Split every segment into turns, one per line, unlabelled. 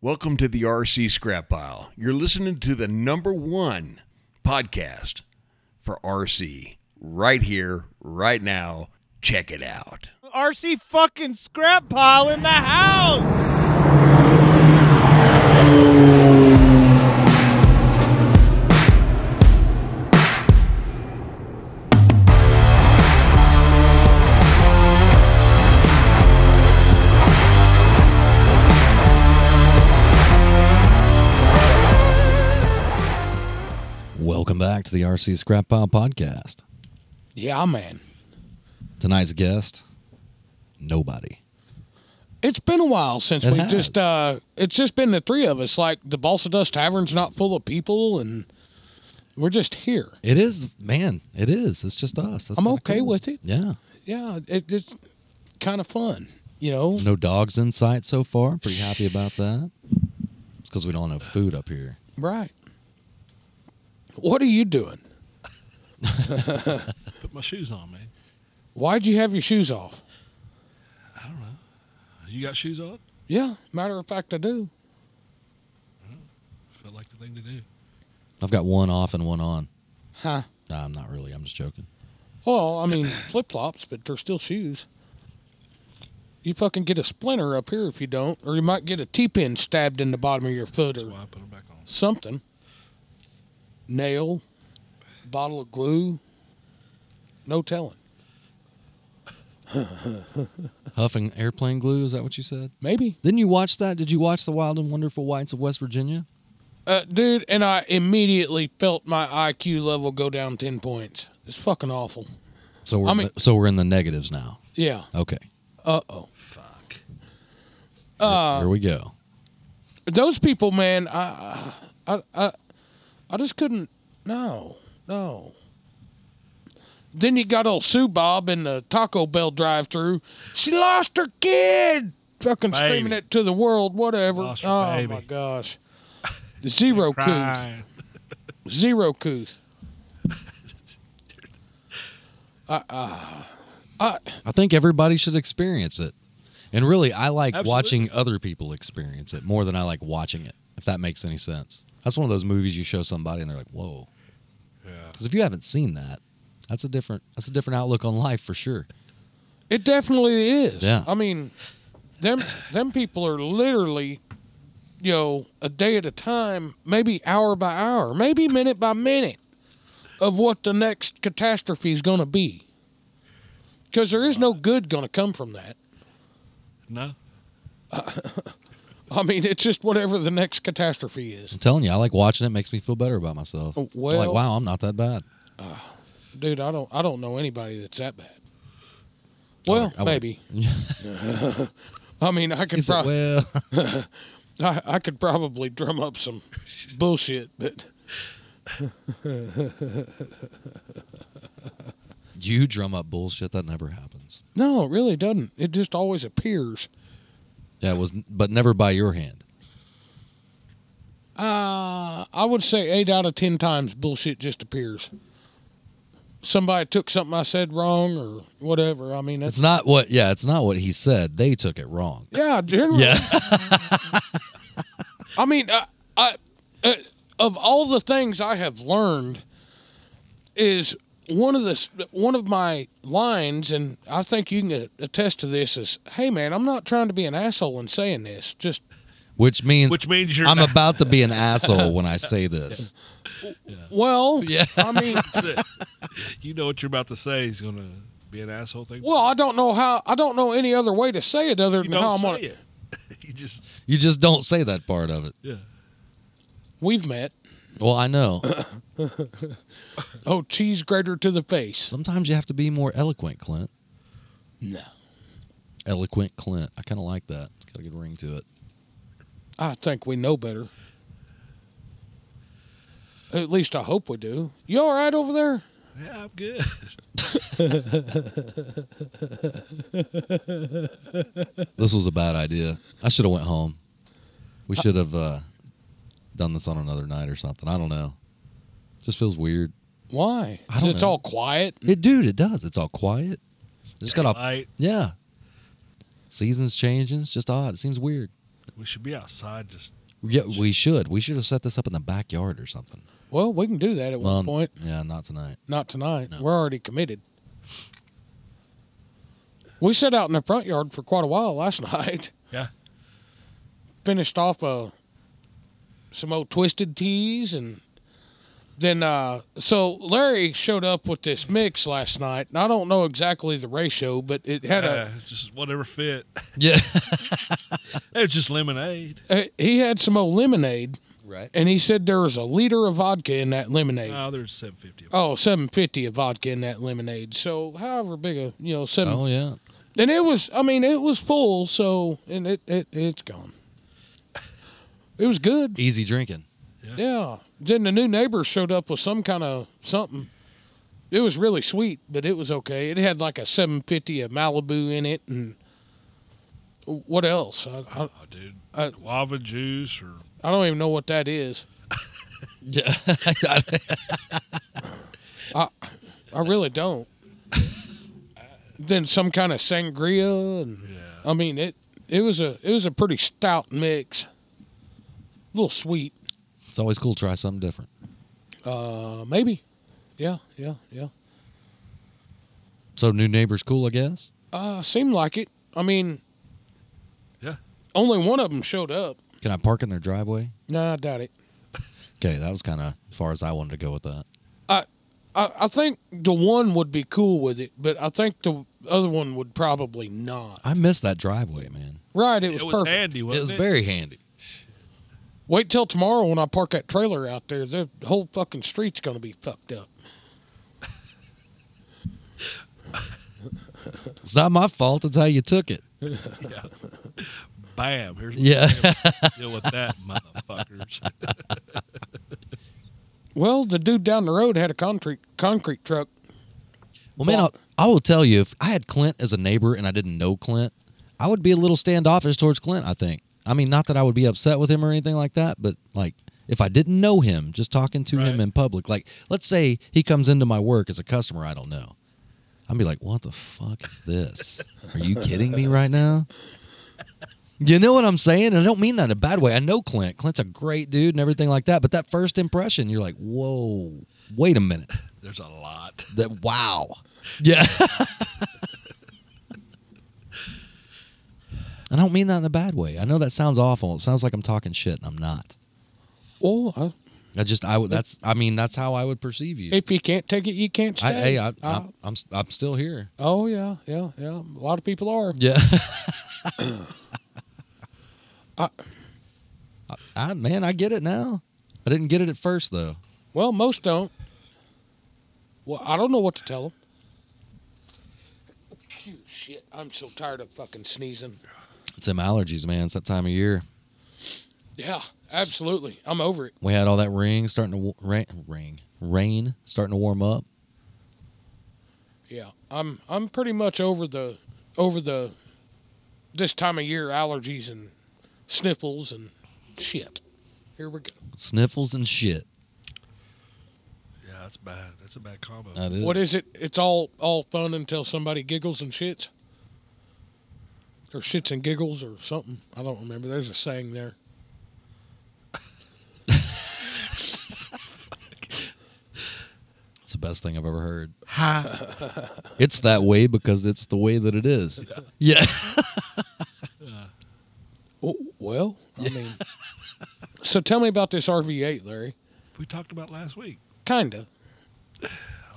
Welcome to the RC Scrap Pile. You're listening to the number one podcast for RC right here, right now. Check it out.
RC fucking scrap pile in the house.
Welcome back to the RC Scrap Pile Podcast.
Yeah, man.
Tonight's guest, nobody.
It's been a while since
It
we've
has.
just uh it's just been the three of us. Like the Balsa Dust Tavern's not full of people and we're just here.
It is, man. It is. It's just us. That's
I'm
kinda
okay
cool.
with it.
Yeah.
Yeah, it, it's kind of fun, you know.
No dogs in sight so far. Pretty happy about that. It's because we don't have food up here.
Right. What are you doing?
Put my shoes on, man.
Why'd you have your shoes off?
You got shoes on?
Yeah, matter of fact, I do.
Felt like the thing to do.
I've got one off and one on.
Huh.
Nah, I'm not really. I'm just joking.
Well, I mean flip flops, but they're still shoes. You fucking get a splinter up here if you don't, or you might get a T pin stabbed in the bottom of your foot
That's
or
why I put them back on.
something. Nail, bottle of glue. No telling.
Huffing airplane glue. Is that what you said?
Maybe.
Didn't you watch that? Did you watch the Wild and Wonderful Whites of West Virginia?
Uh, dude, and I immediately felt my IQ level go down 10 points. It's fucking awful.
So we're
I mean-
so we're in the negatives now.
Yeah.
Okay.
Uh oh.
Fuck.
Uh,
Here we go.
Those people, man, I, I, I, I just couldn't. No, no. Then you got old Sue Bob in the Taco Bell drive through. She lost her kid. Fucking screaming
Baby.
it to the world, whatever.
Lost her
oh
baby.
my gosh. Zero couth.
Crying.
Zero couth. uh,
I think everybody should experience it. And really, I like
Absolutely.
watching other people experience it more than I like watching it, if that makes any sense. That's one of those movies you show somebody and they're like, whoa.
Yeah.
Because if you haven't seen that, that's a different that's a different outlook on life for sure.
It definitely is.
Yeah.
I mean, them them people are literally, you know, a day at a time, maybe hour by hour, maybe minute by minute, of what the next catastrophe is going to be. Because there is no good going to come from that.
No?
I mean, it's just whatever the next catastrophe is.
I'm telling you, I like watching it. Makes me feel better about myself.
Oh,
I'm like,
well-
wow, I'm not that bad.
Dude, I don't I don't know anybody that's that bad. Well,
I would-
maybe. I mean, I could
Is it-
probably.
well,
I, I could probably drum up some bullshit, but
you drum up bullshit that never happens.
no, it really doesn't. It just always appears.
Yeah, it was, but never by your hand.
Uh, I would say eight out of ten times bullshit just appears. Somebody took something I said wrong or whatever. I mean,
It's
that's
not what. Yeah, it's not what he said. They took it wrong.
yeah, generally.
Yeah,
I mean, I, I uh, of all the things I have learned is one of the s- one of my lines, and I think you can attest to this is, hey man, I'm not trying to be an asshole in saying this. Just
which means
Which means you're
I'm
not-
about to be an asshole when I say this.
well,
Yeah.
I mean,
You know what you're about to say is going to be an asshole thing.
well, I don't know how I don't know any other way to say it other
you
than
don't
how I'm
say
on
it. you just,
You just don't say that part of it.
yeah.
We've met.
Well, I know.
Oh, cheese grater to the face.
Sometimes you have to be more eloquent, Clint.
No,
Eloquent Clint. I kind of like that. It's got a good ring to it.
I think we know better. At least I hope we do. You all right over there?
Yeah, I'm good.
This was a bad idea. I should have went home. We should have uh, done this on another night or something. I don't know. Just feels weird.
Why?
I don't
it's
know.
all quiet.
It, dude, it does. It's all quiet. It just got off.
Light.
Yeah. Seasons changing. It's just odd. It seems weird.
We should be outside just
Yeah, we should. We should have set this up in the backyard or something.
Well, we can do that at
Well,
one point.
Yeah, not tonight.
Not tonight. We're already committed. We sat out in the front yard for quite a while last night.
yeah.
Finished off uh, some old twisted teas and then uh, so Larry showed up with this mix last night. And I don't know exactly the ratio, but it had
Uh, just whatever fit.
Yeah.
it was just lemonade.
a uh, he had some old lemonade
right.
and he said there was a liter of vodka in that lemonade.
Oh, there's 750.
Oh, 750 of vodka in that lemonade. So, however big a, you know, seven
Oh yeah.
And it was, I mean, it was full, so, and it, it it's gone. It was good.
Easy drinking.
Yeah. Then the new neighbor showed up with some kind of something. It was really sweet, but it was okay. It had like a 750 of Malibu in it, and what else? I, I,
Oh, dude.
Uh,
Guava juice or
I don't even know what that is.
Yeah.
I really don't. then some kind of sangria, and
yeah.
I mean it. It was a it was a pretty stout mix, a little sweet.
it's always cool to try something different.
Uh, maybe. Yeah, yeah, yeah.
So new neighbor's cool, I guess.
Uh, seemed like it. I mean,
Yeah.
only one of them showed up.
Can I park in their driveway?
Nah, I doubt it.
Okay, that was kind of as far as I wanted to go with that.
I, I think the one would be cool with it, but I think the other one would probably not.
I miss that driveway, man.
Right, it was,
It was
perfect.
handy,
it
wasn't
was very handy.
Wait till tomorrow when I park that trailer out there. The whole fucking street's gonna be fucked up.
It's not my fault. It's how you took it.
Bam. Here's what
Yeah.
deal with that, motherfuckers.
Well, the dude down the road had a concrete concrete truck.
Well, man, I'll, I will tell you, if I had Clint as a neighbor and I didn't know Clint, I would be a little standoffish towards Clint, I think. I mean, not that I would be upset with him or anything like that, but like if I didn't know him, just talking to him
Right.
in public, like let's say he comes into my work as a customer I don't know, I'd be like, what the fuck is this? Are you kidding me right now? You know what I'm saying? And I don't mean that in a bad way. I know Clint. Clint's a great dude and everything like that. But that first impression, you're like, whoa, wait a minute
There's a lot.
that wow yeah i don't mean that in a bad way i know that sounds awful it sounds like i'm talking shit and i'm not
Well, I,
i just i would that's i mean that's how i would perceive you
if you can't take it, you can't
I,
stay.
hey I, I,
I-
I'm, I'm i'm still here
oh yeah, yeah, yeah. A lot of people are.
yeah I, I man i get it now i didn't get it at first though
Well, most don't. Well, I don't know what to tell them. Shit, I'm so tired of fucking sneezing.
it's them allergies man it's that time of year
Yeah, absolutely. I'm over it.
we had all that ring starting to wa- rain rain rain starting to warm up
Yeah, I'm I'm pretty much over the over the this time of year allergies and sniffles and shit. Here we go.
sniffles and shit
Yeah, that's bad. That's a bad combo.
That is.
What is it? It's all all fun until somebody giggles and shits. Or shits and giggles or something. I don't remember. There's a saying there.
It's the best thing I've ever heard. it's that way because it's the way that it is. Yeah.
Oh, well, I mean, so tell me about this RV8, Larry.
we talked about last week.
Kinda.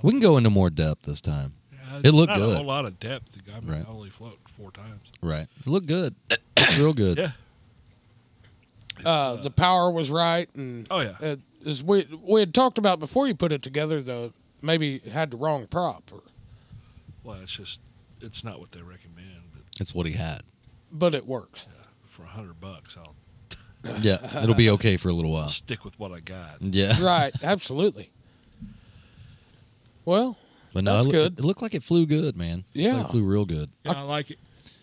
we can go into more depth this time.
Yeah,
It looked
not
good.
A whole lot of depth. I mean,
Right.
I only floated four times.
Right. It looked good. Looked real good.
Yeah.
Uh, the power was right, and
Oh, yeah.
uh, as we we had talked about before you put it together, though maybe had the wrong prop, or,
Well, it's just it's not what they recommend. But
It's what he had.
but it works.
for a hundred bucks, I'll
Yeah. It'll be okay for a little while.
stick with what I got.
Yeah.
right, absolutely. Well,
But no,
That's
it, loo-
good.
it looked like it flew good, man. It looked
Yeah.
like it flew real good.
Yeah, I like it.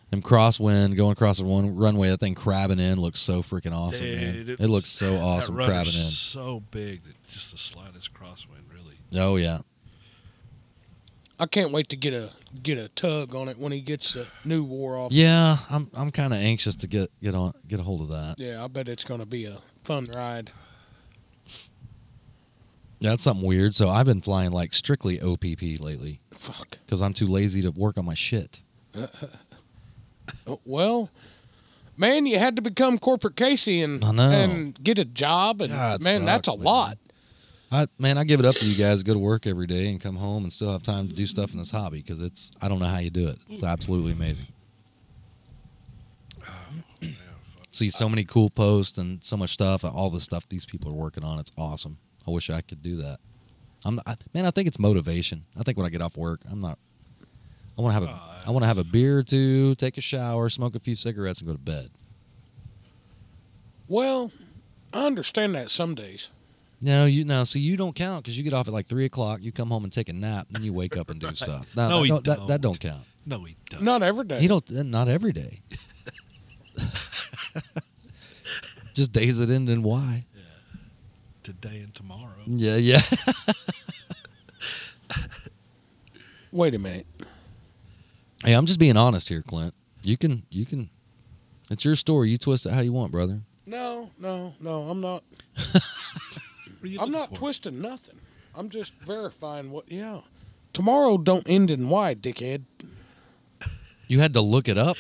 Them crosswind going across the one runway, that thing crabbing in looks so freaking awesome, man.
Dude,
It,
it
looks so awesome
that rudder's
crabbing in.
so big that just the slightest crosswind really.
Oh yeah.
I can't wait to get a get a tug on it when he gets the new war off.
Yeah, I'm I'm kind of anxious to get get on get a hold of that.
Yeah, I bet it's gonna be a fun ride.
Yeah, That's something weird. So I've been flying like strictly OPP lately
Fuck.
because I'm too lazy to work on my shit.
Oh, Well, man, you had to become corporate Casey and
I know.
and get a job and
God, it
man, that's a
sucks, man.
lot.
I man, I give it up to you guys. Go to work every day and come home and still have time to do stuff in this hobby because it's I don't know how you do it. It's absolutely amazing. See so many cool posts and so much stuff. uh, All the stuff these people are working on, it's awesome. I wish I could do that. I'm not, I, man. I think it's motivation. I think when I get off work, I'm not. I want to have a. I want to have a beer or two, take a shower, smoke a few cigarettes, and go to bed.
Well, I understand that some days.
No, you no. See, you don't count because you get off at like three o'clock. You come home and take a nap, then you wake up and do stuff. No,
No,
that,
you
don't, That, that
don't.
don't count.
No, he doesn't.
Not every day.
You don't. Not every day. Just days that end in Y.
Today and tomorrow.
Yeah, yeah.
Wait a minute.
hey, I'm just being honest here, Clint. You can, you can. It's your story. You twist it how you want, brother.
No, no, no. I'm not.
What are you
I'm
looking
not
for?
twisting nothing. I'm just verifying what. Yeah. Tomorrow don't end in Y, dickhead.
You had to look it up.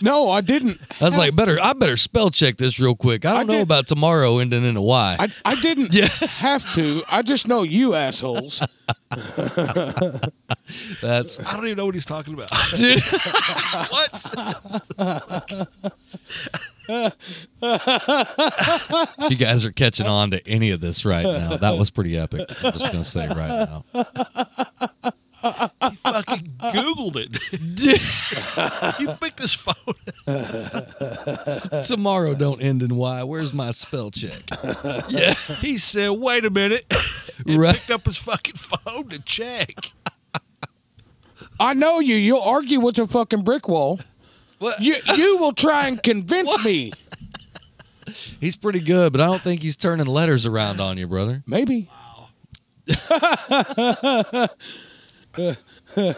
No, I didn't.
I was like, better. I better spell check this real quick. I don't
I
know
did-
about tomorrow ending in a Y.
I, I didn't
Yeah.
have to. I just know you assholes.
That's
I don't even know what he's talking about.
dude.
what?
you guys are catching on to any of this right now. That was pretty epic. I'm just gonna say right now.
He fucking Googled it. he picked his phone. up.
Tomorrow don't end in Y. Where's my spell check? Yeah,
He said, "Wait a minute." and
Right.
Picked up his fucking phone to check.
I know you. You'll argue with a fucking brick wall.
What?
You you will try and convince me.
he's pretty good, but I don't think he's turning letters around on you, brother.
Maybe.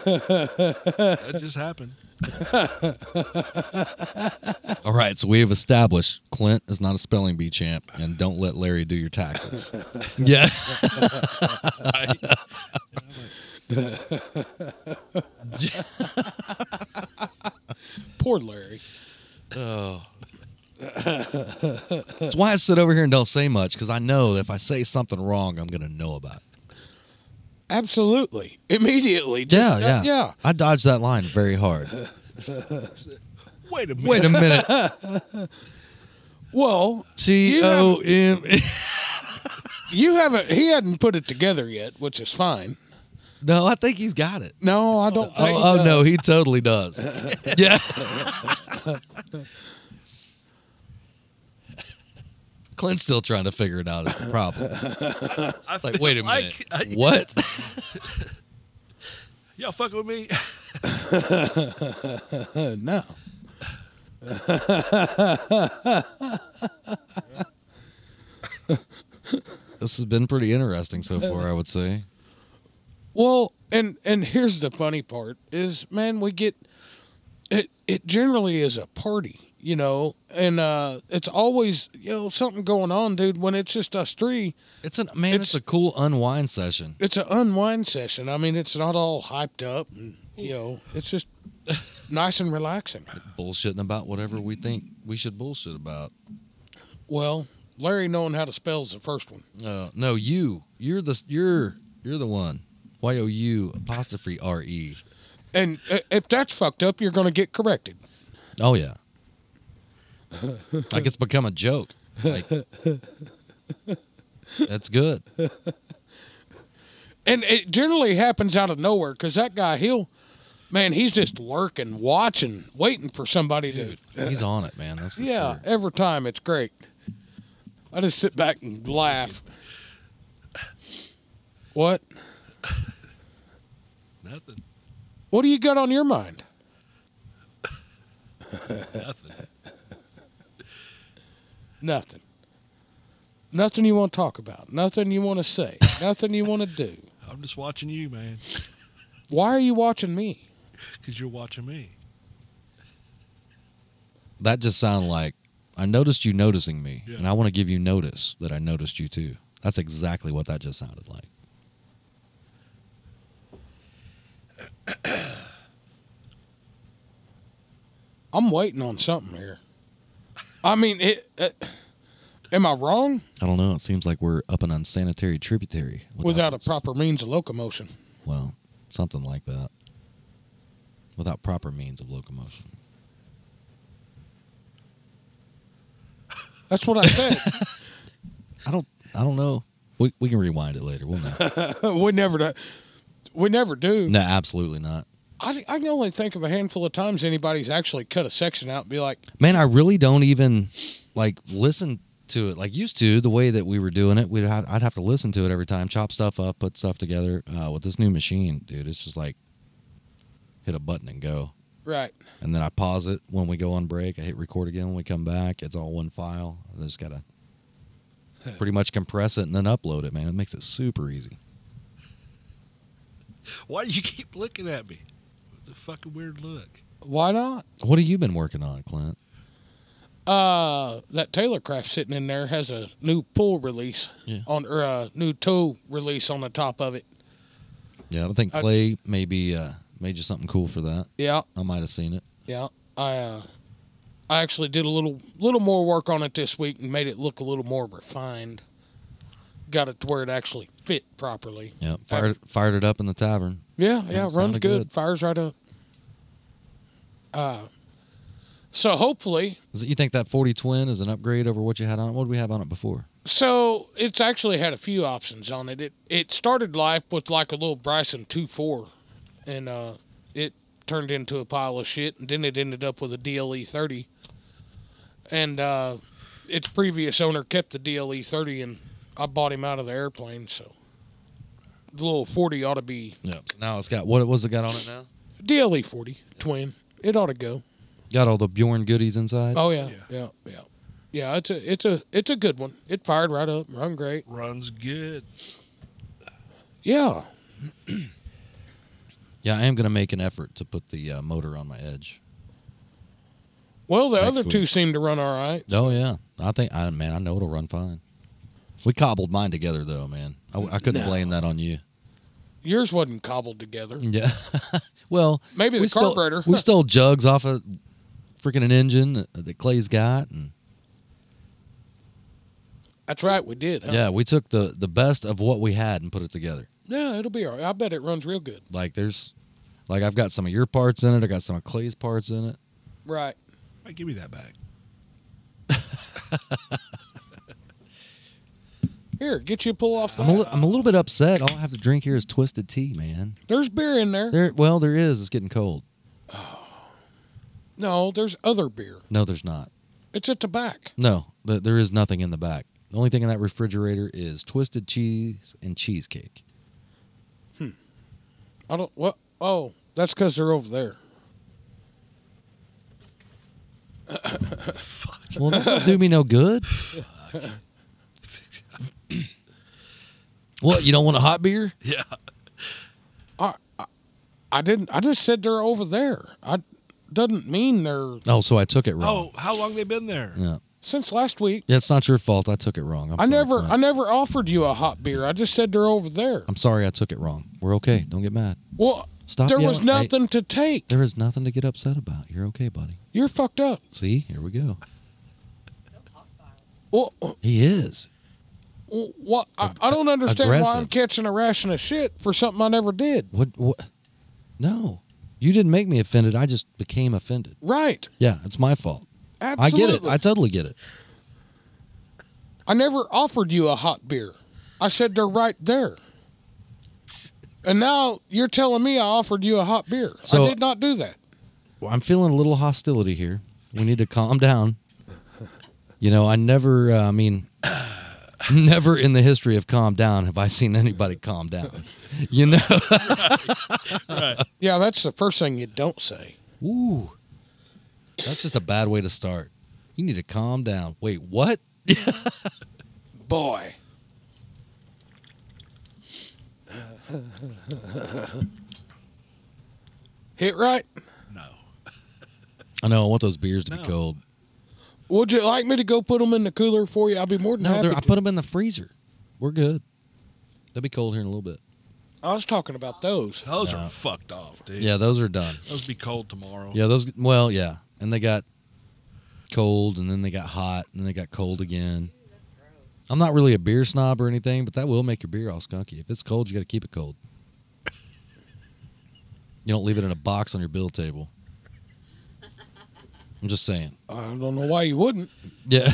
That just happened.
All right, so we have established Clint is not a spelling bee champ, and don't let Larry do your taxes. yeah,
Right?
Poor Larry.
that's why I sit over here and don't say much because I know that if I say something wrong, I'm gonna know about it.
Absolutely. Immediately.
Yeah,
Just-
yeah,
yeah.
I dodged that line very hard.
Wait a minute.
Wait a minute.
Well,
T O M. E.
you haven't. He hadn't put it together yet, which is fine.
No, I think he's got it.
No, I don't. think
Oh,
he
oh no,
does.
he totally does. yeah. Clint's still trying to figure it out. Is the problem?
I
Like,
feel
wait a minute.
like- I-
what?
Y'all fucking with me?
Uh, no.
this has been pretty interesting so far. I would say.
Well, and and here's the funny part is, man, we get it. It generally is a party, you know, and uh it's always you know something going on, dude. When it's just us three,
It's an man. It's,
It's-
a cool unwind session.
it's an unwind session. I mean, it's not all hyped up, and you know, it's just nice and relaxing.
Bullshitting about whatever we think we should bullshit about.
Well, Larry knowing how to spell is the first one.
No, Uh, no, you. You're the. You're. You're the one. Y o u apostrophe r e.
And i- if that's fucked up, you're going to get corrected.
Oh yeah. like it's become a joke. Like That's good.
And it generally happens out of nowhere because that guy, he'll, man, he's just lurking, watching, waiting for somebody to.
He's on it, man. That's for
Yeah,
sure.
every time it's great. I just sit back and laugh. What?
Nothing.
What do you got on your mind?
Nothing.
Nothing. Nothing you want to talk about. Nothing you want to say. nothing you want to do.
I'm I'm just watching you, man,
Why are you watching me?
because you're watching me.
That just sounded like I noticed you noticing me,
Yeah.
and I want to give you notice that I noticed you too. That's exactly what that just sounded like.
I'm waiting on something here. I mean, it. Uh, am I wrong?
I don't know. It seems like we're up an unsanitary tributary
Without a
s-
proper means of locomotion.
Well, something like that. Without proper means of locomotion.
That's what I said.
I don't. I don't know. We we can rewind it later. We'll know.
we never do. We never do.
no, absolutely not.
I, I can only think of a handful of times anybody's actually cut a section out and be like,
Man, I really don't even like listen to it like used to. The way that we were doing it, we'd have, I'd have to listen to it every time, chop stuff up, put stuff together. Uh, with this new machine, dude, it's just like hit a button and go.
right.
And then I pause it when we go on break. I hit record again when we come back. It's all one file. I just gotta pretty much compress it and then upload it, man. It makes it super easy.
Why do you keep looking at me? With the fucking weird look.
Why not?
What have you been working on, Clint?
Uh, that Taylor craft sitting in there has a new pull release
Yeah.
on, or a new toe release on the top of it.
Yeah, I think Clay maybe uh, made you something cool for that.
Yeah,
I might have seen it.
yeah. I, uh, I actually did a little, little more work on it this week and made it look a little more refined. Got it to where it actually fit properly.
Yeah, fired fired it up in the tavern.
Yeah, yeah,
it
runs
sounded
good.
good.
Fires right up. Uh, so hopefully,
Is it, you think that 40 twin is an upgrade over what you had on it? What did we have on it before?
so it's actually had a few options on it. It it started life with like a little Bryson two four, and uh, it turned into a pile of shit. And then it ended up with a DLE thirty, and uh, its previous owner kept the DLE thirty, and I bought him out of the airplane. So the little forty ought to be
Yeah. Now it's got what was it got on it now?
DLE forty twin. It ought to go.
Got all the Bjorn goodies inside.
Oh yeah, yeah, yeah, yeah. It's a it's a it's a good one. It fired right up, run great.
Runs good.
Yeah,
Yeah, I am gonna make an effort to put the uh, motor on my edge.
Well, the
Next
other
week.
two seem to run all right.
Oh yeah, I think I man, I know it'll run fine. We cobbled mine together though, man. I, I couldn't blame that on you.
Yours wasn't cobbled together.
Yeah. well,
Maybe the
we stole-
carburetor.
we stole jugs off of freaking an engine that- that Clay's got, and
That's right, we did. Huh?
yeah, we took the the best of what we had and put it together.
yeah, it'll be all right. I bet it runs real good.
Like there's, like I've got some of your parts in it. I got some of Clay's parts in it.
Right.
Hey, give me that back.
Here, get you a pull off
I'm a,
that.
li- I'm a little bit upset. All I have to drink here is twisted tea, man.
There's beer in there.
There, well, there is. It's getting cold.
No, there's other beer.
No, there's not.
It's at the back.
No, th- there is nothing in the back. The only thing in that refrigerator is twisted cheese and cheesecake.
I don't. What? Oh, that's because they're over there.
Well, that don't do me no good. what? You don't want a hot beer?
Yeah.
I didn't. I just said they're over there. I doesn't mean they're
Oh, so I took it wrong.
Oh, how long they been there?
Yeah.
since last week.
Yeah, it's not your fault. I took it wrong. I'm
I
sorry,
never,
Clint.
I never offered you a hot beer. I just said they're over there.
I'm sorry I took it wrong. We're okay. Don't get mad.
Well,
Stop
there was
yelling. Hey.
nothing to take.
There is nothing to get upset about. You're okay, buddy.
You're fucked up.
See, here we go.
Well, uh,
He is.
well, what? I, I don't understand why I'm
aggressive.
catching a ration of shit for something I never did.
What? What? No, you didn't make me offended. I just became offended.
Right.
Yeah, it's my fault.
Absolutely.
I get it. I totally get it.
I never offered you a hot beer. I said they're right there. And now you're telling me I offered you a hot beer.
So-
I did not do that.
Well, I'm feeling a little hostility here. We need to calm down. You know, I never. Uh, I mean, never in the history of calm down have I seen anybody calm down. You know.
Yeah, that's the first thing you don't say.
Ooh, that's just a bad way to start. You need to calm down. Wait, what?
Boy. Hit right.
No.
I know. I want those beers to
No.
be cold.
Would you like me to go put them in the cooler for you? I'd be more than
No,
happy.
they're- I
to.
put them in the freezer. We're good. They'll be cold here in a little bit.
I was talking about those.
Those are fucked off, dude.
Yeah, those are done.
Those be cold tomorrow.
Yeah, those. Well, yeah, and they got cold, and then they got hot, and then they got cold again. I'm not really a beer snob or anything, but that will make your beer all skunky. If it's cold, you got to keep it cold. you don't leave it in a box on your bill table. I'm just saying.
I don't know why you wouldn't.
Yeah.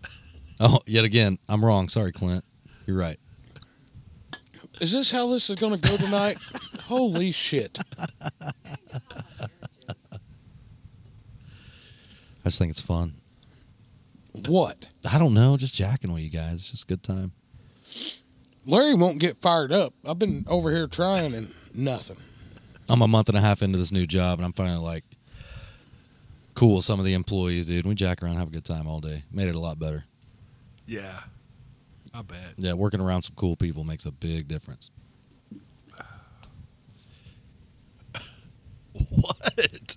oh, yet again, I'm wrong. Sorry, Clint. You're right.
Is this how this is going to go tonight? Holy shit.
I just think it's fun.
What?
I don't know, just jacking with you guys. It's just a good time.
Larry won't get fired up. I've been over here trying and nothing.
I'm a month and a half into this new job, and I'm finally like cool with some of the employees, dude. We jack around, have a good time all day. Made it a lot better.
Yeah. I bet.
Yeah, working around some cool people makes a big difference.
What?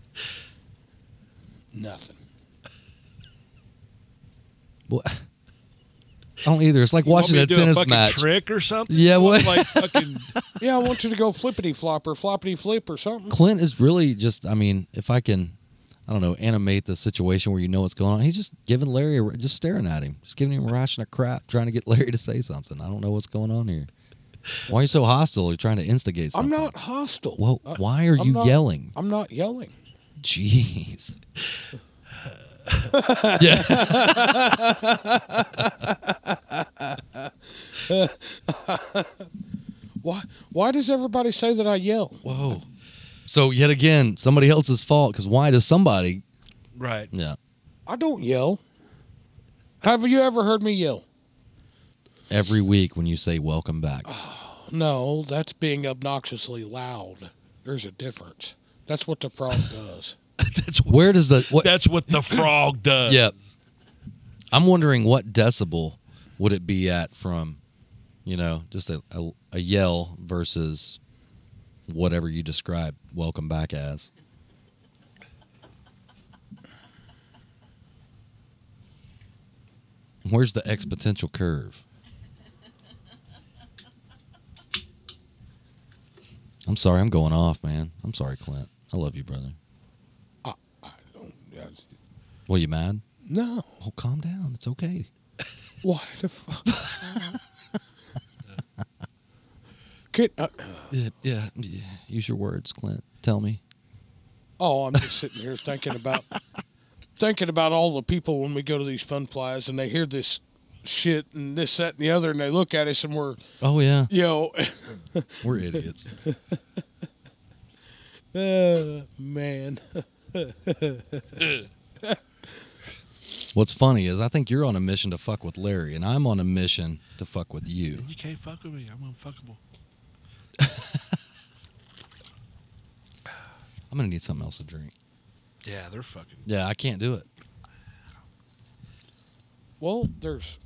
Nothing.
What? I don't either. It's like
You want
watching
me
a
to do
tennis
fucking
match.
trick or something?
Yeah,
You want,
what?
Like fucking
Yeah, I want you to go flippity flop or floppity flip or something.
Clint is really just. I mean, if I can, I don't know, animate the situation where you know what's going on. He's just giving Larry, a, just staring at him, just giving him a ration of crap, trying to get Larry to say something. I don't know what's going on here. Why are you so hostile? You're trying to instigate
I'm
something.
not hostile.
Well,
I-
why are
Uh, I'm
you
not-
yelling?
I'm not yelling.
Jeez. yeah.
Why why does everybody say that I yell?
Whoa. So yet again, somebody else's fault. Because why does somebody?
right.
Yeah.
I don't yell. Have you ever heard me yell?
Every week when you say "Welcome back,"
Ah, No, that's being obnoxiously loud. There's a difference. That's what the frog does.
That's what,
where does the what?
that's what the frog does.
yeah. I'm wondering what decibel would it be at from, you know, just a, a, a yell versus whatever you describe "Welcome back" as. Where's the exponential curve? I'm sorry, I'm going off, man. I'm sorry, Clint. I love you, brother.
I don't. that's-
What are you mad?
no.
Oh, calm down. It's okay.
Why the fuck? Kid, uh,
Yeah, yeah, yeah. Use your words, Clint. Tell me.
oh, I'm just sitting here thinking about thinking about all the people when we go to these fun flies and they hear this shit and this that and the other and they look at us and we're
Oh yeah,
you know
we're idiots.
uh, man
What's funny is I think you're on a mission to fuck with Larry, and I'm on a mission to fuck with you.
You can't fuck with me. I'm unfuckable.
I'm gonna need something else to drink.
Yeah, they're fucking.
Yeah, I can't do it.
well there's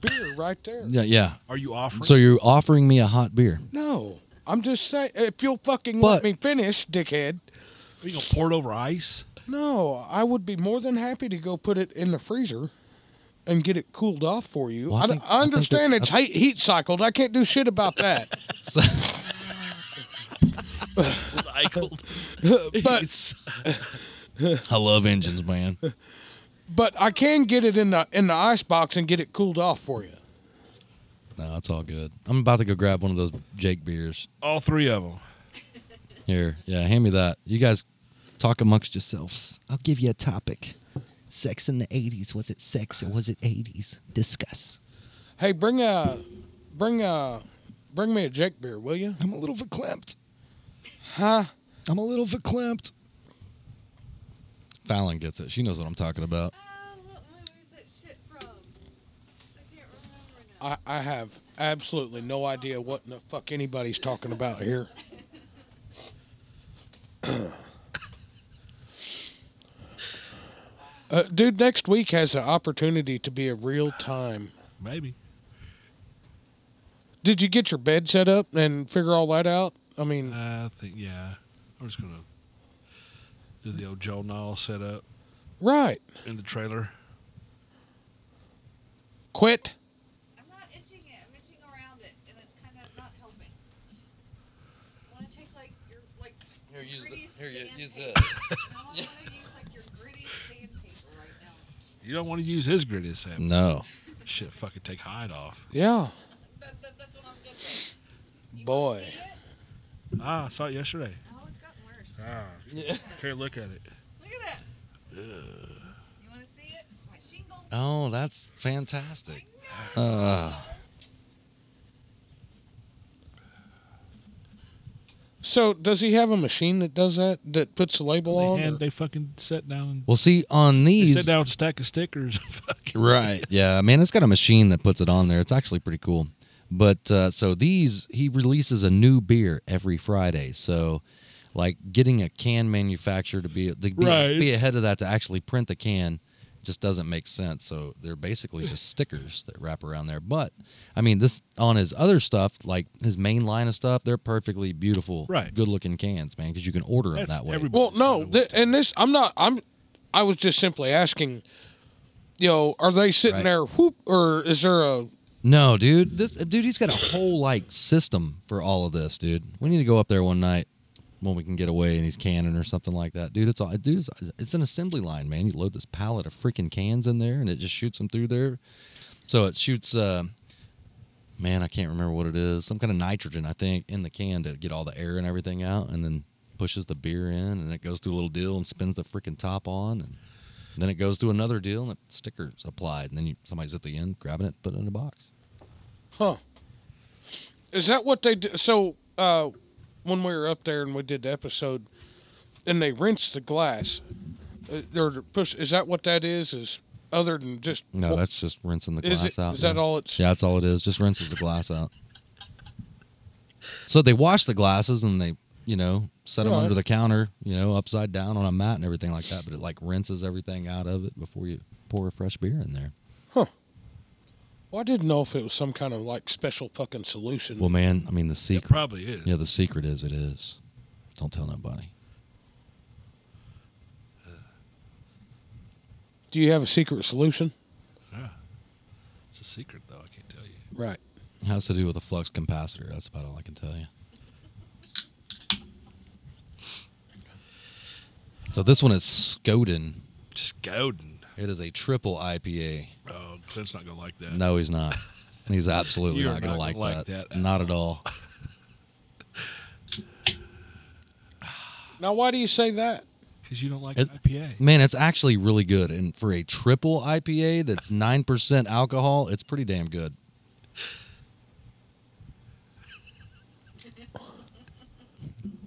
beer right there
Yeah, yeah.
Are you offering?
So you're offering me a hot beer?
no I'm just saying if you'll fucking let
But-
me finish dickhead
Are you gonna pour it over ice?
No, I would be more than happy to go put it in the freezer and get it cooled off for you.
Well, I
I,
think-
I
I think
understand
that-
it's heat, heat cycled. I can't do shit about that.
So-
Cycled.
but
It's- I love engines, man.
but I can get it in the in the ice box and get it cooled off for you.
No, it's all good. I'm about to go grab one of those Jake beers.
All three of them.
Here, yeah, hand me that. You guys talk amongst yourselves.
I'll give you a topic. Sex in the 80s. Was it sex or was it 80s? Discuss.
Hey, bring a bring a bring me a Jake beer, will you?
I'm a little verklempt.
Huh?
I'm a little verklempt. Fallon gets it. She knows what I'm talking about.
Um, what movie was that shit from? I can't remember now.
I, I have absolutely no idea what in the fuck anybody's talking about here. uh, dude, next week has an opportunity to be a real time
Maybe.
Did you get your bed set up and figure all that out? I mean,
Uh, I think yeah. I'm just gonna do the old Joe Nall setup
right.
in the trailer.
Quit.
I'm not itching it. I'm itching around it, and it's kind of not helping. want to take like your like
Here, use the-
gritty
here, you- use
sandpaper. No, I want to use like your gritty sandpaper right now.
You don't want to use his gritty sap.
No.
Shit, fucking take hide off.
Yeah.
That, that, that's what I'm getting. You wanna
Boy.
see it?
Ah, I saw it yesterday.
Oh, it's gotten worse.
Ah, here, look at it.
Look at that. You want to see it? My shingles.
Oh, that's fantastic.
No.
Uh,
So does he have a machine that does that? That puts the label on?
and
or-
they fucking sat down
well, see, on
and
these.
sat down with a stack of stickers. fucking
Right. Yeah, man, it's got a machine that puts it on there. It's actually pretty cool. But uh, so these, he releases a new beer every Friday. So, like getting a can manufacturer to be to be,
Right.
be ahead of that to actually print the can just doesn't make sense. So they're basically just stickers that wrap around there. But I mean, this on his other stuff, like his main line of stuff, they're perfectly beautiful,
Right.
good looking cans, man, because you can order them
That's
that way.
everybody.
Well, no,
Everybody's
th- and this I'm not. I'm. I was just simply asking. You know, are they sitting
Right.
there? Whoop, or is there a?
No, dude. This, dude, he's got a whole like system for all of this, dude. We need to go up there one night when we can get away and he's canning or something like that. Dude, it's all dude, it's, it's an assembly line, man. You load this pallet of freaking cans in there and it just shoots them through there. So it shoots uh man, I can't remember what it is. Some kind of nitrogen, I think, in the can to get all the air and everything out and then pushes the beer in and it goes through a little deal and spins the freaking top on and then it goes to another deal and the sticker's applied and then you, somebody's at the end grabbing it, putting it in a box.
Huh? Is that what they do? So, uh, when we were up there and we did the episode, and they rinse the glass, uh, or push. Is that what that is? Is other than just
No,
well,
that's just rinsing the
is
glass
it-
out.
is that
yeah.
all it's-
Yeah, that's all it is. Just rinses the glass out. So they wash the glasses and they, you know, set them
Right.
under the counter, you know, upside down on a mat and everything like that. But it like rinses everything out of it before you pour a fresh beer in there.
Well, I didn't know if it was some kind of like special fucking solution.
Well, man, I mean the
It
secret.
probably is.
Yeah, the secret is it is. Don't tell nobody.
do you have a secret solution?
It's a secret though. I can't tell you.
Right.
It has to do with a flux capacitor. That's about all I can tell you. So this one is Skoden.
Scoden.
It is a triple IPA.
Oh, Clint's not gonna like that.
No, he's not. He's absolutely
You're
not going to
not
like,
gonna like
that.
that at
Not at all.
Now, why do you say that?
because you don't like
It-
IPA.
Man, it's actually really good. And for a triple IPA that's 9% alcohol, it's pretty damn good.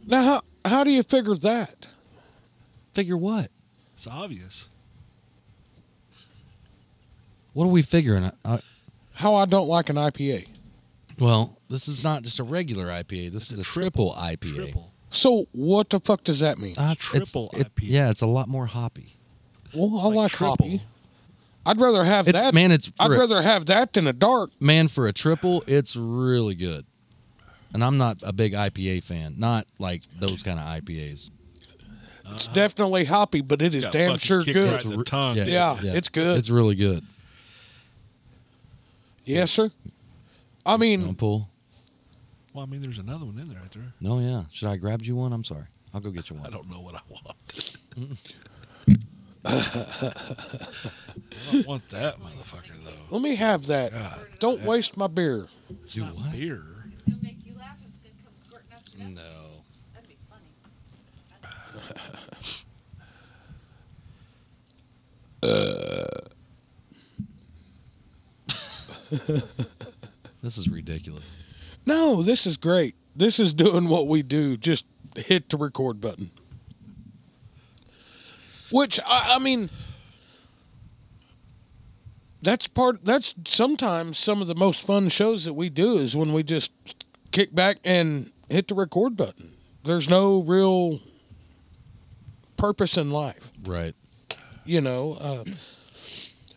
Now, how how do you figure that?
Figure what?
It's obvious.
What are we figuring? Uh,
How I don't like an IPA.
well, this is not just a regular IPA. This is a triple, IPA.
Triple.
So what the fuck does that mean?
Uh, it's- it's-
Triple
it-
IPA.
yeah, it's a lot more hoppy.
well, I like,
triple.
hoppy. I'd rather have
It's-
that.
man, it's
I'd
for a-
rather have that than a dark.
Man, for a triple, it's really good. And I'm not a big IPA fan. Not like those kind of IPAs.
It's definitely hoppy, but it is
Got
damn
fucking
sure
kicked
good.
right in the tongue.
Yeah,
Yeah, it's good.
It's really good.
Yes, sir. I
Mm.
You wanna
mean,
pull?
Well, I mean, there's another one in there right there.
No, yeah. Should I grab you one? I'm sorry. I'll go get you one.
I don't know what I want. I don't want that motherfucker though.
let me have that. Don't waste my beer.
It's
Do
not
what?
beer.
It's gonna make you laugh. It's gonna come squirting out your nose.
No.
That'd be funny.
This is ridiculous.
No, this is great. This is doing what we do. Just hit the record button. Which I, I mean, that's part. That's sometimes some of the most fun shows that we do is when we just kick back and hit the record button. There's no real purpose in life
Right.
you know uh,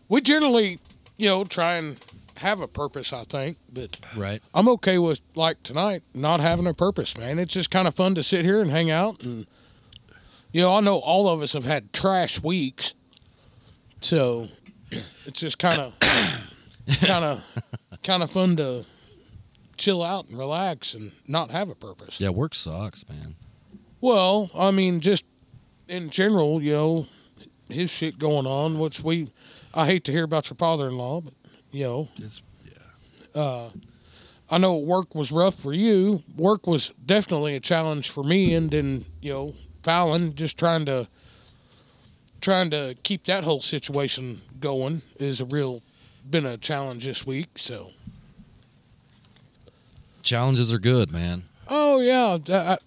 we generally you know try and have a purpose, I think, but
Right.
I'm okay with like tonight not having a purpose, man. It's just kind of fun to sit here and hang out and you know, I know all of us have had trash weeks. So it's just kind of kind of kind of fun to chill out and relax and not have a purpose.
Yeah, work sucks, man.
Well, I mean, just in general, you know, his shit going on, which we, I hate to hear about your father in law, but, you know,
It's, yeah.
I know work was rough for you. Work was definitely a challenge for me. And then, you know, Fallon just trying to, trying to keep that whole situation going is a real, been a challenge this week. So,
Challenges are good, man.
Oh yeah, th- I,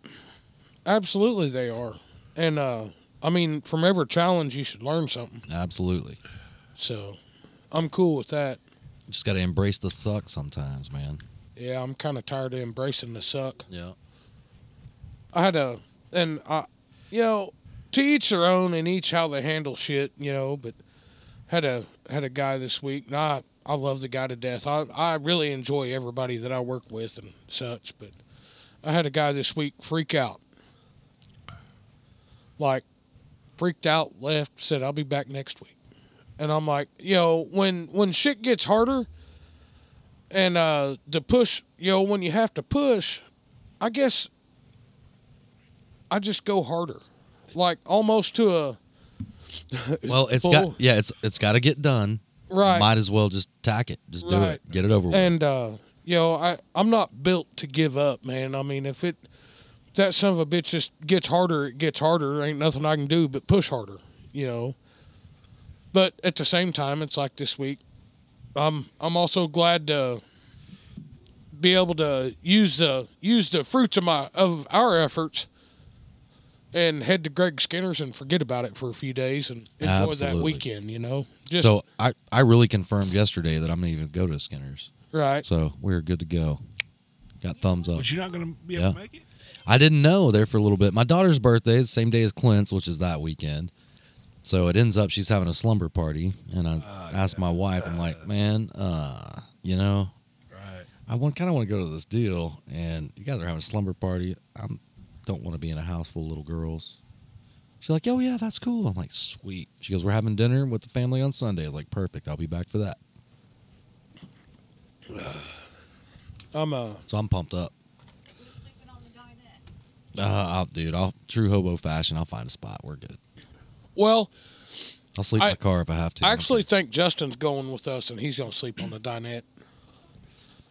absolutely they are. And uh, I mean, from every challenge, you should learn something.
Absolutely.
So I'm cool with that.
Just got to embrace the suck sometimes, man.
Yeah, I'm kind of tired of embracing the suck.
Yeah.
I had a, and I, you know, to each their own, and each how they handle shit, you know. But had a had a guy this week, and I I love the guy to death. I I really enjoy everybody that I work with and such. But I had a guy this week freak out, like freaked out, left, said I'll be back next week, and I'm like, you know, when when shit gets harder. And uh, the push, you know, when you have to push, I guess I just go harder, like almost to a
Well, it's
Well-
got yeah, it's it's got to get done.
right.
Might as well just tack it. Just do
Right.
it. Get it over with.
and uh, you know, I I'm not built to give up, man. I mean, if it if that son of a bitch just gets harder, it gets harder. Ain't nothing I can do but push harder, you know. But at the same time, it's like this week, I'm I'm also glad to be able to use the use the fruits of my of our efforts and head to Greg Skinner's and forget about it for a few days and enjoy
Absolutely.
that weekend, you know. Just
So I I really confirmed yesterday that I'm gonna even go to Skinner's.
right.
So we're good to go. Got thumbs up.
But you're not going to be able to
Yeah.
make it?
I didn't know there for a little bit. My daughter's birthday is the same day as Clint's, which is that weekend. So it ends up she's having a slumber party, and I
Ah,
asked my wife, I'm like, man, uh, you know,
Right.
I want kind of want to go to this deal, and you guys are having a slumber party. I don't want to be in a house full of little girls. She's like, oh yeah, that's cool. I'm like, sweet. She goes, we're having dinner with the family on Sunday. I was like, perfect. I'll be back for that.
I'm uh
So I'm pumped up.
Who's sleeping on the dinette?
Uh, I'll, dude, I'll true hobo fashion. I'll find a spot. We're good.
well,
I'll sleep in
I-
the car if I have to.
I
I'm
actually
good.
think Justin's going with us, and he's gonna sleep on the dinette.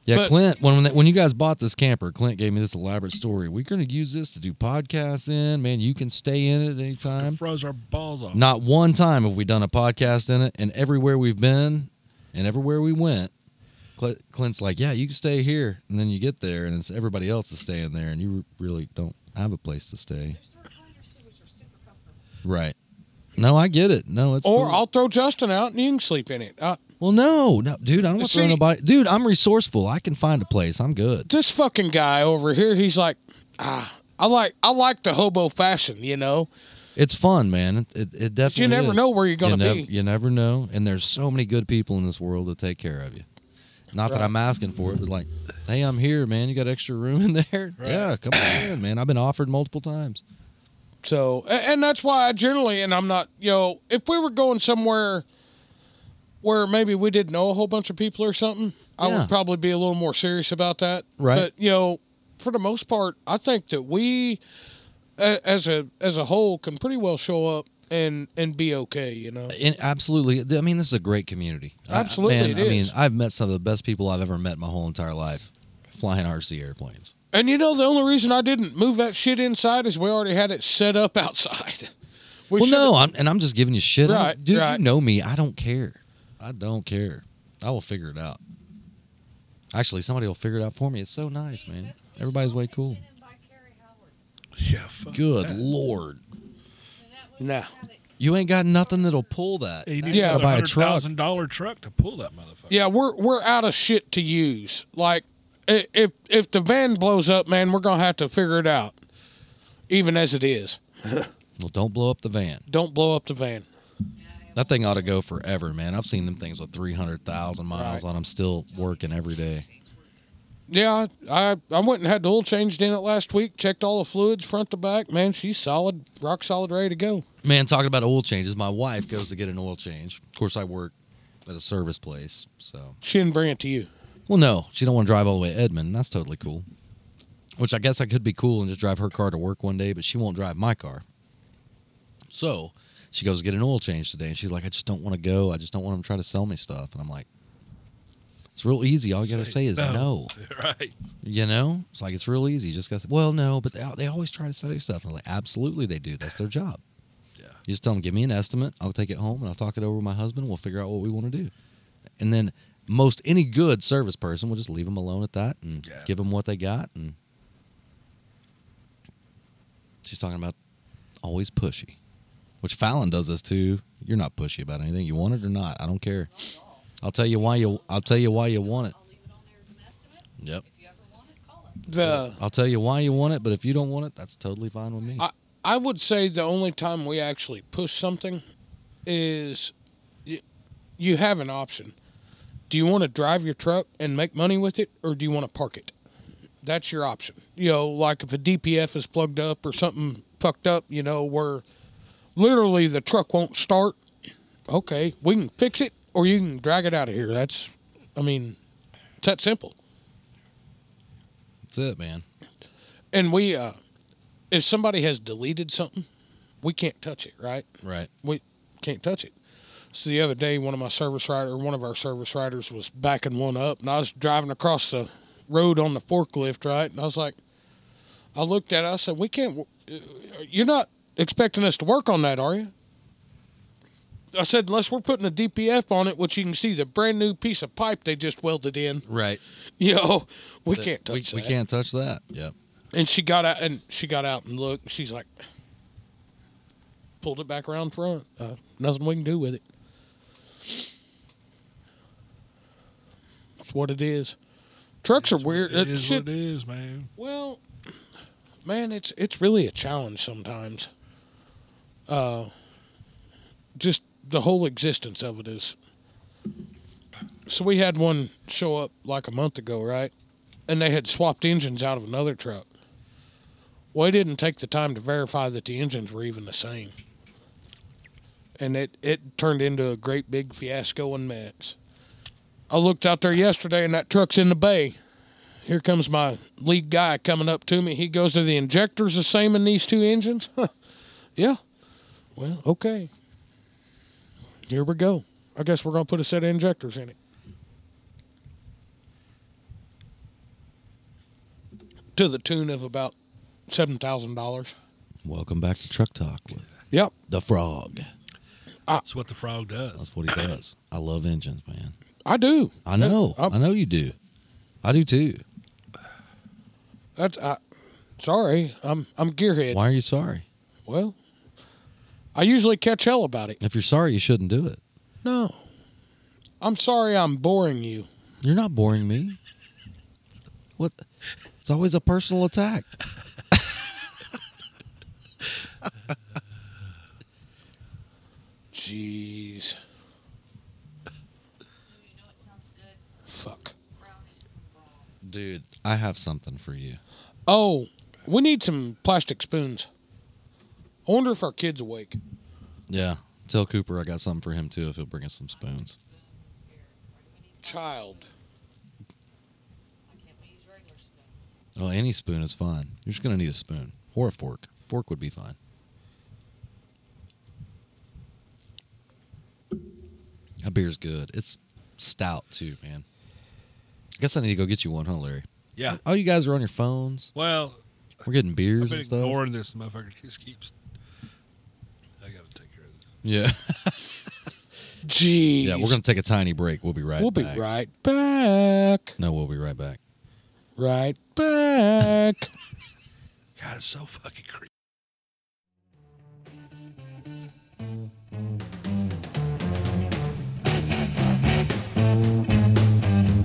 yeah,
but-
Clint. When when you guys bought this camper, Clint gave me this elaborate story. We're gonna use this to do podcasts in. Man, you can stay in it anytime.
Froze our balls off.
Not one time have we done a podcast in it, and everywhere we've been, and everywhere we went, Cl- Clint's like, "Yeah, you can stay here," and then you get there, and it's everybody else is staying there, and you really don't have a place to stay.
There's three kinders too, which are super comfortable.
Right? No, I get it. No, it's
Or
cool.
I'll throw Justin out, and you can sleep in it. Uh,
well, no, no, dude, I don't want to throw
See-
nobody. Dude, I'm resourceful. I can find a place. I'm good.
this fucking guy over here, he's like, ah, I like I like the hobo fashion, you know.
It's fun, man. It, it, it definitely.
never
is.
know where you're gonna
you nev-
be.
You never know, and there's so many good people in this world to take care of you. Not that I'm asking for it, but like, hey, I'm here, man. You got extra room in there? Yeah, come on in, man. I've been offered multiple times.
So, a- and that's why I generally, and I'm not, you know, if we were going somewhere where maybe we didn't know a whole bunch of people or something, I
Yeah.
would probably be a little more serious about that.
Right.
But you know, for the most part, I think that we, a- as a as a whole, can pretty well show up and and be okay. You know.
And absolutely, I mean, this is a great community. I-
Absolutely,
man,
it
I mean,
is.
I've met some of the best people I've ever met in my whole entire life, flying RC airplanes.
And you know, the only reason I didn't move that shit inside is we already had it set up outside. We
well,
should've-
no, I'm, and I'm just giving you shit. I don't-
Right,
dude,
right.
you know me. I don't care. I don't care. I will figure it out. Actually, somebody will figure it out for me. It's so nice, man.
That's what
Everybody's
Small
way cool.
Kitchen and by Carrie Howard's.
Yeah, fuck
Good
that.
lord,
And that was
Nah.
how they-
you ain't got nothing that'll pull that.
Yeah, you need
Yeah.
yeah,
Buy a
a thousand dollar truck to pull that motherfucker.
Yeah, we're we're out of shit to use. Like, i- if if the van blows up, man, we're gonna have to figure it out. Even as it is,
Well, don't blow up the van.
don't blow up the van.
Yeah, it
That thing ought to go forever, man. I've seen them things with 300,000 miles on them still working every day.
Yeah, I I went and had the oil changed in it last week. Checked all the fluids front to back. Man, she's solid, rock solid, ready to go.
Man, talking about oil changes, my wife goes to get an oil change. Of course, I work at a service place, so
She didn't bring it to you.
Well, no, she don't want to drive all the way to Edmond. and That's totally cool. Which I guess I could be cool and just drive her car to work one day, but she won't drive my car. So she goes to get an oil change today, and she's like, "I just don't want to go. I just don't want them to try to sell me stuff." And I'm like, "It's real easy. All you gotta say is no."
Right.
You know, it's like it's real easy. You just got to, well, no, but they, they always try to sell you stuff. And I'm like, absolutely, they do. That's their job.
Yeah.
You just tell them, give me an estimate. I'll take it home and I'll talk it over with my husband. We'll figure out what we want to do. And then most any good service person will just leave them alone at that and
Yeah.
give them what they got. And she's talking about always pushy, which Fallon does this too. You're not pushy about anything. You want it or not. I don't care. I'll tell you why you. I'll tell you why you want it.
I'll leave it on there as an estimate.
Yep.
If you ever want it, call us.
The
I'll tell you why you want it, but if you don't want it, that's totally fine with me.
I I would say the only time we actually push something is you, you have an option. Do you want to drive your truck and make money with it, or do you want to park it? That's your option. You know, like if a DPF is plugged up or something fucked up, you know, where literally the truck won't start. Okay, we can fix it, or you can drag it out of here. That's, I mean, it's that simple.
That's it, man.
And we, uh, if somebody has deleted something, we can't touch it, right?
Right.
we can't touch it. So the other day, one of my service rider, one of our service riders was backing one up, and I was driving across the road on the forklift, right? And I was like, I looked at, it, I said, "We can't. uh, You're not expecting us to work on that, are you?" I said, "Unless we're putting a DPF on it, which you can see the brand new piece of pipe they just welded in.
Right.
You know, we can't
we,
touch
we
that."
can't touch that. Yep.
And she got out and she got out and looked. And she's like, pulled it back around front. Uh, nothing we can do with it. It's what it is. Trucks are weird.
It
That
is
shit-
what it is, man.
well, man, it's it's really a challenge sometimes. Uh, just the whole existence of it is. So we had one show up like a month ago, right? And they had swapped engines out of another truck. Well, they didn't take the time to verify that the engines were even the same. And it, it turned into a great big fiasco and mess. I looked out there yesterday and that truck's in the bay here comes my lead guy coming up to me. He goes, Are the injectors the same in these two engines? Huh. yeah. Well, okay. Here we go. I guess we're going to put a set of injectors in it. To the tune of about $7,000.
Welcome back to Truck Talk with
Yep.
the Frog.
That's what the frog does.
That's what he does. I love engines, man.
I do.
I know.
Uh,
I know you do. I do too.
That's, I, sorry. I'm, I'm gearhead.
Why are you sorry?
Well, I usually catch hell about it.
If you're sorry, you shouldn't do it.
No. I'm sorry I'm boring you.
You're not boring me. What? It's always a personal attack.
Jeez.
You know it sounds good.
Fuck.
Brownies from Brawl.
Dude, I have something for you.
Oh, we need some plastic spoons. I wonder if our kid's awake.
Yeah. Tell Cooper I got something for him too if he'll bring us some spoons.
Child.
Why can't we use regular spoons?
Oh, any spoon is fine. You're just going to need a spoon or a fork. Fork would be fine. That beer's good. It's stout too, man. I guess I need to go get you one, huh, Larry?
Yeah.
Oh, you guys are on your phones.
Well,
We're getting
I've
beers
been
and stuff.
ignoring this. Motherfucker just keeps. I gotta take care of this.
Yeah.
Jeez.
yeah, we're going to take a tiny break. We'll be right
We'll be
back.
right back.
No, we'll be right back.
Right back.
God, it's so fucking creepy.
Do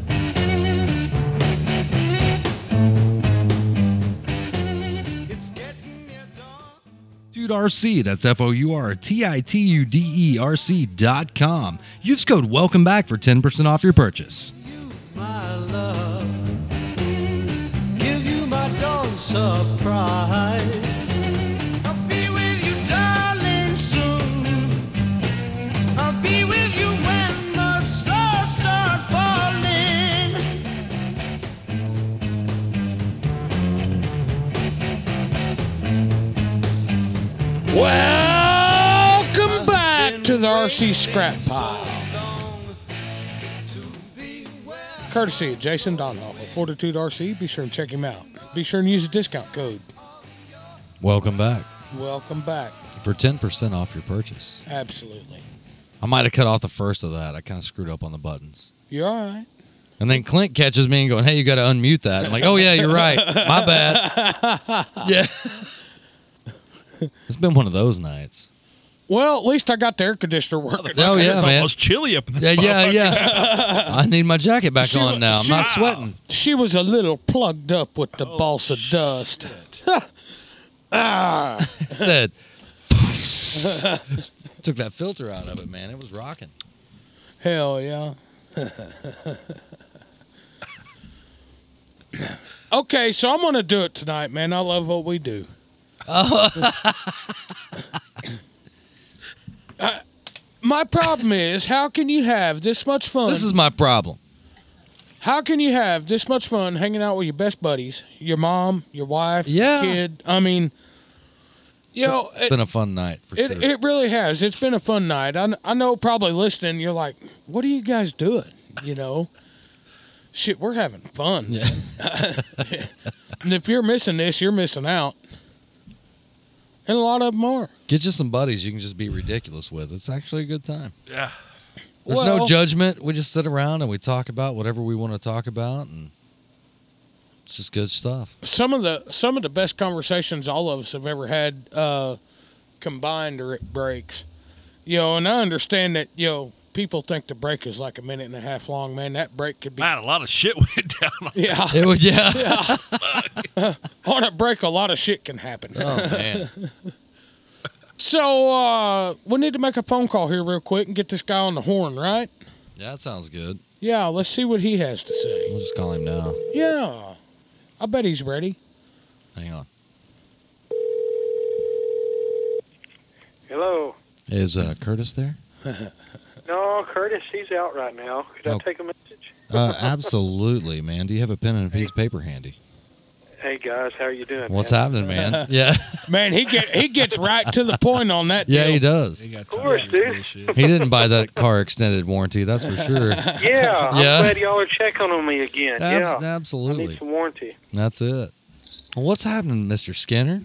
Food RC. That's F O U R T I T U D E R C dot com. Use code Welcome Back for 10% off your purchase.
my love. Give you my dawn surprise. I'll be with you, darling, soon. I'll be with you when the stars start falling.
Welcome back to the RC Scrap Pile. Courtesy of Jason Donloff of Fortitude RC. Be sure and check him out. Be sure and use the discount code.
Welcome back
Welcome back.
for 10% off your purchase.
Absolutely.
I might have cut off the first of that. I kind of screwed up on the buttons.
You're all right.
And then Clint catches me and going, "Hey, you got to unmute that." I'm like, "Oh yeah, you're right. My bad." Yeah. it's been one of those nights.
Well, at least I got the air conditioner working.
Oh yeah,
it's
man.
almost chilly up in this
Yeah, yeah,
motherfucker.
yeah. I need my jacket back
She wa-
on now. I'm
she-
not sweating.
She was a little plugged up with the balsa dust.
It Said. Took that filter out of it, man. It was rocking.
Hell yeah. okay, so I'm gonna do it tonight, man. I love what we do. Uh, my problem is, how can you have this much fun?
This is my problem.
how can you have this much fun hanging out with your best buddies, your mom, your wife,
Yeah.
your kid? I mean, you know,
It's been a fun night for
it,
sure.
it really has. It's been a fun night. I, kn- I know probably listening, you're like, what are you guys doing? You know, shit, we're having fun.
Yeah.
And if you're missing this, you're missing out. And a lot of them are.
Get you some buddies you can just be ridiculous with. It's actually a good time.
Yeah.
There's no
Well-
judgment. We just sit around and we talk about whatever we want to talk about, and it's just good stuff.
Some of the some of the best conversations all of us have ever had uh, combined are at breaks. You know, and I understand that you know people think the break is like a minute and a half long. Man, that break could be
Man, a lot of shit went down.
yeah.
It was, yeah.
On a break, a lot of shit can happen.
oh man,
So uh, we need to make a phone call here real quick and get this guy on the horn, right?
yeah, that sounds good.
Yeah, let's see what he has to say.
We'll just call him now.
Yeah, I bet he's ready.
Hang on.
Hello.
Is uh, Curtis there?
No, Curtis, he's out right now. Could
Oh.
I take a message?
Uh, absolutely, man. Do you have a pen and a piece of paper handy?
Hey guys, how are you doing?
What's
man?
happening, man? Yeah,
Man, he get he gets right to the point on that.
yeah,
deal.
he does.
They got
course,
tired
dude.
bullshit.
He didn't buy that car extended warranty, that's for sure.
Yeah, I'm
Yeah.
glad y'all are checking on me again. yeah,
Abs-
I need
absolutely.
some warranty.
That's it. Well, what's happening, Mister Skinner?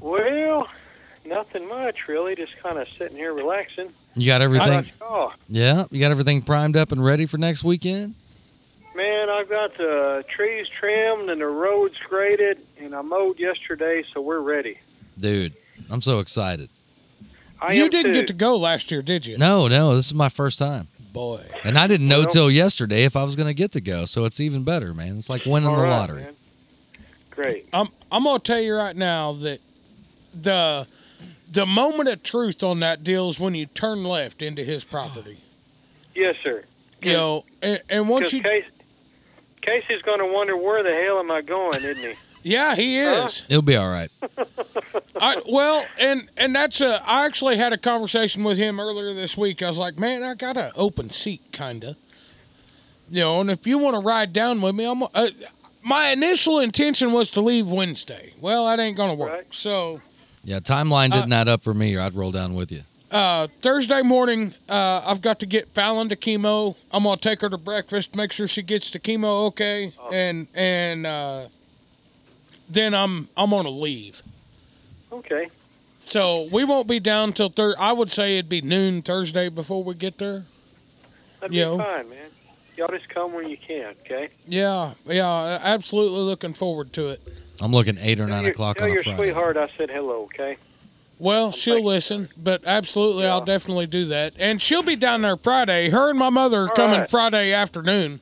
Well, nothing much really. Just kind of sitting here relaxing. Oh,
You got
I
everything?
got your call.
Yeah, you got everything primed up and ready for next weekend.
Man, I've got the trees trimmed and the roads graded, and I mowed yesterday, so we're ready.
Dude, I'm so excited.
I
you
am
didn't
too.
get to go last year, did you?
No, no, this is my first time.
Boy,
And I didn't know
Well-
till yesterday if I was going to get to go. So it's even better, man. It's like winning
All
the
right,
lottery.
man. Great.
I'm I'm gonna tell you right now that the the moment of truth on that deal is when you turn left into his property.
Yes, sir.
You know, and, and once
Because
you,
Casey, Casey's going to wonder where the hell am I going, isn't he?
yeah, he is.
It'll be all right.
I well, and and that's a. I actually had a conversation with him earlier this week. I was like, man, I got an open seat, kinda. You know, and if you want to ride down with me, I'm. Uh, my initial intention was to leave Wednesday. Well, that ain't gonna work.
Right.
So
Yeah, timeline didn't
Uh,
add up for me, or I'd roll down with you.
uh, Thursday morning, uh, I've got to get Fallon to chemo. I'm gonna take her to breakfast, make sure she gets the chemo okay, and and uh, then I'm I'm gonna leave.
Okay.
So we won't be down till Thursday. I would say it'd be noon Thursday before we get there.
That'd
Yo.
be fine, man. Y'all just come when you can, okay?
Yeah, yeah, absolutely looking forward to it.
I'm looking eight or nine
your,
o'clock
tell
on a
your
Friday.
sweetheart I said hello, okay?
Well, she'll
thinking
listen, but absolutely, I'll
Yeah.
definitely do that. And she'll be down there Friday. Her and my mother are coming
right.
Friday afternoon.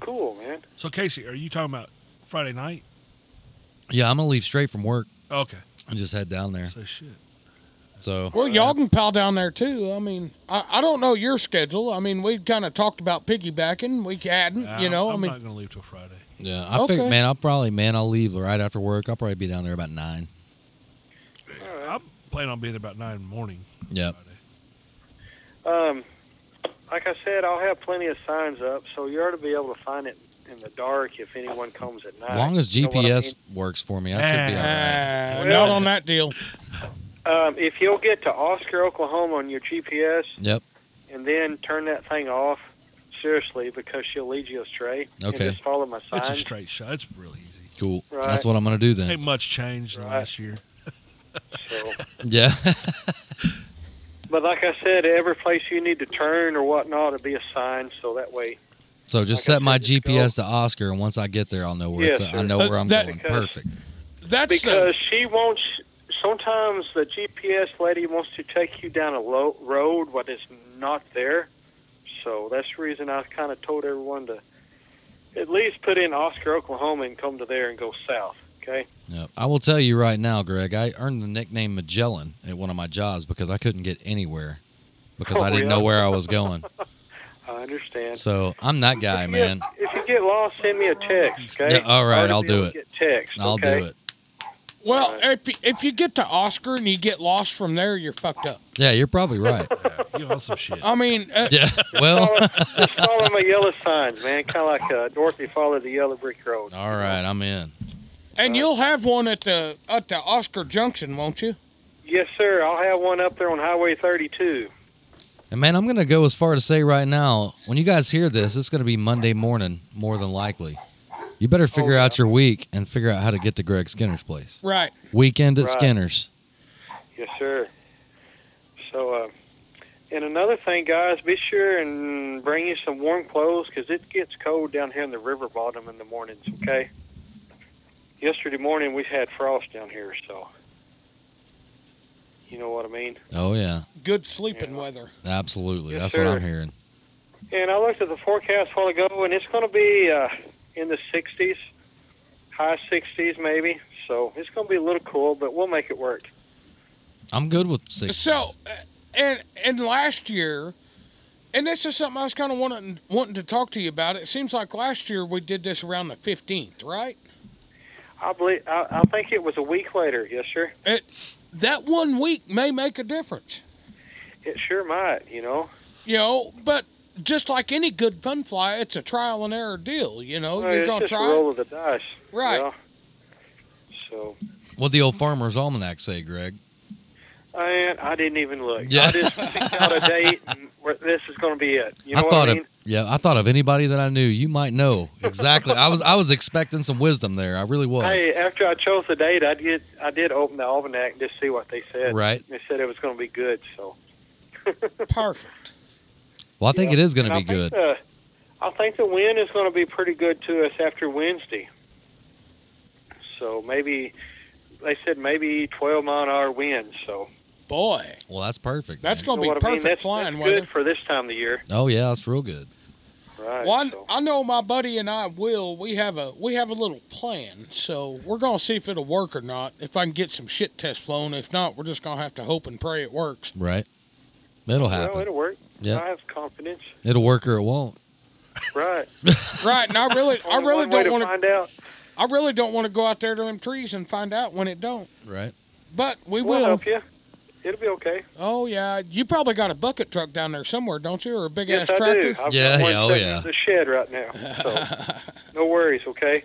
Cool, man.
So Casey, are you talking about Friday night?
Yeah, I'm gonna leave straight from work
Okay.
and just head down there.
So shit.
So
Well, y'all can pal down there too. I mean, I, I don't know your schedule. I mean, we kind of talked about piggybacking. We hadn't, you know. I
I'm
mean,
not gonna leave till Friday.
yeah, I figured,
Okay.
man, I'll probably, man, I'll leave right after work. I'll probably be down there about nine.
I'm planning on being about nine in the morning.
Yep.
Um, like I said, I'll have plenty of signs up, so you ought to be able to find it in the dark if anyone comes at night.
As long as
You know what I
GPS works for me, I should be all right.
uh, not on that deal.
mean? Um, if you'll get to Oscar, Oklahoma on your GPS
Yep.
and then turn that thing off, seriously, because she'll lead you astray. And
Okay.
just follow my
It's a
signs.
straight shot. It's really easy.
Cool.
Right.
That's what I'm gonna do then.
Ain't much changed in the
Right.
last year.
so.
Yeah.
But like I said, every place you need to turn or whatnot will be a sign, so that way.
so just
Like I
set my
said, just go.
GPS to Oscar, and once I get there, I'll know where
Yeah,
it's. at. I
sure.
know
But
where I'm
that-
going.
because-
Perfect.
That's the,
Because she wants, sometimes the GPS lady wants to take you down a low road when it's not there. So that's the reason I kind of told everyone to at least put in Oscar, Oklahoma and come to there and go south. Okay?
Yep. I will tell you right now, Greg, I earned the nickname Magellan at one of my jobs because I couldn't get anywhere because
Oh,
I didn't
yeah.
know where I was going.
I understand.
So I'm that guy, man.
If you get lost, send me a text. Okay?
Yeah, all right,
I'll
I'll
be able
do
to
it.
Get text.
I'll
okay?
do it.
well, if you, if you get to Oscar and you get lost from there, you're fucked up.
Yeah, you're probably right.
You on some shit?
I mean, uh,
Yeah. Well,
Just follow my yellow signs, man. Kind of like uh, Dorothy followed the yellow brick road.
all right, I'm in.
and you'll have one at the at the Oscar Junction, won't you?
Yes, sir. I'll have one up there on Highway 32.
And man, I'm gonna go as far to say right now, when you guys hear this, it's gonna be Monday morning, more than likely. You
Oh,
better figure out your week and figure out how to get to Greg Skinner's place.
Right.
Weekend at
Right.
Skinner's.
Yes, sir. So, uh, and another thing, guys, be sure and bring you some warm clothes because it gets cold down here in the river bottom in the mornings. Okay. Yesterday morning we had frost down here, so you know what I mean.
Oh yeah,
Good sleeping weather.
absolutely.
Yes,
That's
sir.
what I'm hearing.
And I looked at the forecast a while ago, and it's going to be uh, in the 60s, high 60s maybe. So it's going to be a little cool, but we'll make it work.
I'm good with six.
So, uh, and and last year, and this is something I was kind of wanting wanting to talk to you about. It seems like last year we did this around the fifteenth, right?
I believe I, I think it was a week later. Yes, sir.
It, that one week may make a difference,
It sure might. You know.
you know. But just like any good fun fly, it's a trial and error deal. Oh, You know,
Well,
you're
Uh, it's
gonna
just
try.
a roll
it.
of the dice. you
Right.
know? So,
What the old farmer's almanac say, Greg?
and I didn't even look.
Yeah.
I just picked out a date. And where- this is going to be it. You know
I
what
thought
I
of
mean?
yeah, I thought of anybody that I knew. You might know exactly. I was I was expecting some wisdom there. I really was.
Hey, after I chose the date, I did. I did open the almanac and just see what they said.
Right.
They said it was going to be good. So.
Perfect.
Well, I think
Yeah.
it is going
And
to
I
be
think
good.
The, I think the wind is going to be pretty good to us after Wednesday. So maybe they said maybe 12 mile an hour wind. So
Boy,
Well, that's perfect.
that's
man.
gonna
You know
be
what I mean?
perfect
That's,
flying
that's
weather.
good for this time of the year.
Oh yeah, that's real good.
Right.
Well, I,
so.
I know my buddy and I will. We have a we have a little plan, so we're gonna see if it'll work or not. If I can get some shit test flown, if not, we're just gonna have to hope and pray it works.
Right. It'll
Well,
happen.
it'll work.
Yeah.
I have confidence.
It'll work or it won't.
Right.
Right, and I really I
Only
really
one way
don't want
to
to
find out.
I really don't want to go out there to them trees and find out when it don't.
Right.
But we
We'll
will.
help you. It'll be okay.
Oh yeah, you probably got a bucket truck down there somewhere, don't you, or a big
Yes,
ass
I
tractor?
do. I've
Yeah,
got one
yeah, oh,
sitting
yeah.
in The shed right now. So no worries. Okay.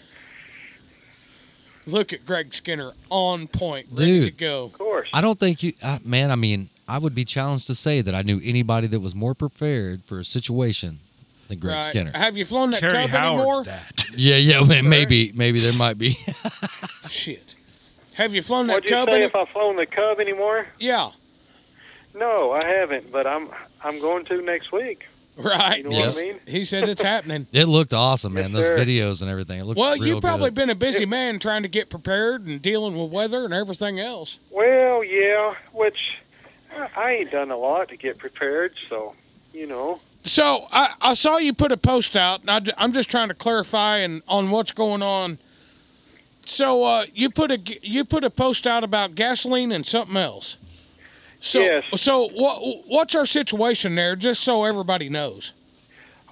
Look at Greg Skinner on point, ready to
Dude.
go.
Of course.
I don't think you, uh, man. I mean, I would be challenged to say that I knew anybody that was more prepared for a situation than Greg
Right.
Skinner.
Have you flown that
Harry
Cub
Howard's
anymore?
that.
Yeah, yeah. Man, maybe, maybe there might be.
Shit. Have you flown that
What'd you
Cub?
say
any-
if I've flown the Cub anymore?
yeah.
No, I haven't. But I'm I'm going to next week.
Right.
You know
Yes.
what I mean?
He said it's happening.
it looked awesome, man.
Yes,
Those
sir.
videos and everything. It looked
Well,
real
you've probably
good.
been a busy man trying to get prepared and dealing with weather and everything else.
Well, yeah. Which I- I ain't done a lot to get prepared. So you know.
So I, I saw you put a post out, and I, ju- I'm just trying to clarify and on what's going on. So uh, you put a g- you put a post out about gasoline and something else. So,
Yes.
so what? What's our situation there? Just so everybody knows.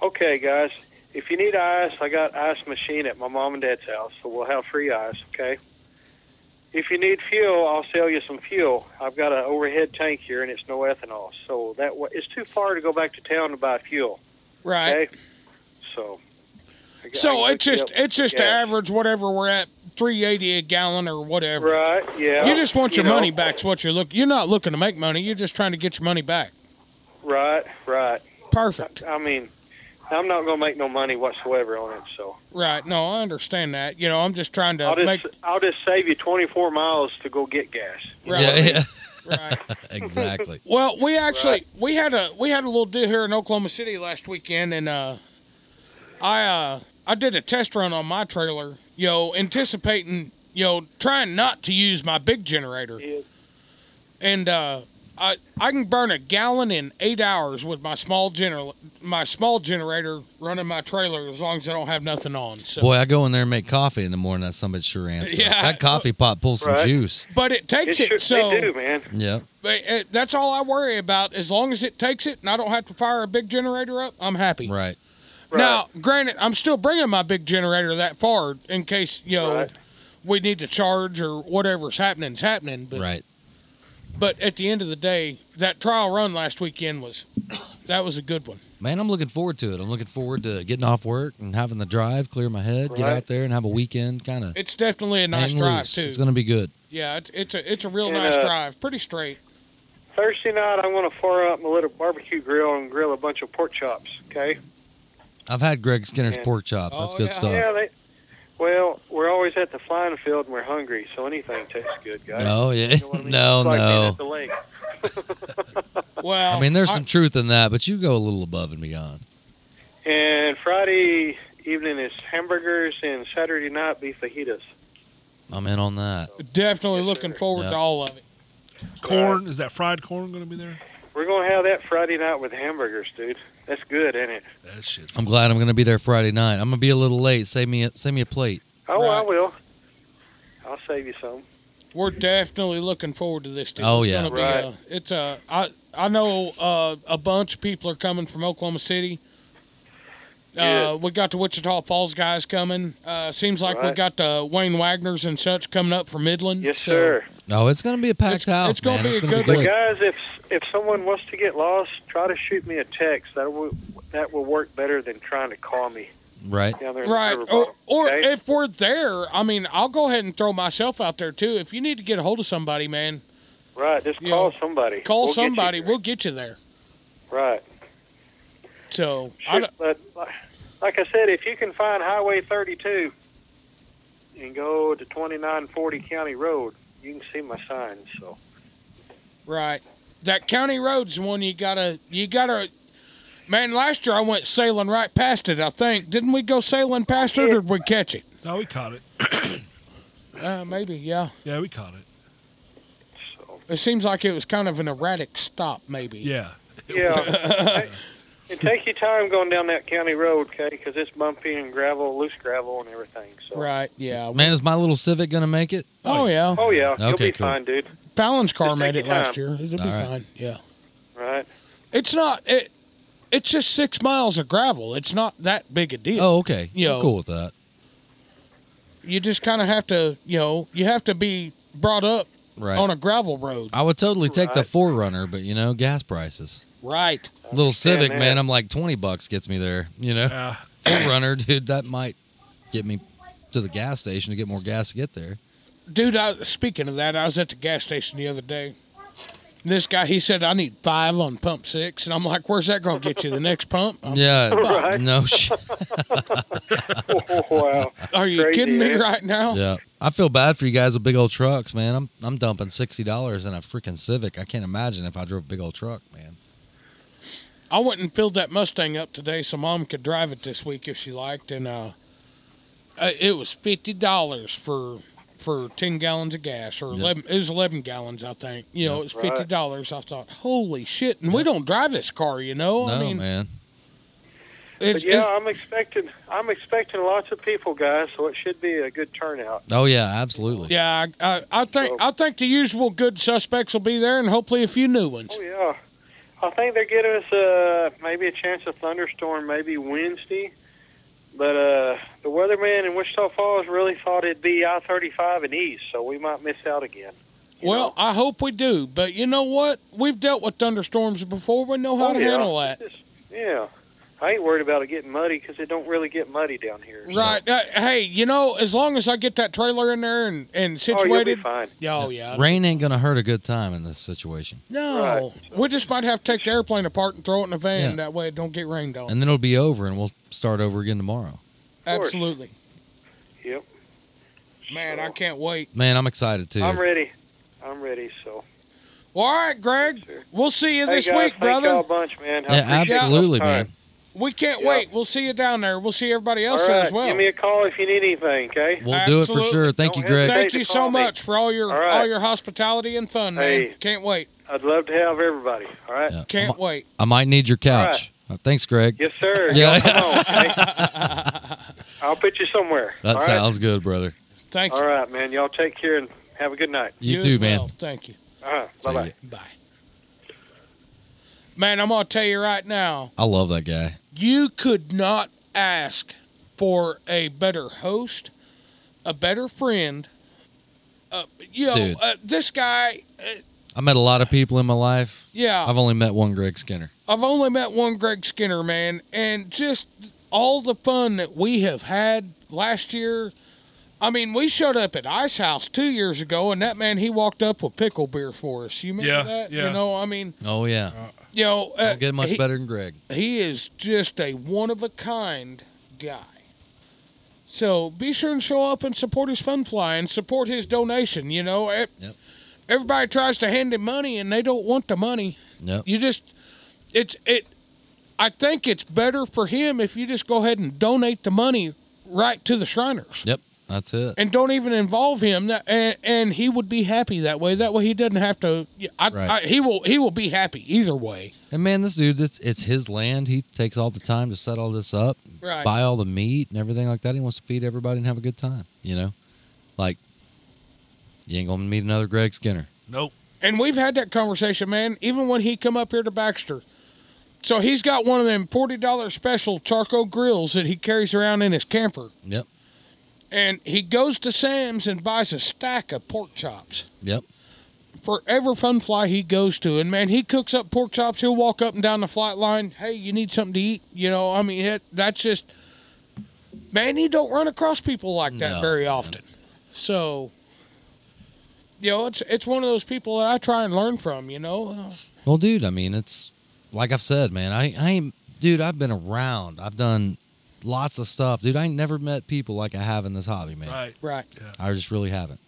Okay, guys. If you need ice, I got ice machine at my mom and dad's house, so we'll have free ice. Okay. If you need fuel, I'll sell you some fuel. I've got an overhead tank here, and it's no ethanol, so that way it's too far to go back to town to buy fuel.
Right.
Okay. So. I got-
So
I can
it's
hook you
just
up.
it's just
Yeah.
average whatever we're at, three eighty a gallon or whatever.
Right. Yeah.
You just want your
know.
money back. Is what you're look. You're not looking to make money. You're just trying to get your money back.
Right. Right.
Perfect.
I mean, I'm not gonna make no money whatsoever on it, so
Right. No, I understand that. You know, I'm just trying to
I'll just
make.
I'll just save you 24 miles to go get gas.
Right.
yeah,
Right.
yeah. exactly.
Well, we actually
Right.
we had a we had a little deal here in Oklahoma City last weekend, and uh, I uh, I did a test run on my trailer, you know, anticipating, you know, trying not to use my big generator,
Yeah.
and uh, I I can burn a gallon in eight hours with my small gener my small generator running my trailer as long as I don't have nothing on. So,
Boy, I go in there and make coffee in the morning. That somebody sure answers.
Yeah.
That coffee pot pulls some
Right.
juice.
but it takes it,
sure,
so
they do, man.
Yep.
but it- that's all I worry about. As long as it takes it, and I don't have to fire a big generator up, I'm happy.
Right.
Right.
Now, granted, I'm still bringing my big generator that far in case you know
Right.
we need to charge or whatever's happening's happening. But
Right.
but at the end of the day, that trial run last weekend was that was a good one.
Man, I'm looking forward to it. I'm looking forward to getting off work and having the drive, clear my head, get
Right.
out there and have a weekend kind of
It's definitely a nice drive too.
It's going to be good.
yeah, it's, it's a it's a real
And,
nice
uh,
drive, pretty straight.
Thursday night, I'm gonna fire up my little barbecue grill and grill a bunch of pork chops. Okay.
I've had Greg Skinner's
Yeah.
pork chop. That's
Oh,
good
yeah.
stuff.
Yeah. They, well, we're always at the flying field and we're hungry, so anything tastes good, guys.
No, Oh, yeah.
You know what I mean?
No,
It's like being
no.
at the lake.
Well,
I mean, there's
I-
some truth in that, but you go a little above and beyond.
And Friday evening is hamburgers, and Saturday night beef fajitas.
I'm in on that.
definitely
Yes,
looking
sir.
forward
Yeah.
to all of it.
Corn is that fried corn going to be there?
We're gonna have that Friday night with hamburgers, dude. That's good, ain't it?
That shit.
I'm glad I'm going to be there Friday night. I'm going to be a little late. Save me a, save me a plate.
Oh, I
Right.
will. I'll save you some.
We're definitely looking forward to this. Dude.
Oh,
It's
yeah.
gonna be
Right.
a- it's a I I know uh, a bunch of people are coming from Oklahoma City. Uh,
Good.
we got the Wichita Falls guys coming. Uh, seems like we
Right.
got the Wayne Wagner's and such coming up from Midland.
Yes,
so-
sir.
Oh, it's going to be a packed
It's-
house.
it's gonna
man.
be a
gonna
good one.
Guys, if if someone wants to get lost, try to shoot me a text. That will that will work better than trying to call me
Right.
down there. in the
Right.
river
Or,
bottom,
or
okay?
if we're there, I mean, I'll go ahead and throw myself out there too. If you need to get a hold of somebody, man,
right, just
you
call
know,
somebody.
call
We'll get you
somebody.
there.
We'll get you there.
right.
So I
Shoot,
don't-
but like- like I said, if you can find Highway 32 and go to 2940 County Road, you can see my sign. So
Right. That county road's one you gotta you gotta man, last year I went sailing right past it, I think. Didn't we go sailing past it or did we catch it?
No, we caught it.
Uh, maybe, yeah.
Yeah, we caught it.
so
It seems like it was kind of an erratic stop, maybe.
Yeah.
yeah. Hey, and take your time going down that county road, okay? Because it's bumpy and gravel, loose gravel, and everything. So
Right, yeah.
Man, is my little Civic going to make it?
oh yeah.
Oh yeah, you'll
Okay,
be
cool.
fine, dude.
Fallon's car
Just
made
take
it
your
last
time.
year. It'll be
All right.
fine. Yeah.
Right.
It's not it it's just six miles of gravel. It's not that big a deal.
Oh, okay.
Yo.
I'm cool with that.
You just kinda have to you know, you have to be brought up
Right.
on a gravel road.
I would totally take the
Right.
Forerunner, but you know, gas prices.
Right.
Little Civic,
that.
man, I'm like 20 bucks gets me there, you know?
Uh,
Forerunner, dude, that might get me to the gas station to get more gas to get there.
Dude, I, speaking of that, I was at the gas station the other day. This guy, he said, I need five on pump six. And I'm like, where's that going to get you? The next pump? I'm-
Yeah.
Right.
No shit.
Oh, wow.
Are you
Crazy,
kidding me
man.
right now?
Yeah. I feel bad for you guys with big old trucks, man. I'm I'm dumping $60 in a freaking Civic. I can't imagine if I drove a big old truck, man.
I went and filled that Mustang up today so mom could drive it this week if she liked. And uh, uh, it was $50 for for 10 gallons of gas or 11 it was 11 gallons i think you know it was
Right.
$50 i thought holy shit and we don't drive this car you know
No,
i mean
man.
It's,
but yeah,
it's-
I'm expecting I'm expecting lots of people, guys. So it should be a good turnout.
Oh yeah, absolutely.
yeah, I, I, I think I think the usual good suspects will be there, and hopefully a few new ones.
Oh yeah, I think they're giving us uh, maybe a chance of thunderstorm maybe Wednesday. But uh, the weatherman in Wichita Falls really thought it'd be I-35 and east, so we might miss out again.
Well, I hope we do, but you know what? We've dealt with thunderstorms before. We know how
Oh,
to
yeah.
handle that.
It's just- yeah, I ain't worried about it getting muddy because it don't really get muddy down here. Oh,
Right. Uh, hey, you know, as long as I get that trailer in there and, and
Oh, you'll be
situated.
fine.
yeah, oh, yeah.
Rain ain't gonna hurt a good time in this situation,
No. We just might have to take the airplane apart and throw it in a van.
Yeah.
That way it don't get rained on.
and then it'll be over, and we'll start over again tomorrow.
course.
Absolutely.
Yep.
Man, I can't wait.
Man, I'm excited too.
I'm ready. I'm ready. So
Well, all right, Greg. We'll see you
hey,
this
guys,
week,
thank y'all
brother.
a bunch, man. I
yeah,
appreciate y'all's
absolutely,
time.
man.
We can't
Yeah.
wait. We'll see you down there. We'll see everybody
All
else there
right,
as well.
give me a call if you need anything. Okay.
We'll do it
Absolutely.
for sure. Thank
Don't
you, Greg.
hesitate.
Thank
to
you so
call me.
much for all your
All right.
all your hospitality and fun,
Hey.
man. Can't wait.
I'd love to have everybody. All right.
Yeah. I,
Can't
mi-
wait.
I might need your couch. Uh, thanks, Greg.
Yes, sir.
Yeah.
Y'all come on, okay? I'll put you somewhere.
That
All right?
sounds good, brother.
Thank you.
All right, man. Y'all take care and have a good night.
You,
as
too, man.
well. Thank you.
Uh-huh.
Take
Bye bye.
it.
Bye. Man, I'm gonna tell you right now,
I love that guy.
you could not ask for a better host, a better friend. Uh, you know,
Dude.
uh, this guy. Uh,
I met a lot of people in my life.
yeah,
I've only met one Greg Skinner.
I've only met one Greg Skinner, man, and just all the fun that we have had last year. I mean, we showed up at Ice House two years ago, and that man he walked up with pickle beer for us. You remember
Yeah,
that?
yeah.
You know, I mean,
Oh yeah,
you know, uh,
don't get much
he-
better than Greg.
He is just a one of a kind guy. So be sure and show up and support his fun fly and support his donation. You know, E-
Yep.
everybody tries to hand him money and they don't want the money.
Yep.
You just, it's it. I think it's better for him if you just go ahead and donate the money right to the Shriners
Yep. That's it.
and don't even involve him that- and, and he would be happy that way that way he doesn't have to yeah, I,
Right.
I, he will he will be happy either way
And man, this dude, it's it's his land. He takes all the time to set all this up,
Right.
buy all the meat and everything like that. He wants to feed everybody and have a good time. You know, like you ain't gonna meet another Greg Skinner.
Nope.
and we've had that conversation, man. Even when he come up here to Baxter, so he's got one of them forty dollar special charcoal grills that he carries around in his camper,
Yep.
and he goes to Sam's and buys a stack of pork chops
Yep.
for every fun fly he goes to. And man, he cooks up pork chops. He'll walk up and down the flight line. Hey, you need something to eat? You know, I mean, it, that's just man. He don't run across people like that
No,
very
man.
often. So. You know, it's it's one of those people that I try and learn from. You know, Uh,
Well, dude, I mean, it's like I've said, man. I I ain't, dude. I've been around. I've done lots of stuff, dude. I ain't never met people like I have in this hobby, man.
Right.
Right.
I just really haven't.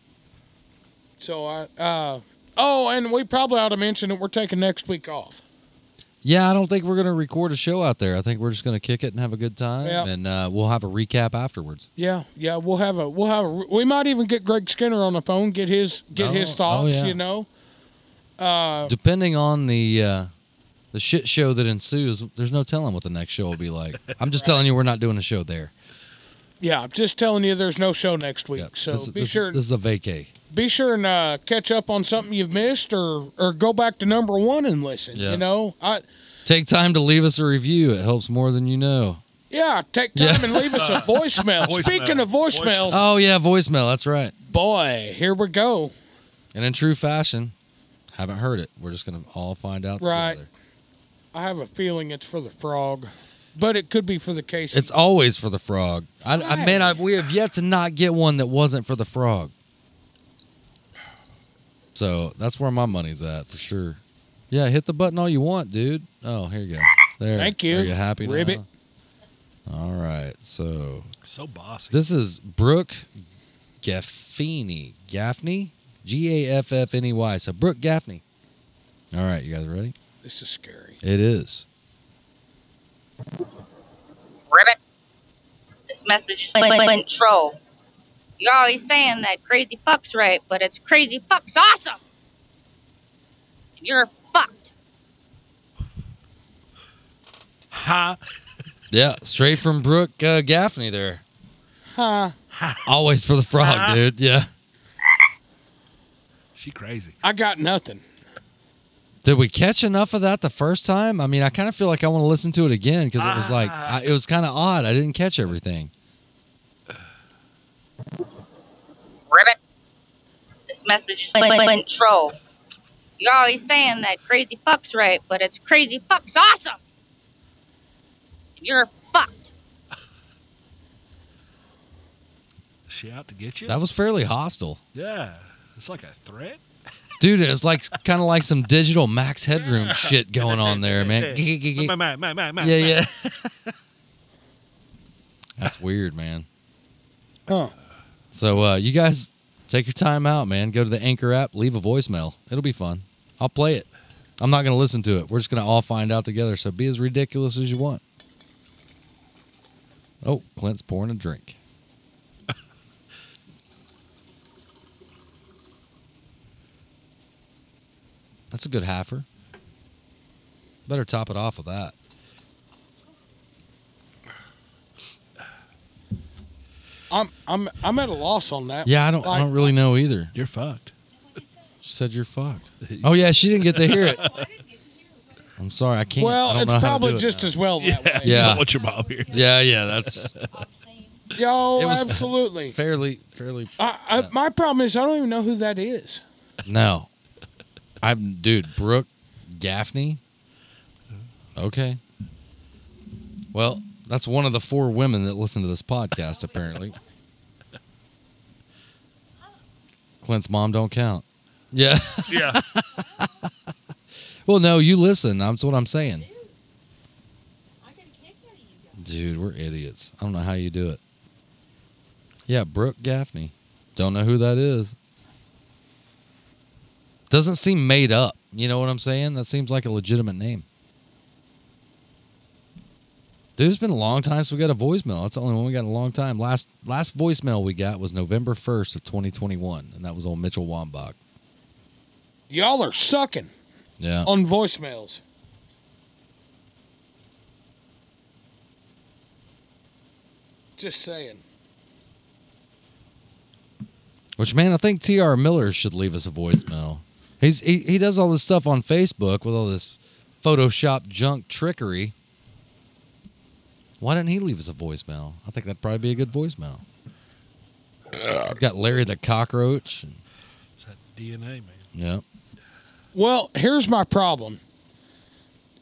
So I uh oh, and we probably ought to mention that we're taking next week off.
Yeah, I don't think we're gonna record a show out there. I think we're just gonna kick it and have a good time,
Yeah.
and uh, we'll have a recap afterwards.
Yeah, yeah, we'll have a we'll have a, we might even get Greg Skinner on the phone, get his get
Oh,
his
oh,
thoughts,
yeah.
you know.
Depending on the uh, the shit show that ensues, there's no telling what the next show will be like. I'm just telling you, we're not doing a show there.
Yeah, I'm just telling you there's no show next week.
Yep.
So
This-
be
this-
sure
this is a vacay.
be sure and uh, catch up on something you've missed or or go back to number 1 and listen,
Yeah.
you know. I
Take time to leave us a review. It helps more than you know.
yeah, take time and leave us a voicemail.
Voicemail.
Speaking of voicemails,
Oh yeah, voicemail. That's right.
boy, here we go.
And in true fashion, haven't heard it. We're just gonna all find out
Right.
together.
I have a feeling it's for the frog, but it could be for the case.
It's always for the frog. I, I man, I, we have yet to not get one that wasn't for the frog. So that's where my money's at for sure. Yeah, hit the button all you want, dude. Oh, here you go. There.
Thank you.
Are you happy? now?
Ribbit.
All right. So
So bossy.
this is Brooke Gaffney. Gaffney. G A F F N E Y. So Brooke Gaffney. All right, you guys ready?
this is scary.
It is.
Ribbit. This message is Flint Troll. You're always saying that crazy fuck's right, but it's crazy fuck's awesome. And you're fucked.
Ha.
Yeah, straight from Brooke uh, Gaffney there.
Huh.
Always for the frog, dude. Yeah.
She crazy.
I got nothing.
Did we catch enough of that the first time? I mean, I kind of feel like I want to listen to it again because it was like I, it was kind of odd. I didn't catch everything.
Ribbit. This message is Flint Troll. You're always saying that crazy fuck's right, but it's crazy fuck's awesome. And you're fucked.
Is she out to get you?
That was fairly hostile,
Yeah. It's like a threat.
dude. It was like kind of like some digital Max Headroom shit going on there, man.
My, my, my, my, my,
Yeah,
my.
yeah. That's weird, man.
Huh.
So uh, you guys take your time out, man. Go to the Anchor app, leave a voicemail. It'll be fun. I'll play it. I'm not going to listen to it. We're just going to all find out together. So be as ridiculous as you want. Oh, Clint's pouring a drink. That's a good halfer. Better top it off with that.
I'm I'm I'm at a loss on that.
Yeah, I don't. I
Like,
don't really know either.
You're fucked.
She said you're fucked. Oh yeah, she Oh, didn't get to hear it. I'm sorry, I can't. I
Well,
don't
it's
know how to
probably
do it
just
now.
as well that way.
You
Yeah.
don't want your mom here.
Yeah, yeah, that's
Yo,
It was-
absolutely.
fairly, fairly.
I, I, My problem is I don't even know who that is.
No, I'm dude. Brooke Gaffney. Okay. Well, that's one of the four women that listen to this podcast, apparently. Clint's mom don't count. Yeah.
Yeah.
Well, no, you listen. That's what I'm saying. Dude, we're idiots. I don't know how you do it. Yeah, Brooke Gaffney. Don't know who that is. Doesn't seem made up. You know what I'm saying? That seems like a legitimate name. Dude, it's been a long time since we got a voicemail. That's the only one we got in a long time. Last last voicemail we got was November 1st of 2021, and that was on Mitchell Wambach.
Y'all are sucking
Yeah.
on voicemails. Just saying.
Which man, I think T.R. Miller should leave us a voicemail. He's he, he does all this stuff on Facebook with all this Photoshop junk trickery. Why didn't he leave us a voicemail? I think that'd probably be a good voicemail. We've got Larry the cockroach. And,
It's that DNA, man.
yeah.
Well, here's my problem.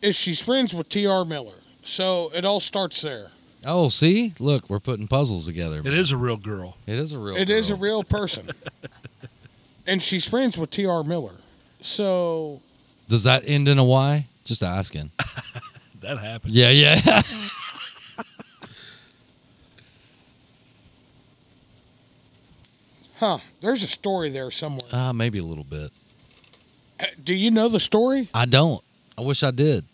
Is she's friends with T.R. Miller. So it all starts there.
Oh, see, look, we're putting puzzles together.
It
man.
is a real girl.
It is a real.
It is a
girl.
real person. and she's friends with T.R. Miller. So
Does that end in a Y? Just asking.
That happened.
Yeah, yeah.
Huh. There's a story there somewhere.
uh, maybe a little bit.
Uh, Do you know the story?
I don't. I wish I did.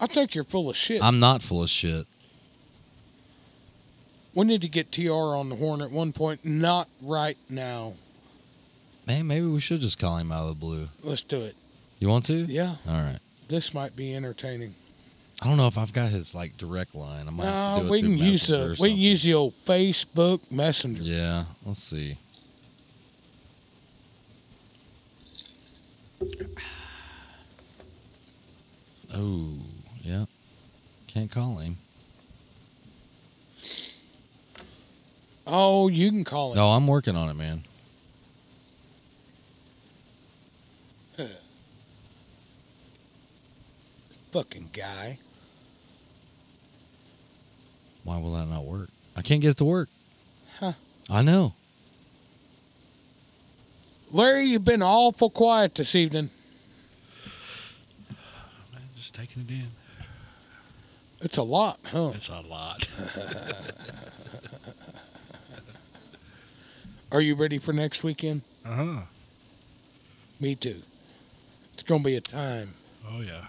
I think you're full of shit.
I'm not full of shit.
we need to get TR on the horn at one point. Not right now.
Man, maybe we should just call him out of the blue.
Let's do it.
You want to?
Yeah.
All right.
This might be entertaining.
I don't know if I've got his like direct line. I might have
No,
to do it
Uh, we
through
can use
Messenger
the
or
we can
something.
use the old Facebook Messenger.
Yeah, let's see. Oh, yeah. Can't call him.
Oh, you can call it.
No, I'm working on it, man.
Fucking guy.
Why will that not work? I can't get it to work.
Huh.
I know.
Larry, you've been awful quiet this evening.
Man, just taking it in.
It's a lot, huh?
That's a lot.
Are you ready for next weekend?
Uh
Uh-huh.
huh.
Me too. It's gonna be a time.
Oh yeah.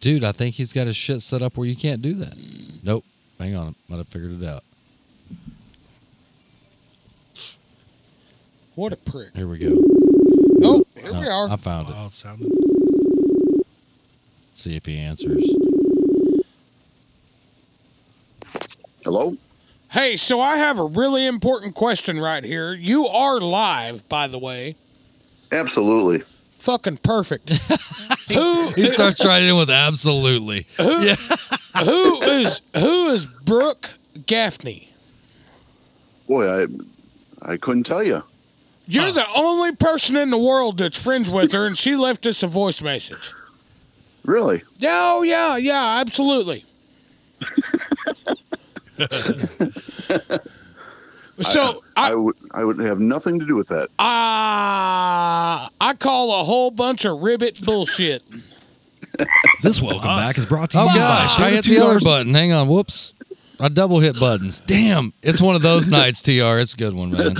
Dude, I think he's got his shit set up where you can't do that. Nope. Hang on. Might have figured it out.
What a prick.
Here we go.
Oh, here
No,
we are.
I found it.
Wild sounding.
See if he answers.
Hello?
Hey, so I have a really important question right here. You are live, by the way.
Absolutely.
Fucking perfect. who
He starts trying it in with absolutely.
who, who is who is Brooke Gaffney?
Boy, I I couldn't tell you.
You're the only person in the world that's friends with her, and she left us a voice message.
Really?
Yeah, oh, yeah, yeah, absolutely. So,
I, I would I would have nothing to do with that.
Ah, I call a whole bunch of ribbit bullshit.
This welcome back is brought to you. Oh
by
gosh, I hit the other button. Hang on, whoops. I double hit buttons. Damn, it's one of those nights, Tr. It's a good one, man.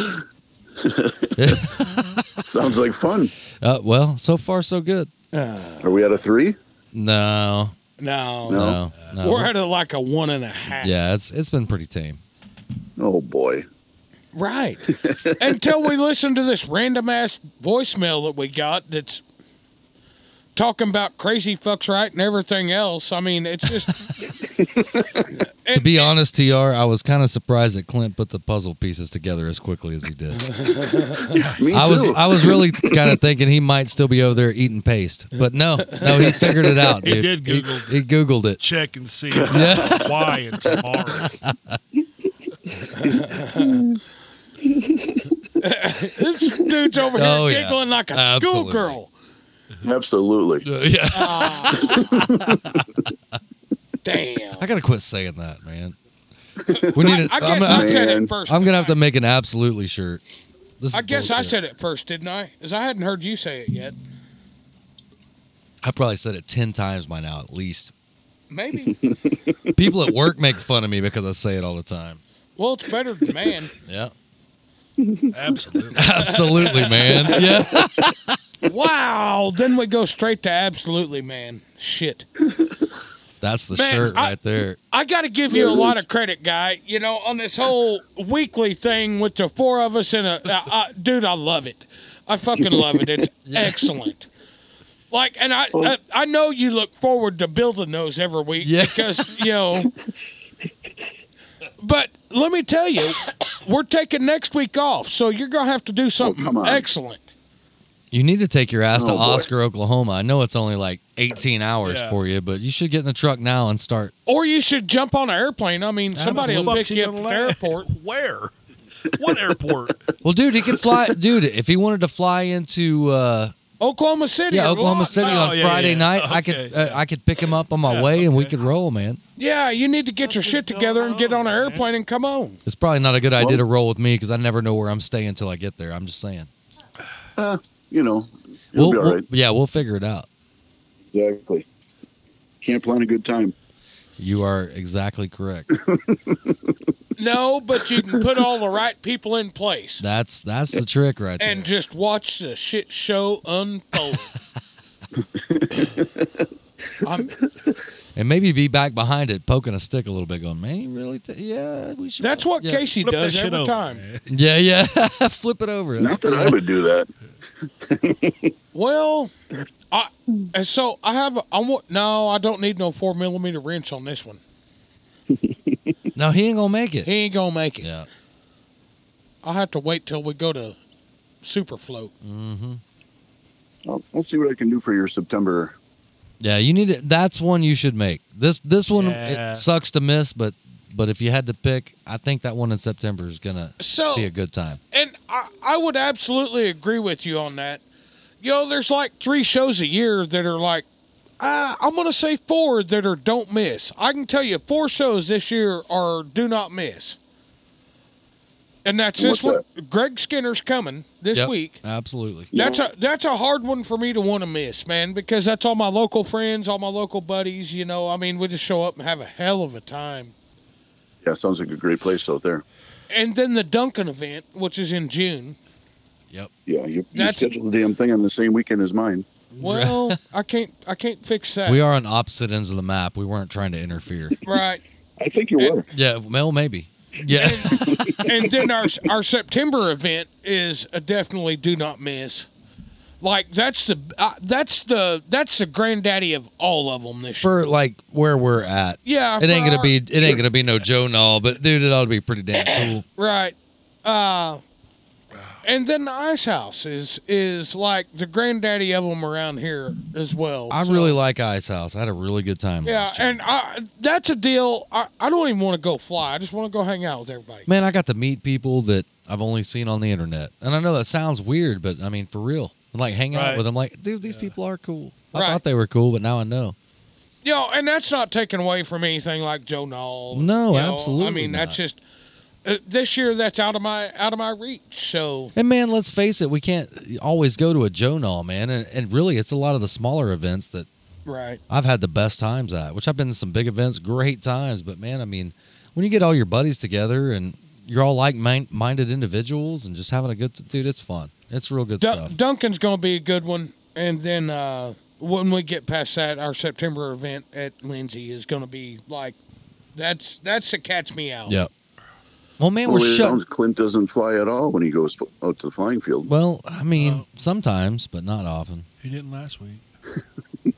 Sounds like fun.
Uh, well, so far so good.
Are we at a three?
No,
No,
no, no.
we're at a, like a one and a half.
yeah, it's it's been pretty tame.
Oh boy.
Right. Until we listen to this random ass voicemail that we got that's talking about crazy fucks right and everything else. I mean, it's just
to be honest, Tr, I was kind of surprised that Clint put the puzzle pieces together as quickly as he did.
Me
I was
too.
I was really kind of thinking he might still be over there eating paste, but no, no, he figured it out.
He
dude.
did Google.
He, googled it.
Check and see
Yeah.
why and tomorrow.
this dude's over here
Oh, yeah.
giggling like a
Absolutely.
schoolgirl.
Absolutely.
yeah.
Damn.
I gotta quit saying that, man. We need.
I- I
a-
guess I said it Man. first,
I'm gonna have to make an absolutely shirt. This is
I guess I
bullshit.
said it first, didn't I? Because I hadn't heard you say it yet.
I probably said it ten times by now at least.
Maybe.
People at work make fun of me because I say it all the time.
Well, it's better than man.
Yeah.
Absolutely.
Absolutely, man. Yeah.
wow. Then we go straight to absolutely man. Shit.
That's the
Man,
shirt
I-
right there.
I got to give you a lot of credit, guy. You know, on this whole weekly thing with the four of us and a uh, uh, dude, I love it. I fucking love it. It's excellent. Like, and I,
Oh.
I I know you look forward to building those every week because you know. But let me tell you, we're taking next week off, so you're gonna have to
Oh,
do something excellent.
You need to take your ass to
Oh, boy.
Oscar, Oklahoma. I know it's only like 18 hours
Yeah.
for you, but you should get in the truck now and start.
Or you should jump on an airplane. I mean, somebody will
Absolutely.
pick you up at the airport.
Where? What airport?
Well, dude, he could fly. dude, if he wanted to fly into uh,
Oklahoma City.
yeah,
or
Oklahoma
Lawton.
City on Friday night, I could uh, I could pick him up on my way and we could roll, man.
Yeah, you need to get your shit together and get on an airplane and come on.
It's probably not a good idea to roll with me because I never know where I'm staying until I get there. I'm just saying.
Uh, you know,
We'll,
it'll be all
we'll-
right.
yeah, we'll figure it out.
Exactly. Can't plan a good time.
You are exactly correct.
No, but you can put all the right people in place
That's that's the trick right there.
and just watch the shit show unfold. I'm,
And maybe be back behind it, poking a stick a little bit, going, man, you really? Th- yeah, we should.
that's what
yeah.
Casey does every time.
Yeah, yeah. Flip it over.
Not that I would do that.
Well, I and so I have a- I want no, I don't need no four millimeter wrench on this one.
No, he ain't gonna make it.
He ain't gonna make it.
Yeah.
I'll have to wait till we go to Super Float.
hmm
I'll, I'll see what I can do for your September.
Yeah, you need it. That's one you should make. This this one
Yeah.
it sucks to miss, but but if you had to pick, I think that one in September is gonna
So-
be a good time.
And I, I would absolutely agree with you on that. You know, there's like three shows a year that are like, uh, I'm going to say four that are don't miss. I can tell you four shows this year are do not miss. And that's
What's
this one. Greg Skinner's coming this
Yep,
week.
Absolutely.
That's a that's a hard one for me to want to miss, man, because that's all my local friends, all my local buddies. You know, I mean, we just show up and have a hell of a time.
Yeah, sounds like a great place out there.
And then the Duncan event, which is in June.
Yeah, you, you
That's-
scheduled the damn thing on the same weekend as mine.
Well, I can't I can't fix that.
We are on opposite ends of the map. We weren't trying to interfere.
Right.
I think you were.
yeah, well, maybe. Yeah.
and then our our September event is a definitely do not miss. Like that's the uh, that's the that's the granddaddy of all of them this year.
for like where we're at.
Yeah,
it ain't
for
gonna
our-
be it ain't gonna be no Joe Nall, but dude, it ought to be pretty damn cool.
Right. Uh, and then the ice house is is like the granddaddy of them around here as well.
I
so-
really like Ice House. I had a really good time.
Yeah, and I, that's a deal. I, I don't even want to go fly. I just want to go hang out with everybody.
Man, I got to meet people that I've only seen on the internet, and I know that sounds weird, but I mean for real, and like hang out
Right.
with them. Like, dude, these people are cool. I
Right.
thought they were cool, but now I know.
You know, and that's not taken away from anything like Joe Knoll. you
No,
know, I
absolutely
mean, that's
not.
just uh, this year. That's out of my out of my reach. So
And man, let's face it, we can't always go to a Joe Nall, man. And, and really, it's a lot of the smaller events that
right.
I've had the best times at, which I've been to some big events, great times. But man, I mean, when you get all your buddies together and you're all like mind- minded individuals and just having a good dude, it's fun. It's real good
Dun-
stuff.
Duncan's going to be a good one. And then uh, when we get past that, our September event at Lindsay is going to be like that's that's the catch me out.
Yep. Well, man,
Well,
we're
it
shut.
sounds Clint doesn't fly at all when he goes f- out to the flying field.
Well, I mean, sometimes, but not often.
He didn't last week.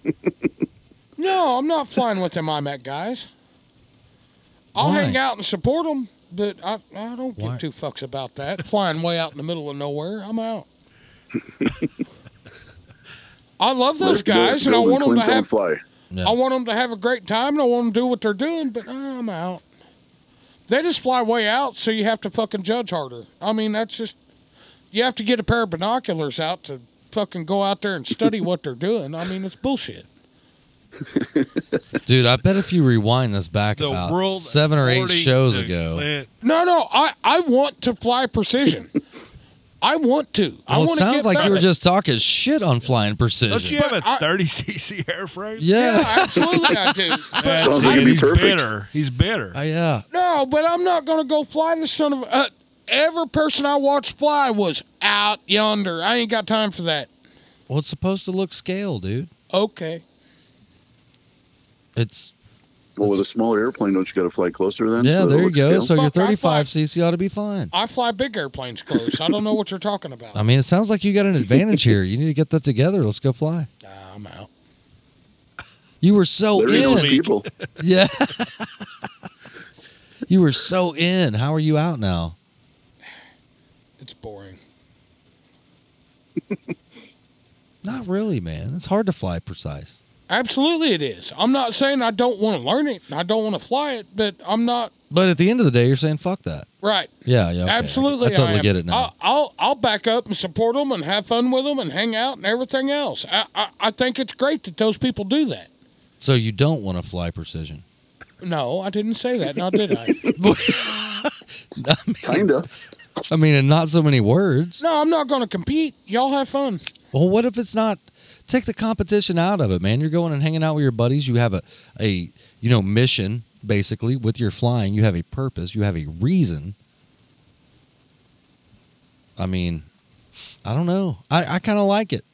No, I'm not flying with them IMAC guys. I'll
Why?
hang out and support them, but I, I don't
Why?
give two fucks about that. Flying way out in the middle of nowhere, I'm out. I love those guys, and I want them
Clint
to
don't
have.
fly.
I want them to have a great time, and I want them to do what they're doing, but uh, I'm out. They just fly way out, so you have to fucking judge harder. I mean, that's just you have to get a pair of binoculars out to fucking go out there and study what they're doing. I mean, it's bullshit.
Dude, I bet if you rewind this back
The
about
world
seven or eight
already
shows ago,
No, no, I, I want to fly precision. I want to. I
well, it
want to
sounds
get
like
better.
you were just talking shit on flying precision.
Don't you have a
I-
30cc airframe?
Yeah.
Yeah, absolutely I do. But
That's
I-
it.
be
he's
perfect.
bitter. He's bitter.
Oh, yeah.
No, but I'm not gonna go fly the son of a- uh, every person I watched fly was out yonder. I ain't got time for that.
Well, it's supposed to look scale, dude.
Okay.
It's
Well, with a smaller airplane, don't you got to fly closer then?
yeah,
so that it
there you
looks
go.
scale?
So your
Fuck, I fly-
35 cc ought to be fine.
I fly big airplanes close. I don't know what you're talking about.
I mean, it sounds like you got an advantage here. You need to get that together. Let's go fly.
Nah, I'm out.
You were so
There is
in.
people.
Yeah. you were so in. How are you out now?
It's boring.
Not really, man. It's hard to fly precise.
Absolutely, it is. I'm not saying I don't want to learn it. and I don't want to fly it, but I'm not
But at the end of the day, you're saying fuck that.
right.
Yeah, yeah. okay.
Absolutely,
I, totally
am. Uh,
get it now.
I'll, I'll I'll back up and support them and have fun with them and hang out and everything else. I, I I think it's great that those people do that.
so you don't want to fly precision.
No, I didn't say that. Now did I?
Kinda.
I mean, in not so many words.
no, I'm not going to compete. Y'all have fun.
Well, what if it's not? Take the competition out of it, man. You're going and hanging out with your buddies. You have a, a you know mission basically with your flying. You have a purpose. You have a reason. I mean, I don't know. I, I kind of like it,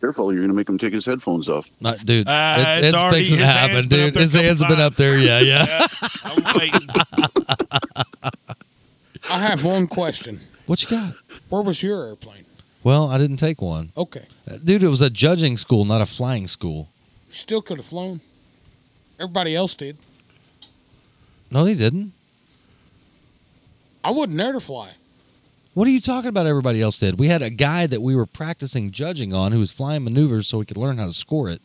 Careful, you're going to make him take his headphones off.
Not, dude.
Uh, it's already-
fixing to
his
happen,
hand's been up
dude.
there a
His hands have
couple
been up there. Yeah, yeah.
I'm waiting.
I have one question.
what you got?
Where was your airplane?
Well, I didn't take one,
Okay,
dude. It was a judging school, not a flying school.
still could have flown. Everybody else did.
No, they didn't.
I wasn't there to fly.
What are you talking about? Everybody else did. We had a guy that we were practicing judging on who was flying maneuvers so we could learn how to score it.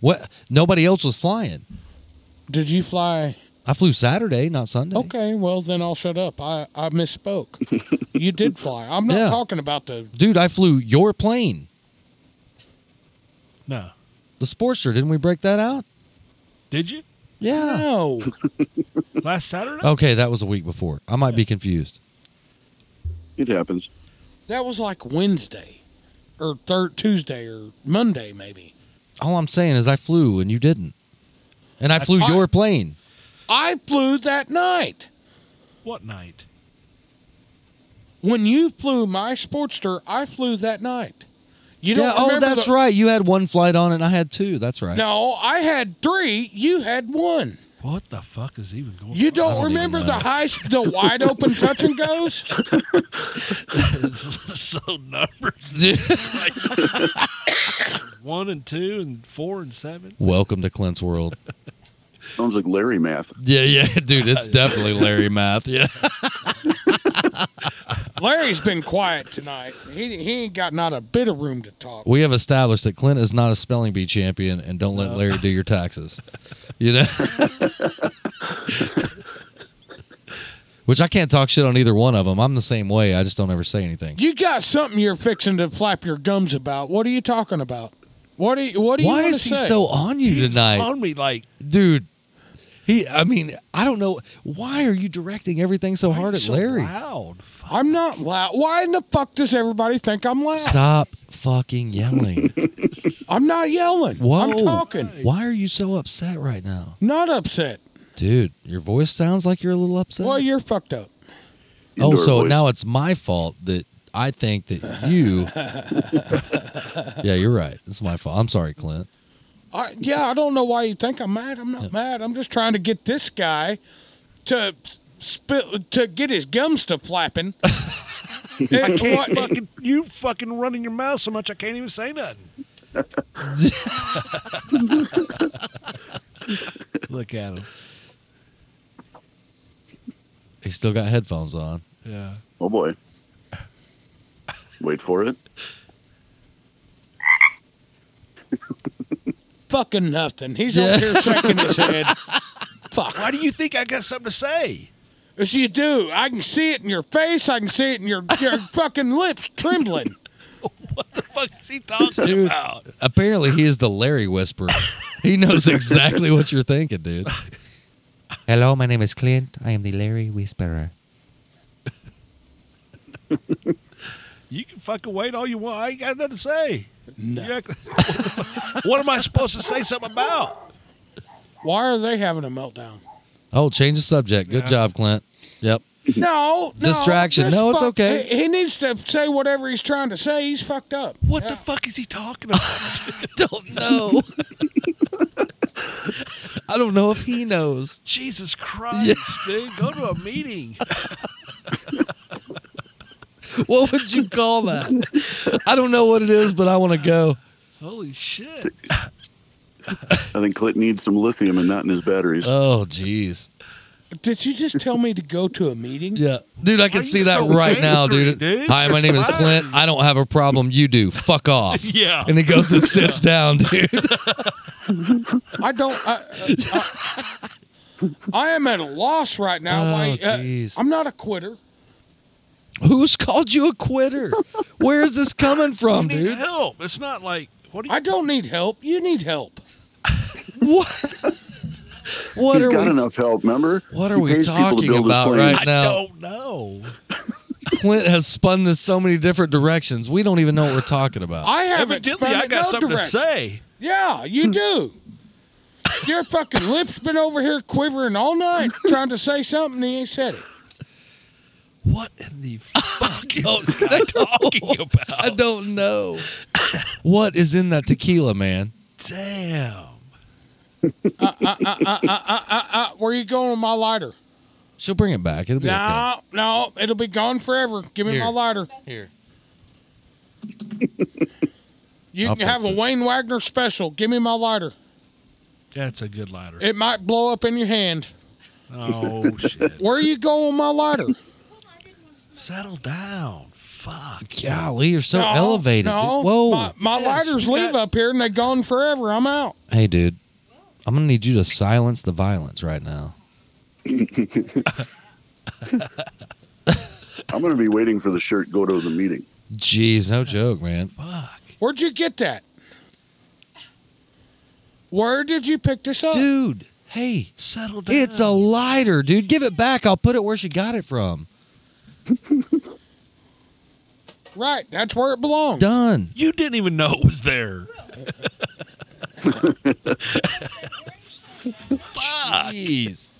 What? Nobody else was flying.
Did you fly?
I flew Saturday, not Sunday.
Okay, well then I'll shut up. I I misspoke. you did fly. I'm not
Yeah.
talking about the
Dude, I flew your plane,
No.
the Sportster. Didn't we break that out?
Did you?
Yeah.
no.
Last Saturday?
Okay, that was a week before. I might be confused.
It happens.
That was like Wednesday or third Tuesday or Monday maybe.
All I'm saying is I flew and you didn't. And I flew
I-
your plane.
I flew that night.
What night?
When you flew my Sportster, I flew that night. You don't
yeah, oh,
remember
that's
the-
right. You had one flight on it and I had two. That's right.
No, I had 3, you had 1.
What the fuck is even going?
You
on?
don't, remember
uh,
the high, the wide open touch and goes?
so numbers. Like, one and two and four and seven.
Welcome to Clint's world.
Sounds like Larry math.
Yeah, yeah, dude, it's definitely Larry math. Yeah.
Larry's been quiet tonight. He he ain't got not a bit of room to talk.
We have established that Clint is not a spelling bee champion, and don't let Larry do your taxes. You know. Which I can't talk shit on either one of them. I'm the same way. I just don't ever say anything.
You got something you're fixing to flap your gums about. What are you talking about? What do you what do you
Why
want
is
to
he
say?
so on you He's tonight? on
me like
dude. He, I mean, I don't know. Why are you directing everything so hard at Larry?
loud.
I'm not loud. Why in the fuck does everybody think I'm loud?
Stop fucking yelling.
I'm not yelling.
Whoa.
I'm talking.
Why are you so upset right now?
Not upset.
Dude, your voice sounds like you're a little upset.
Well, you're fucked up.
oh,
Indoor
so
voice.
now it's my fault that I think that you. yeah, you're right. It's my fault. I'm sorry, Clint.
I, yeah, I don't know why you think I'm mad. I'm not mad. I'm just trying to get this guy to spill to get his gums to flapping.
I
And
can't
what-
fucking, you fucking running your mouth so much I can't even say nothing. Look at him.
He still got headphones on.
Yeah.
Oh boy. Wait for it.
fucking nothing. He's over here shaking his head. Fuck.
Why do you think I got something to say?
Yes, you do. I can see it in your face. I can see it in your, your fucking lips trembling.
What the fuck is he talking
Dude,
about?
apparently he is the Larry whisperer. he knows exactly what you're thinking, dude.
Hello, my name is Clint. I am the Larry Whisperer.
You can fucking wait all you want. I ain't got nothing to say.
No.
You're not- what am I supposed to say something about?
Why are they having a meltdown?
Oh, change the subject. Good
Yeah.
job, Clint. Yep.
No, no
Distraction.
this
No, it's
fuck-
okay.
He, he needs to say whatever he's trying to say. He's fucked up.
What the fuck is he talking about?
Don't know. I don't know if he knows.
Jesus Christ, dude. Go to a meeting.
What would you call that? I don't know what it is, but I want to go.
Holy shit.
I think Clint needs some lithium and not in his batteries.
Oh, jeez.
Did you just tell me to go to a meeting?
Yeah. Dude, I can
Why
see
you
that
so
right now,
angry,
dude.
dude?
Hi, my name is
Why?
Clint. I don't have a problem. You do. Fuck off.
Yeah.
And he goes and sits down, dude.
I don't. I, I- I am at a loss right now.
Oh,
Why, uh,
jeez.
I'm not a quitter.
Who's called you a quitter? Where is this coming from,
You need
dude?
help. It's not like what do you
I don't need help. You need help.
What? What
He's
are
got
we-
enough help, remember?
What are
He
we
pays people to
talking
build his
about
planes.
right now?
don't know.
Clint has spun this so many different directions. We don't even know what we're talking about.
I haven't.
Evidently
spun
I
it
got
no
something
direction.
to say.
Yeah,
Hmm.
you do. Your fucking lips been over here quivering all night trying to say something. He ain't said it.
What in the fuck is this guy talking about?
I don't know. what is in that tequila, man?
Damn.
Uh, uh, uh, uh, uh, uh, uh, uh, where you going with my lighter?
She'll bring it back. It'll be okay.
No, no, it'll be gone forever. Give me
Here.
my lighter.
Here.
You
I'll
can have a
fix it.
Wayne Wagner special. Give me my lighter.
That's a good lighter.
It might blow up in your hand.
Oh shit.
Where you going with my lighter?
Settle down. Fuck.
Golly, you're so
No,
elevated.
No,
dude. Whoa.
My, my lighters leave up here and they're gone forever. I'm out.
Hey, dude. I'm gonna need you to silence the violence right now.
I'm going to be waiting for the shirt. Go to the meeting.
Jeez, no joke, man.
Where'd you get that? Where did you pick this up?
Dude, hey,
Settle down.
it's a lighter, dude. Give it back. I'll put it where she got it from.
Right, that's where it belongs.
Done.
you didn't even know it was there. Fuck.
Jeez.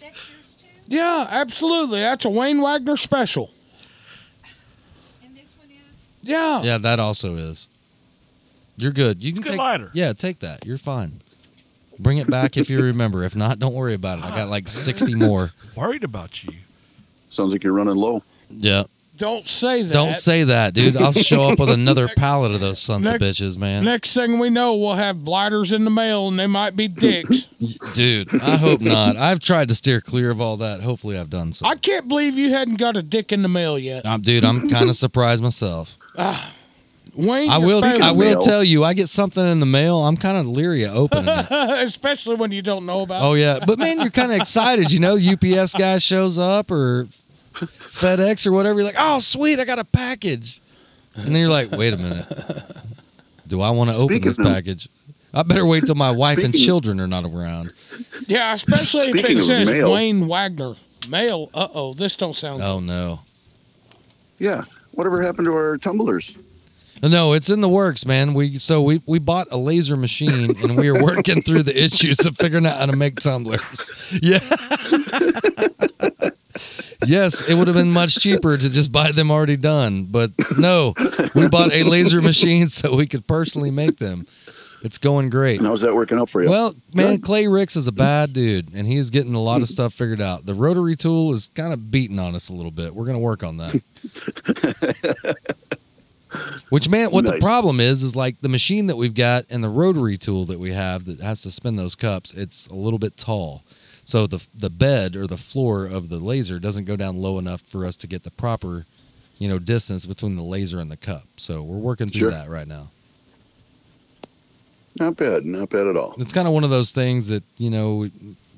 Yeah, absolutely. That's a Wayne Wagner special. Yeah.
Yeah, that also is. You're good. You can
good
take
lighter.
Yeah, take that. You're fine. Bring it back if you remember. If not, don't worry about it. I got like 60 more.
Worried about you.
Sounds like you're running low.
Yeah.
Don't say that.
Don't say that, dude. I'll show up with another pallet of those sons
Next-
of bitches, man.
Next thing we know, we'll have blighters in the mail, and they might be dicks.
Dude, I hope not. I've tried to steer clear of all that. Hopefully, I've done so.
I can't believe you hadn't got a dick in the mail yet.
I'm, dude, I'm kind of surprised myself.
Ah, Wayne,
I
you're
will.
special.
I will tell you. I get something in the mail. I'm kind of leery of opening it.
especially when you don't know about.
Oh yeah, but man, you're kind of excited. You know, UPS guy shows up or FedEx or whatever. You're like, oh sweet, I got a package. And then you're like, wait a minute, do I want to open
Speaking
this
of-
package? I better wait till my wife and
Speaking-
children are not around.
Yeah, especially if
Speaking
it
of
says
mail-
Wayne Wagner mail. Uh oh, this don't sound.
Oh no,
Yeah. Whatever happened to our tumblers?
no, it's in the works, man. We so we we bought a laser machine and we are working through the issues of figuring out how to make tumblers. Yeah. Yes, it would have been much cheaper to just buy them already done, but no, we bought a laser machine so we could personally make them. It's going great.
And how's that working out for you? Mm-hmm.
Well, man, Clay Ricks is a bad dude, and he is getting a lot of stuff figured out. The rotary tool is kind of beating on us a little bit. We're going to work on that. Which, man, what the
Nice.
problem is, is like the machine that we've got and the rotary tool that we have that has to spin those cups, it's a little bit tall. So the, the bed or the floor of the laser doesn't go down low enough for us to get the proper, you know, distance between the laser and the cup. So we're working through
Sure.
that right now.
Not bad. Not bad at all.
it's kind of one of those things that you know we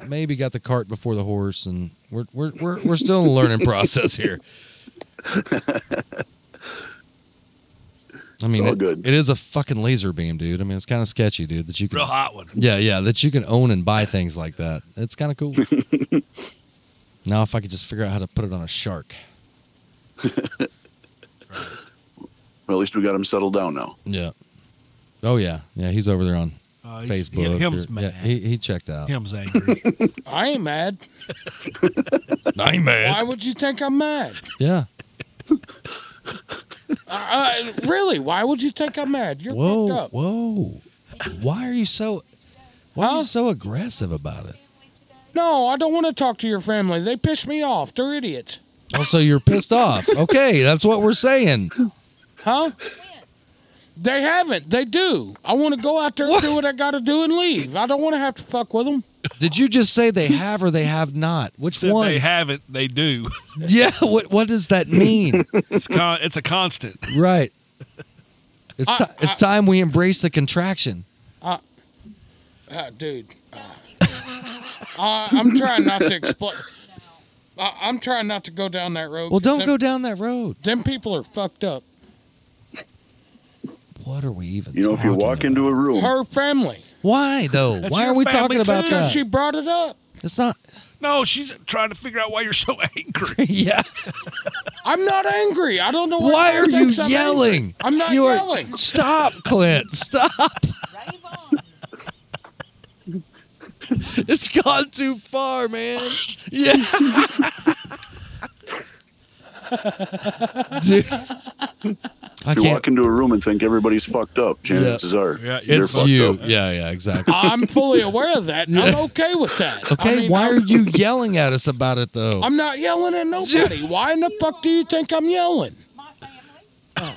maybe got the cart before the horse and we're we're we're, we're still in the learning process here I mean,
all
it-
good.
it is a fucking laser beam, dude. I mean, it's kind of sketchy, dude. That you can,
Real hot one.
yeah, yeah, that you can own and buy things like that. It's kind of cool. now, if I could just figure out how to put it on a shark,
Well, at least we got them settled down now.
yeah. Oh yeah, yeah. He's over there on
Uh, he's-
Facebook.
yeah, him's
or-
mad.
he he checked out.
Him's angry.
I ain't mad.
I ain't
Why would you think I'm mad?
Yeah.
Uh, uh, really? Why would you think I'm mad? You're fucked
Whoa,
up.
whoa. Why are you so why are you so aggressive about it?
No, I don't want to talk to your family. They piss me off. They're idiots.
Also, you're pissed off. Okay, that's what we're saying.
Huh? They haven't. They do. I want to go out there and do what I got to do and leave. I don't want to have to fuck with them.
Did you just say they have or they have not? Which
Said
one?
they haven't. They do.
yeah, what what does that mean?
It's con- it's a constant.
right. It's,
I-
ti- it's time we embrace the contraction. Uh,
Ah, dude. Ah. I, I'm trying not to explain. I, I'm trying not to go down that road.
Well,
'cause
don't
them-
go down that road.
Them people are fucked up.
What are we even
You know, if you
talking
walk
about?
into a room,
Her family.
Why though? Why
your
are we
family
talking about
too.
that?
She brought it up.
It's not
No, she's trying to figure out why you're so angry.
Yeah.
I'm not angry. I don't know why.
Why are
everyone
you
thinks I'm
yelling?
angry. I'm not
You are-
yelling.
Stop, Clint. Stop.
Rave on.
It's gone too far, man. Yeah. Dude. I
if you
can't.
walk into a room and think everybody's fucked up, chances are
Yeah,
you're
It's
fucked
you.
up.
Yeah, yeah, exactly.
I'm fully aware of that. and I'm okay with that. I
Okay,
mean,
why
I'm-
are you yelling at us about it though?
I'm not yelling at nobody. Why in the fuck do you think I'm yelling?
My family.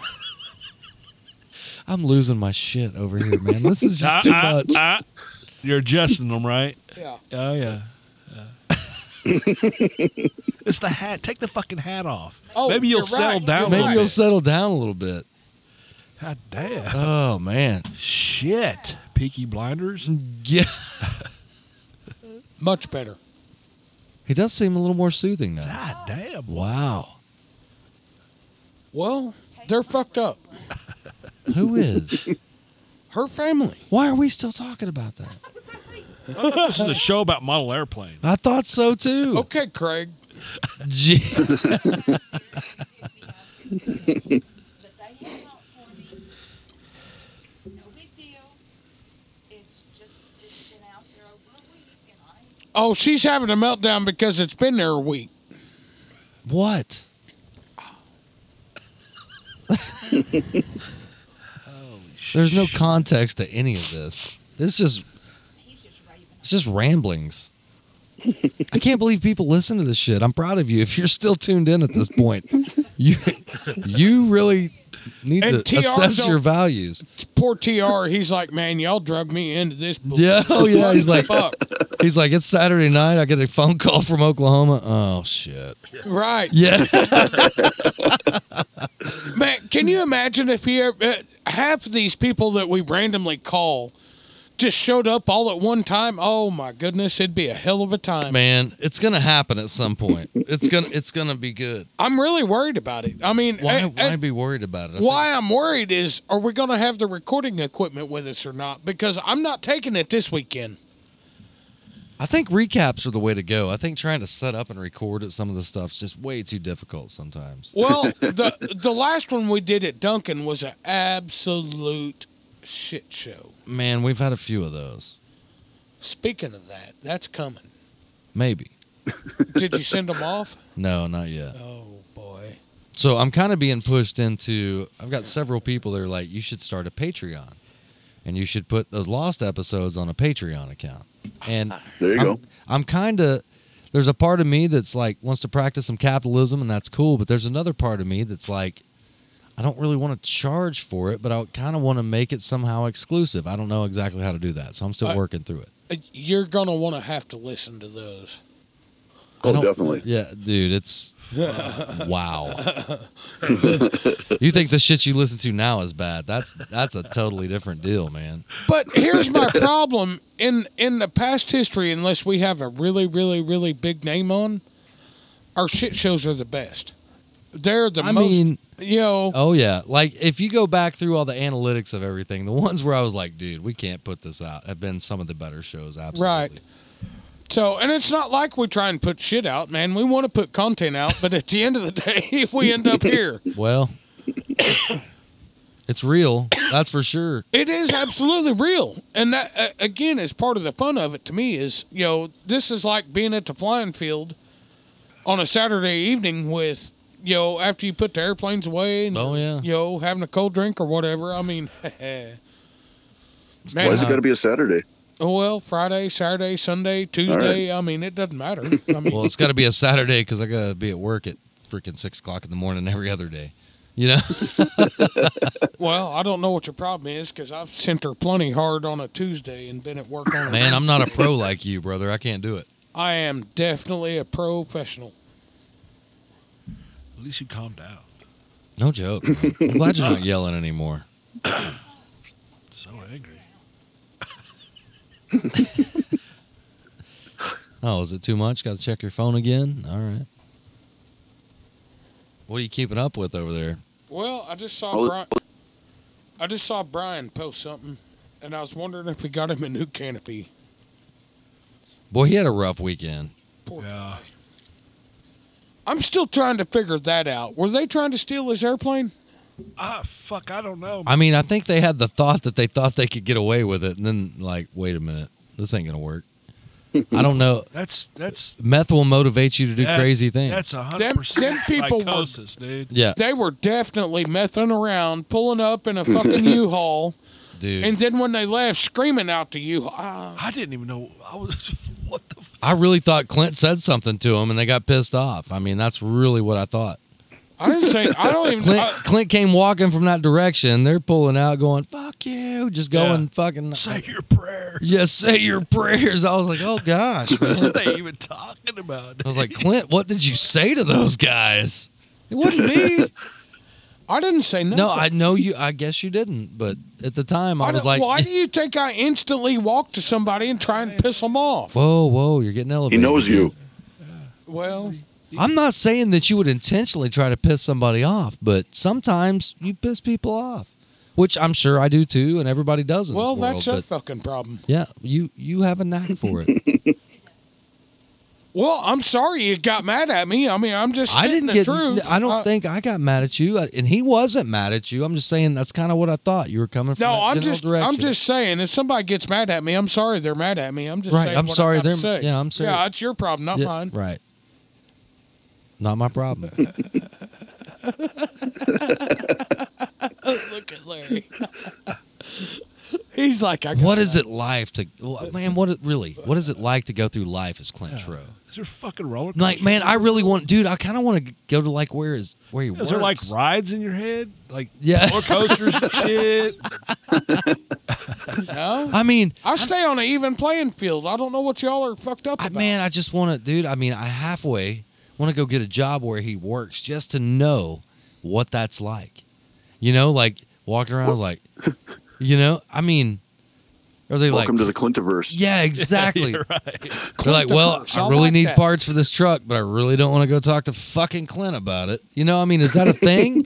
I'm losing my shit over here, man. This is just too
Uh, uh,
much.
uh. you're adjusting them, right?
Yeah.
Oh yeah. Yeah. it's the hat. Take the fucking hat off.
Oh,
maybe you'll
you're
settle
right.
down. a
You're
Maybe
little
you'll
bit.
settle down a little bit.
God damn.
Oh man.
Shit. Peaky Blinders.
Yeah.
Much better.
He does seem a little more soothing now.
God damn.
Wow.
Well, they're fucked up.
Who is?
Her family.
Why are we still talking about that?
This is a show about model airplanes.
I thought so too.
Okay, Craig. Oh.
Gee.
But they hang out for me. No big deal. It's just, it's been out there over a week and I
Oh, she's having a meltdown because it's been there a week.
What? There's no context to any of this. This just
He's just right
It's just ramblings. I can't believe people listen to this shit. I'm proud of you. If you're still tuned in at this point, you you really need
And
to
TR
assess
don't-
your values.
Poor TR, he's like, man, y'all drug me into this. bullshit.
Yeah, oh yeah.
What
He's
the
like,
fuck?
he's like, it's Saturday night. I get a phone call from Oklahoma. Oh shit.
right.
Yeah.
Man, can you imagine if he ever, uh, half of these people that we randomly call just showed up all at one time? Oh my goodness, it'd be a hell of a time.
Man, it's gonna happen at some point. It's gonna it's gonna be good.
I'm really worried about it. I mean, eh,
Why
and-
why
and
be worried about it? I think-
why I'm worried is are we going to have the recording equipment with us or not? Because I'm not taking it this weekend.
I think recaps are the way to go. I think trying to set up and record at some of the stuff's just way too difficult sometimes.
Well, the the last one we did at Duncan was an absolute shit show.
Man, we've had a few of those.
Speaking of that, that's coming.
Maybe.
Did you send them off?
No, not yet.
Oh boy.
So I'm kind of being pushed into. I've got several people that are like, you should start a Patreon, and you should put those lost episodes on a Patreon account. And
There you
I'm,
go.
I'm kind of. There's a part of me that's like wants to practice some capitalism, and that's cool. But there's another part of me that's like, I don't really want to charge for it, but I kind of want to make it somehow exclusive. I don't know exactly how to do that, so I'm still
I-
working through it.
Uh, You're gonna want to have to listen to those.
I
Oh,
don't-
definitely.
Yeah, dude, it's uh, wow. you think the shit you listen to now is bad? That's that's a totally different deal, man.
But here's my problem in in the past history, unless we have a really, really, really big name on, our shit shows are the best. They're the
I
most.
mean-
you know,
Oh yeah, like if you go back through all the analytics of everything, the ones where I was like, dude, we can't put this out, have been some of the better shows. Absolutely.
right. So, and it's not like we try and put shit out, man. We want to put content out, but at the end of the day, we end up here.
Well, it's real. That's for sure.
It is absolutely real, and that uh, again is part of the fun of it to me. Is you know this is like being at the flying field on a Saturday evening with you know after you put the airplanes away and
Oh, yeah.
you know having a cold drink or whatever. I mean,
Why is it
man,
got to be a Saturday?
oh well, Friday, Saturday, Sunday, Tuesday. I mean, it doesn't matter. I mean,
Well, it's got to be a Saturday because I gotta be at work at freaking six o'clock in the morning every other day. You know.
well, I don't know what your problem is because I've sent her plenty hard on a Tuesday and been at work on. a
Man, I'm not a
Wednesday.
pro like you, brother. I can't do it.
I am definitely a professional.
At least you calmed down.
No joke. man. I'm glad you're not yelling anymore.
So angry.
Oh, is it too much? Got to check your phone again. All right. What are you keeping up with over there?
Well, I just saw
Well,
Brian. I just saw Brian post something, and I was wondering if we got him a new canopy.
Boy, he had a rough weekend.
Poor
Yeah.
guy. I'm still trying to figure that out. Were they trying to steal his airplane?
Ah, fuck. I don't know.
I mean, I think they had the thought that they thought they could get away with it, and then like, wait a minute, this ain't gonna work. I don't know.
That's that's
Meth will motivate you to do
that's-
crazy things.
That's a
Them-
hundred percent
them people were-
psychosis, dude.
yeah,
They were definitely messing around, pulling up in a fucking U-Haul,
dude.
and then when they left, screaming out to you. Ah,
I didn't even know. I was what the. F-
I really thought Clint said something to him, and they got pissed off. I mean, that's really what I thought.
I didn't say. I don't even.
Uh,
Clint,
I,
Clint came walking from that direction. They're pulling out, going "fuck you," just going
Yeah.
fucking.
say your prayer.
Yes, say your prayers. I was like, oh gosh, man.
What are they even talking about?
I was like, Clint, what did you say to those guys? It wasn't me.
I didn't say nothing.
No, I know you. I guess you didn't. But at the time, I, was
don't-
like,
why do you think I instantly walk to somebody and try and piss them off?
whoa, whoa, you're getting
He
elevated.
knows you.
Well,
I'm not saying that you would intentionally try to piss somebody off, but sometimes you piss people off, which I'm sure I do too, and everybody does. In
well,
this world,
that's a
but
fucking problem.
yeah, you you have a knack for it.
Well, I'm sorry you got mad at me. I mean, I'm just
I
stating
didn't
the
get.
truth.
I don't
Uh,
think I got mad at you, I- and he wasn't mad at you. I'm just saying that's kind of what I thought you were coming from.
No,
that
I'm
general
just.
Direction.
I'm just saying. If somebody gets mad at me, I'm sorry they're mad at me. I'm just
Right,
saying.
I'm
what I
sorry
gotta
they're-
say.
yeah, I'm sorry.
Yeah, it's your problem, not
Yeah,
mine.
Right. Not my problem.
Look at Larry. He's like, I
What is it life to, well, man? What it, really? What is it like to go through life as Clint Trow?
Is there fucking roller coaster?
Like, man, I really want, dude. I kind of want to go to like where is where he
Is
works.
there like rides in your head? Like
Yeah.
roller coasters and shit?
no.
I mean,
I stay on an even playing field. I don't know what y'all are fucked up about.
man, I just want to, dude. I mean, I halfway want to go get a job where he works just to know what that's like. You know, like walking around, like, you know, I mean, are they
Welcome
like,
to the Clintiverse.
yeah, exactly.
You're right.
They're like, well,
Clint
I
Eastwood.
really
like
need
that.
parts for this truck, but I really don't want to go talk to fucking Clint about it. You know, I mean, is that a thing?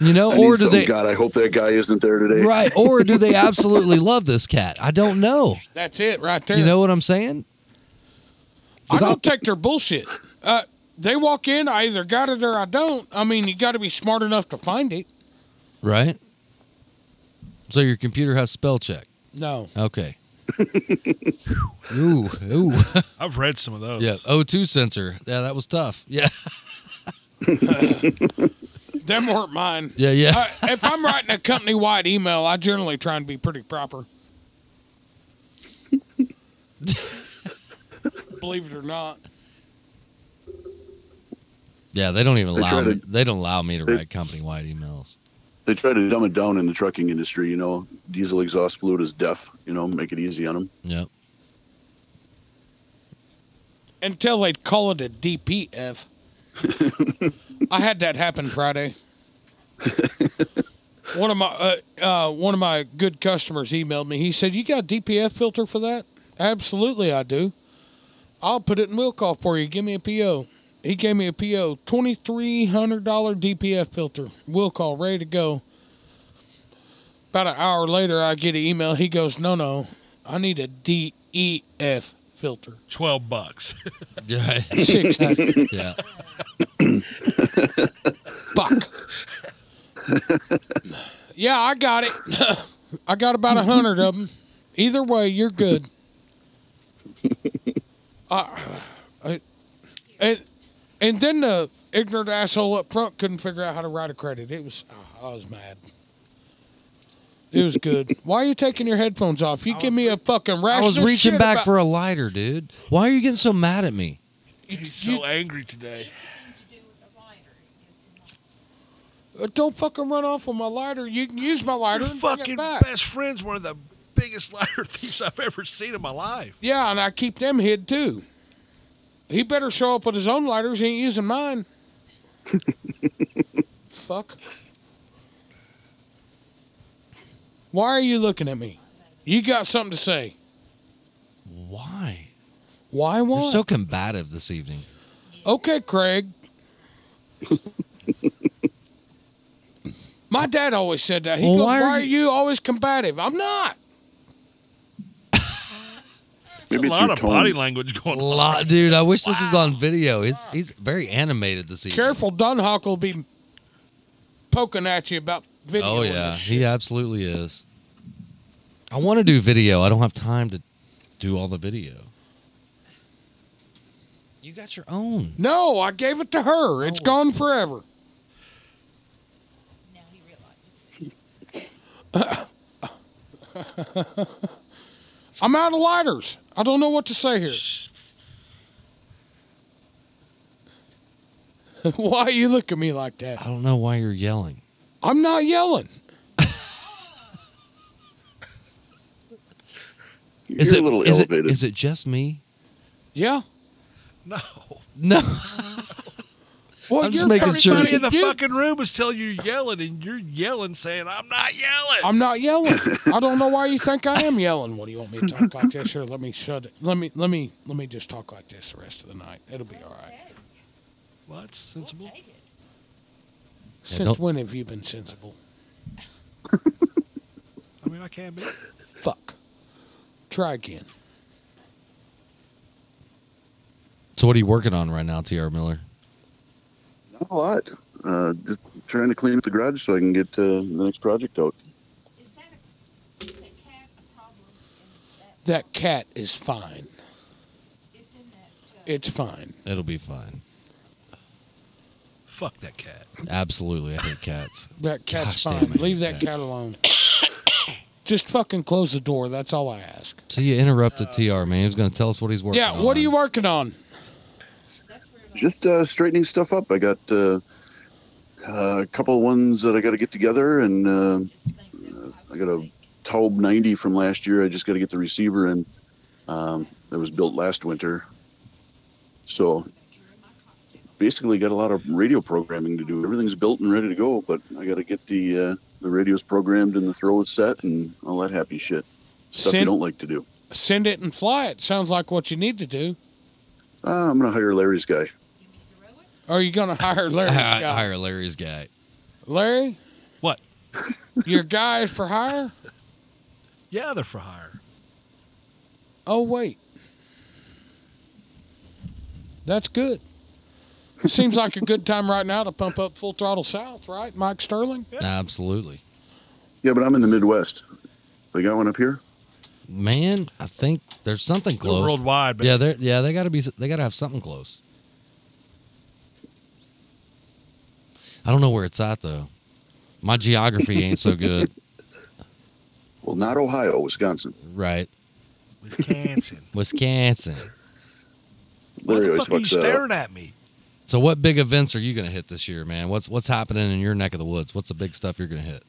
you know,
I
or
need
do
some
they
God, I hope that guy isn't there today.
right? Or do they absolutely love this cat? I don't know.
That's it right there.
You know what I'm saying?
I don't take their bullshit. Uh, they walk in, I either got it or I don't. I mean, you got to be smart enough to find it.
Right. So your computer has spell check.
No.
Okay. ooh, ooh.
I've read some of those.
yeah. O2 sensor. Yeah, that was tough. Yeah.
Them weren't mine.
Yeah, yeah.
Uh, if I'm writing a company wide email, I generally try and be pretty proper. Believe it or not.
Yeah, they don't even
They
allow
try
me,
to-
they don't allow me to
they-
write company wide emails.
They try to dumb it down in the trucking industry. You know, diesel exhaust fluid is deaf. You know, make it easy on them.
Yep.
Until they call it a DPF. I had that happen Friday. one of my uh, uh, one of my good customers emailed me. He said, "You got a DPF filter for that?" Absolutely, I do. I'll put it in wheel call for you. Give me a PO. He gave me a PO, twenty three hundred dollar DPF filter, wheel call, ready to go. About an hour later, I get an email. He goes, "No, no, I need a DEF filter,
12 bucks.
Yeah.
sixty
yeah.
buck." yeah, I got it. I got about a hundred of them. Either way, you're good. I, I, uh, and and then the ignorant asshole up front couldn't figure out how to write a credit. It was uh, I was mad. It was good. Why are you taking your headphones off? You give me a fucking
I
rash.
was reaching back for a lighter, dude. Why are you getting so mad at me?
He's so angry today.
Uh, Don't fucking run off with my lighter. You can use my
Your
lighter and bring
fucking
it back.
best friend's one of the biggest liar thieves I've ever seen in my life.
Yeah, and I keep them hid too. He better show up with his own lighters. He ain't using mine. Fuck. Why are you looking at me? You got something to say.
Why?
Why
You're
what?
so combative this evening.
okay, Craig. My dad always said that. He
Well,
goes,
why
why,
are
are you always combative? I'm not.
Maybe
a
it's
lot
your
of
tone.
body language going on.
Lot, dude. I wish this was on video. He's he's very animated this evening.
Careful, Dunhawk will be poking at you about video.
Oh
and
yeah,
this
he absolutely is. I want to do video. I don't have time to do all the video. You got your own.
No, I gave it to her.
Oh.
It's gone forever. I'm out of lighters. I don't know what to say here. Why you look at me like
I
that?
don't know why you're yelling.
I'm not yelling.
You're a little
is
elevated.
It, is it just me?
Yeah.
No.
No.
Well,
I'm just
you're
making sure.
Everybody in the
You-
fucking room is telling you yelling, and you're yelling, saying, I'm not yelling.
I'm not yelling. I don't know why you think I am yelling. What do you want me to talk like this? Here, let me shut it. Let me let me let me just talk like this the rest of the night. It'll be all right.
well, that's sensible.
Since
don't-
when have you been sensible?
I mean, I can be.
Fuck. Try again.
so what are you working on right now, T.R. Miller?
Not a lot. Uh, just trying to clean up the garage so I can get uh, the next project out.
Is that a, is that cat a problem?
That cat is fine.
It's in that. Uh,
It's fine.
It'll be fine.
Fuck that cat.
Absolutely, I hate cats.
That cat's
Gosh damn,
fine.
I hate
Leave that
that.
cat alone. Just fucking close the door. That's all I ask.
So you interrupted TR, man. He was going to tell us what he's working
yeah.
on.
What are you working on?
Just uh, straightening stuff up. I got uh, uh, a couple ones that I got to get together, and uh, uh, I got a Taube 90 from last year. I just got to get the receiver in. Um, that was built last winter. So basically, got a lot of radio programming to do. Everything's built and ready to go, but I got to get the uh, the radios programmed and the throws set and all that happy shit. Stuff you
Send-
don't like to do.
Send it and fly it. Sounds like what you need to do.
Uh, I'm gonna hire Larry's guy.
Or are you gonna hire Larry's
Hi-
guy?
Hire Larry's guy.
Larry,
What?
your guy is for hire?
Yeah, they're for hire.
Oh wait, that's good. Seems like a good time right now to pump up full throttle south, right, Mike Sterling?
Absolutely.
Yeah, but I'm in the Midwest. They got one up here.
Man, I think there's something
They're
close.
worldwide, man.
Yeah, they're, yeah, they got to be. They got to have something close. I don't know where it's at though. My geography ain't so good.
Well, not Ohio, Wisconsin.
Right,
Wisconsin.
Wisconsin.
What
Larry
the
always
fuck are you
fucks that up.
staring at me?
So, what big events are you going to hit this year, man? What's what's happening in your neck of the woods? What's the big stuff you're going to hit?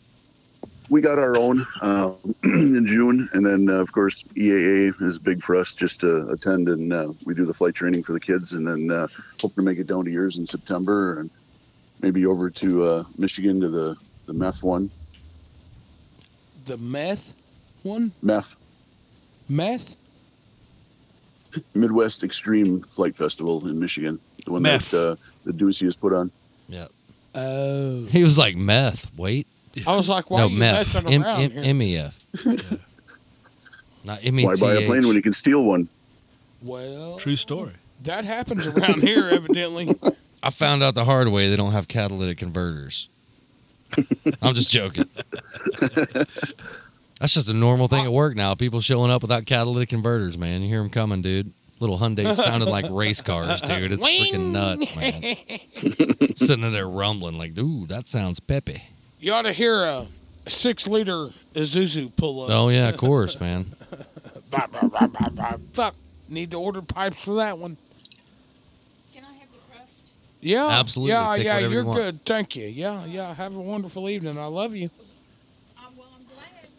we got our own uh, in June, and then uh, of course EAA is big for us just to attend, and uh, we do the flight training for the kids, and then uh, hope to make it down to yours in September, and maybe over to uh, Michigan to the the meth one.
The meth one,
Meth
meth.
Midwest Extreme Flight Festival in Michigan, the one
Meth.
that uh, the Deucey has put on.
Yeah.
Oh,
He was like meth. Wait.
I was like, why
no,
are you
meth.
messing
M-
around
M-
here?
MEF. Not M E T
Why
H.
buy a plane when you can steal one?
well,
True story.
that happens around here, evidently.
I found out the hard way they don't have catalytic converters. I'm just joking. That's just a normal thing at work now. People showing up without catalytic converters, man. You hear them coming, dude. Little Hyundai sounding like race cars, dude. It's freaking nuts, man. Sitting in there rumbling like, dude, that sounds peppy.
You ought to hear a six-liter Isuzu pull up.
Oh yeah, of course, man.
Bah, bah, bah, bah, bah. Fuck, need to order pipes for that one. Can I have the crust? Yeah,
Absolutely.
Yeah,
Take
yeah,
whatever you
you're
want.
good. Thank you. Yeah, yeah. Have a wonderful evening. I love you.
Uh,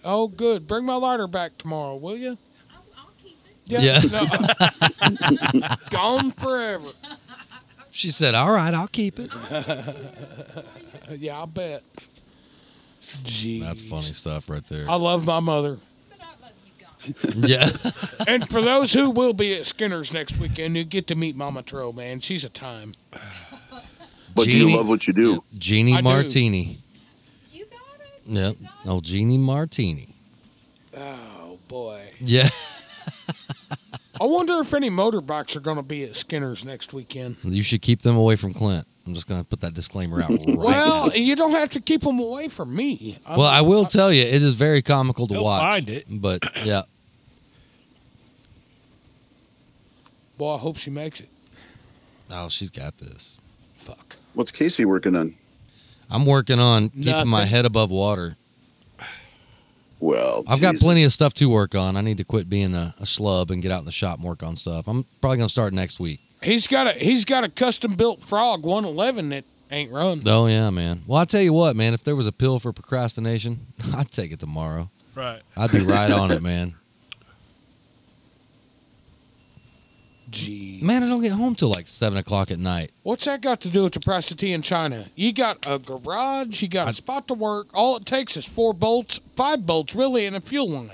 Oh, good. Bring my lighter back tomorrow, will you? I'll,
Yeah.
I'll keep it. Yeah. No. Gone forever.
She said, "All right, I'll keep it."
yeah, I bet.
That's funny stuff right there.
I love my mother.
yeah.
And for those who will be at Skinner's next weekend, you get to meet Mama Tro, man. She's a time.
But do
Genie.
you love what you do?
Jeannie
I do.
Martini. You got it. Yep. Oh, Jeannie Martini.
Oh, boy.
Yeah.
I wonder if any motorbikes are going to be at Skinner's next weekend.
You should keep them away from Clint. I'm just gonna put that disclaimer out right now.
Well, you don't have to keep them away from me. I
Well, I will tell you, it is very comical to
He'll
watch.
find it.
but yeah,
Boy, I hope she makes it.
oh, she's got this.
Fuck.
What's Casey working on?
I'm working on keeping my
Nothing.
head above water.
Well,
I've got
Jesus.
plenty of stuff to work on. I need to quit being a, a schlub and get out in the shop and work on stuff. I'm probably gonna start next week.
He's got a he's got a custom built Frog 111 that ain't run.
Oh yeah, man. Well, I tell you what, man. If there was a pill for procrastination, I'd take it tomorrow.
Right.
I'd be right on it, man.
Gee.
Man, I don't get home till like seven o'clock at night.
What's that got to do with the price of tea in China? You got a garage, you got a spot to work. All it takes is four bolts, five bolts, really, and a fuel line.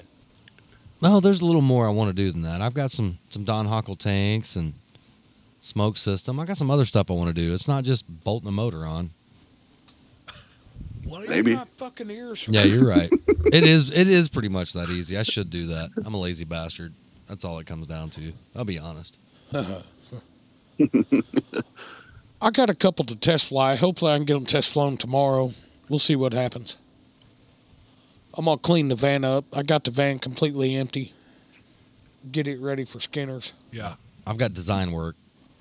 No, there's a little more I want to do than that. I've got some some Don Hockle tanks and smoke system. I got some other stuff I want to do. It's not just bolting a motor on.
What are you?
Maybe.
My fucking ears.
Yeah, you're right. it is it is pretty much that easy. I should do that. I'm a lazy bastard. That's all it comes down to. I'll be honest.
I got a couple to test fly. Hopefully, I can get them test flown tomorrow. We'll see what happens. I'm gonna clean the van up. I got the van completely empty. Get it ready for Skinner's.
Yeah.
I've got design work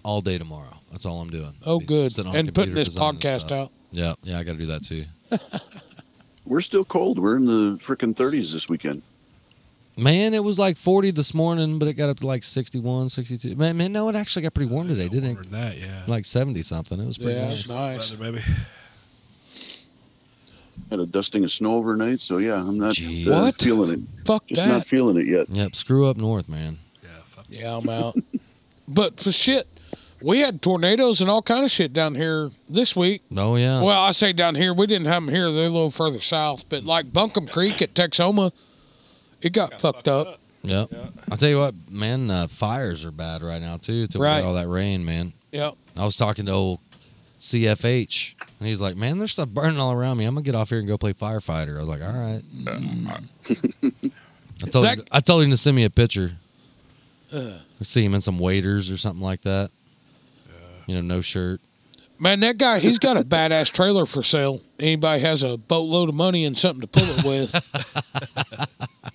all day tomorrow. That's all I'm doing.
Oh,
Be
good.
sitting on a
And putting
computer
this
designing
podcast
stuff.
out.
Yeah, yeah, I got to do that too.
we're still cold. We're in the freaking 30s this weekend.
Man, it was like 40 this morning, but it got up to like 61, 62. Man, man no, it actually got pretty warm today, didn't it?
That yeah.
Like 70 something. It was pretty
Yeah,
nice.
it's nice.
baby.
Had a dusting of snow overnight, so yeah, I'm not uh,
What?
feeling it.
Fuck
Just
that.
not feeling it yet.
Yep, screw up north, man.
Yeah, I'm out. but for shit, we had tornadoes and all kind of shit down here this week.
Oh, yeah.
Well, I say down here, we didn't have them here. They're a little further south, but like Buncombe Creek at Texoma, it got, fucked, up.
Yep. I'll tell you what, man, uh, fires are bad right now, too, till we
Right.
got all that rain, man.
Yep.
I was talking to old CFH, and he's like, "Man, there's stuff burning all around me. I'm gonna get off here and go play firefighter." I was like, "All right." I told him, I told him to send me a picture.
Uh,
I see him in some waders or something like that. You know, no shirt.
man, that guy, he's got a badass trailer for sale. Anybody has a boatload of money and something to pull it with.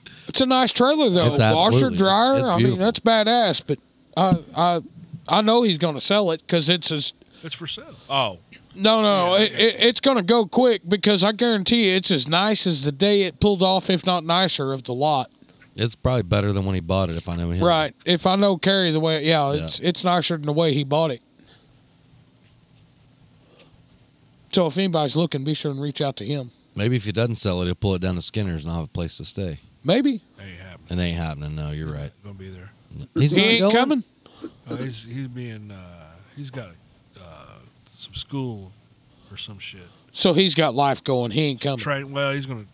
it's a nice trailer though.
It's
Washer,
absolutely-
dryer.
it's
I mean,
beautiful.
that's badass. But I, I, I know he's gonna sell it because it's his
It's for sale. Oh,
No, no, it, it, it's going to go quick because I guarantee you it's as nice as the day it pulled off, if not nicer, of the lot.
It's probably better than when he bought it, if I know him.
Right. If I know Kerry the way, yeah, it's it's nicer than the way he bought it. So if anybody's looking, be sure and reach out to him.
Maybe if he doesn't sell it, he'll pull it down to Skinner's and I'll have a place to stay.
Maybe.
It ain't happening. No, you're right.
gonna be there.
He's
he
not
ain't
going?
coming.
Uh, he's he's being uh, he's got uh, some school or some shit.
So he's got life going. He ain't coming.
Try, well, he's gonna.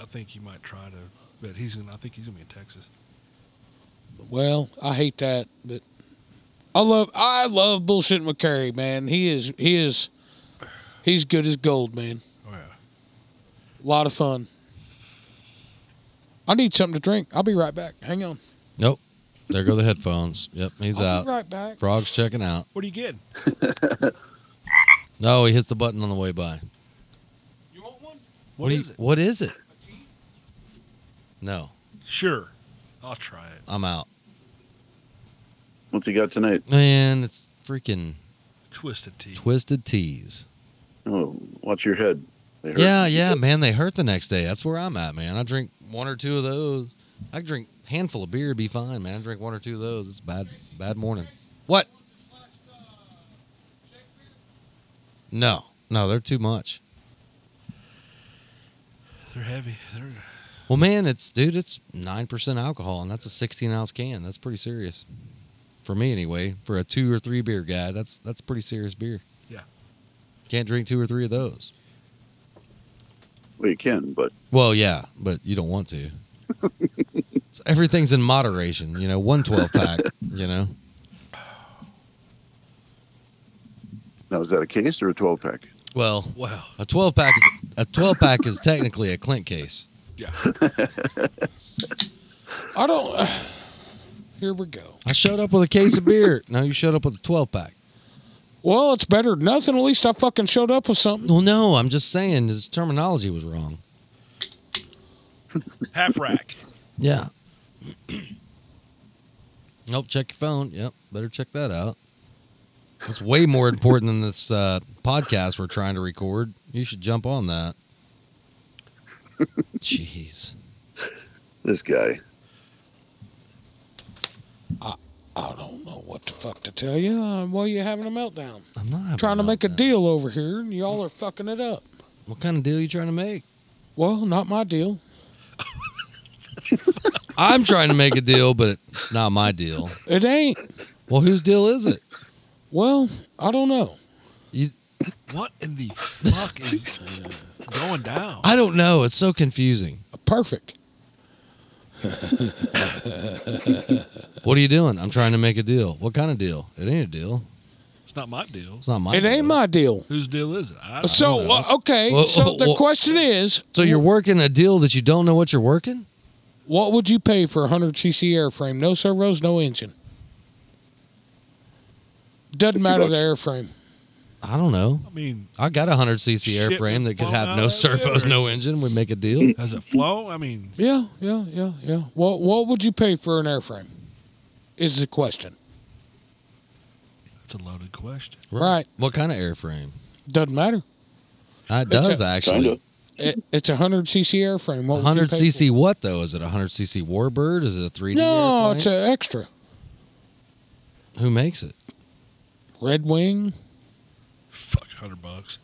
I think he might try to, but he's gonna. I think he's gonna be in Texas.
Well, I hate that, but I love I love bullshitting with Kerry, man. He is he is he's good as gold, man.
Oh yeah.
A lot of fun. I need something to drink. I'll be right back. Hang on.
Nope. There go the headphones. Yep, he's
I'll
out.
be right back.
Frog's checking out.
What are you getting?
No, he hits the button on the way by.
What
do you-
is it?
What is it? No,
Sure, I'll try it.
I'm out.
What you got tonight?
Man, it's freaking
Twisted tea.
twisted tees.
Oh, watch your head. They hurt.
Yeah, yeah, man. They hurt the next day. That's where I'm at, man. I drink one or two of those. I can drink a handful of beer, be fine, man. I drink one or two of those. It's bad, bad morning. What? No, no, they're too much.
They're heavy. They're
Well, man, it's dude, it's nine percent alcohol, and that's a sixteen ounce can. That's pretty serious, for me anyway. For a two or three beer guy, that's that's pretty serious beer.
Yeah.
Can't drink two or three of those.
Well, you can, but
Well, yeah, but you don't want to. So everything's in moderation, you know. One twelve pack, you know.
now is that a case or a 12 pack?
Well,
wow.
a twelve pack is a twelve pack is technically a Clint case.
Yeah.
I don't. here we go.
I showed up with a case of beer. No, you showed up with a twelve pack.
Well, it's better than nothing. At least I fucking showed up with something.
Well, no, I'm just saying his terminology was wrong.
half rack.
Yeah. nope. Check your phone. Yep. Better check that out. That's way more important than this uh, podcast we're trying to record. You should jump on that. Jeez.
This guy.
I don't know what the fuck to tell you. Uh, well, you're having a meltdown.
I'm not having
trying to
a
make a deal over here, and y'all are fucking it up.
What kind of deal you trying to make?
Well, not my deal.
I'm trying to make a deal, but it's not my deal.
It ain't.
Well, whose deal is it?
Well, I don't know.
You,
What in the fuck is going down?
I don't know. It's so confusing.
Perfect.
What are you doing? I'm trying to make a deal. What kind of deal? It ain't a deal.
It's not my deal.
It's not my.
it
deal.
ain't my deal.
Whose deal is it? I, I
So
don't know.
uh, okay.
Well,
so the
well-
question is,
So you're working a deal that you don't know what you're working?
What would you pay for a 100 cc airframe? No servos, no engine. Doesn't
50
matter the
bucks.
airframe.
I don't know.
I mean,
I got a hundred cc
Shit
airframe that could
blown
have
out
no
of
servos,
there.
no engine. We make a deal.
has it flow? I mean,
Yeah, yeah, yeah, yeah. What what would you pay for an airframe? Is the question.
that's a loaded question.
Right.
What kind of airframe?
Doesn't matter.
Uh, It does
a-
actually.
It, it's a hundred cc airframe. What would you
100
pay
cc what though? Is it a 100 cc Warbird? Is it a
for-
3D?
No,
airplane?
it's an extra.
Who makes it?
Red Wing.
Fuck, hundred bucks.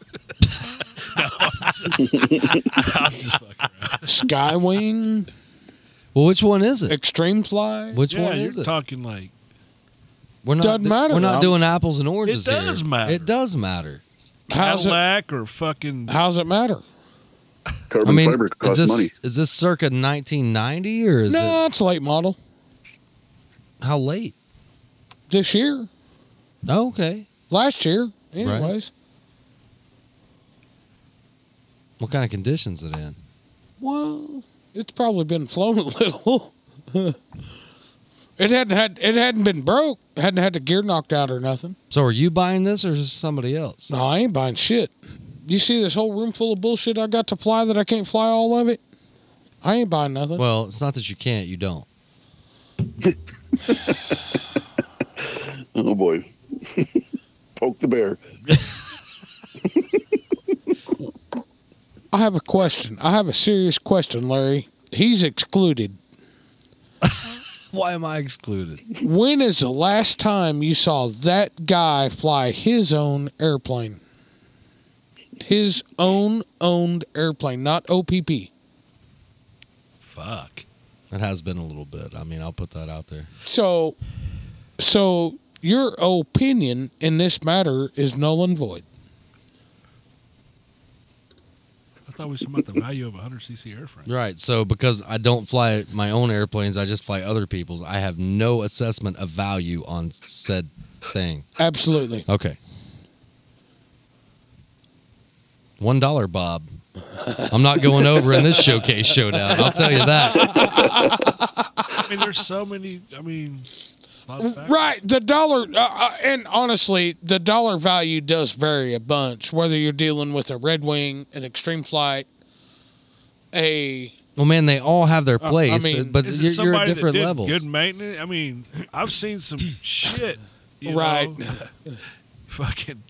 No, I'm just- I'm just fucking around.
Skywing.
Well, which one is it?
Extreme Fly.
Which
Yeah,
one
you're
is it?
talking like
We're not
Doesn't
do-
matter,
We're not
Rob.
doing apples and oranges.
It does
here.
matter.
It does matter.
How's it,
Cadillac or fucking
how's it matter?
Carbon
I mean,
fiber
is
costs
this
money.
is this circa 1990 or is
no, it's a late model
it how late?
this year.
Oh, okay.
Last year,
Right.
anyways.
What kind of conditions it in?
Well, it's probably been flown a little. it hadn't had it hadn't been broke. Hadn't had the gear knocked out or nothing.
So are you buying this or is somebody else?
No, I ain't buying shit. You see this whole room full of bullshit I got to fly that I can't fly all of it? I ain't buying nothing.
Well, it's not that you can't, you don't.
Oh boy, poke the bear.
I have a question. I have a serious question, Larry. He's excluded.
Why am I excluded?
When is the last time you saw that guy fly his own airplane? His own owned airplane, not OPP.
fuck.
It has been a little bit. I mean, I'll put that out there.
So, so your opinion in this matter is null and void.
I thought we were talking about the value of a hundred cc airframe.
Right. So because I don't fly my own airplanes, I just fly other people's. I have no assessment of value on said thing.
Absolutely.
Okay. One dollar, Bob. I'm not going over in this showcase showdown. I'll tell you that.
I mean, there's so many. I mean, a lot of factors.
Right, the dollar, uh, uh, and honestly, the dollar value does vary a bunch. Whether you're dealing with a Red Wing, an Extreme Flight, a
Well, man, they all have their place,
mean,
but
Uh, Is it
you're, you're at
somebody that
different
did
levels.
Good maintenance. I mean, I've seen some shit. You
Right.
Know? fucking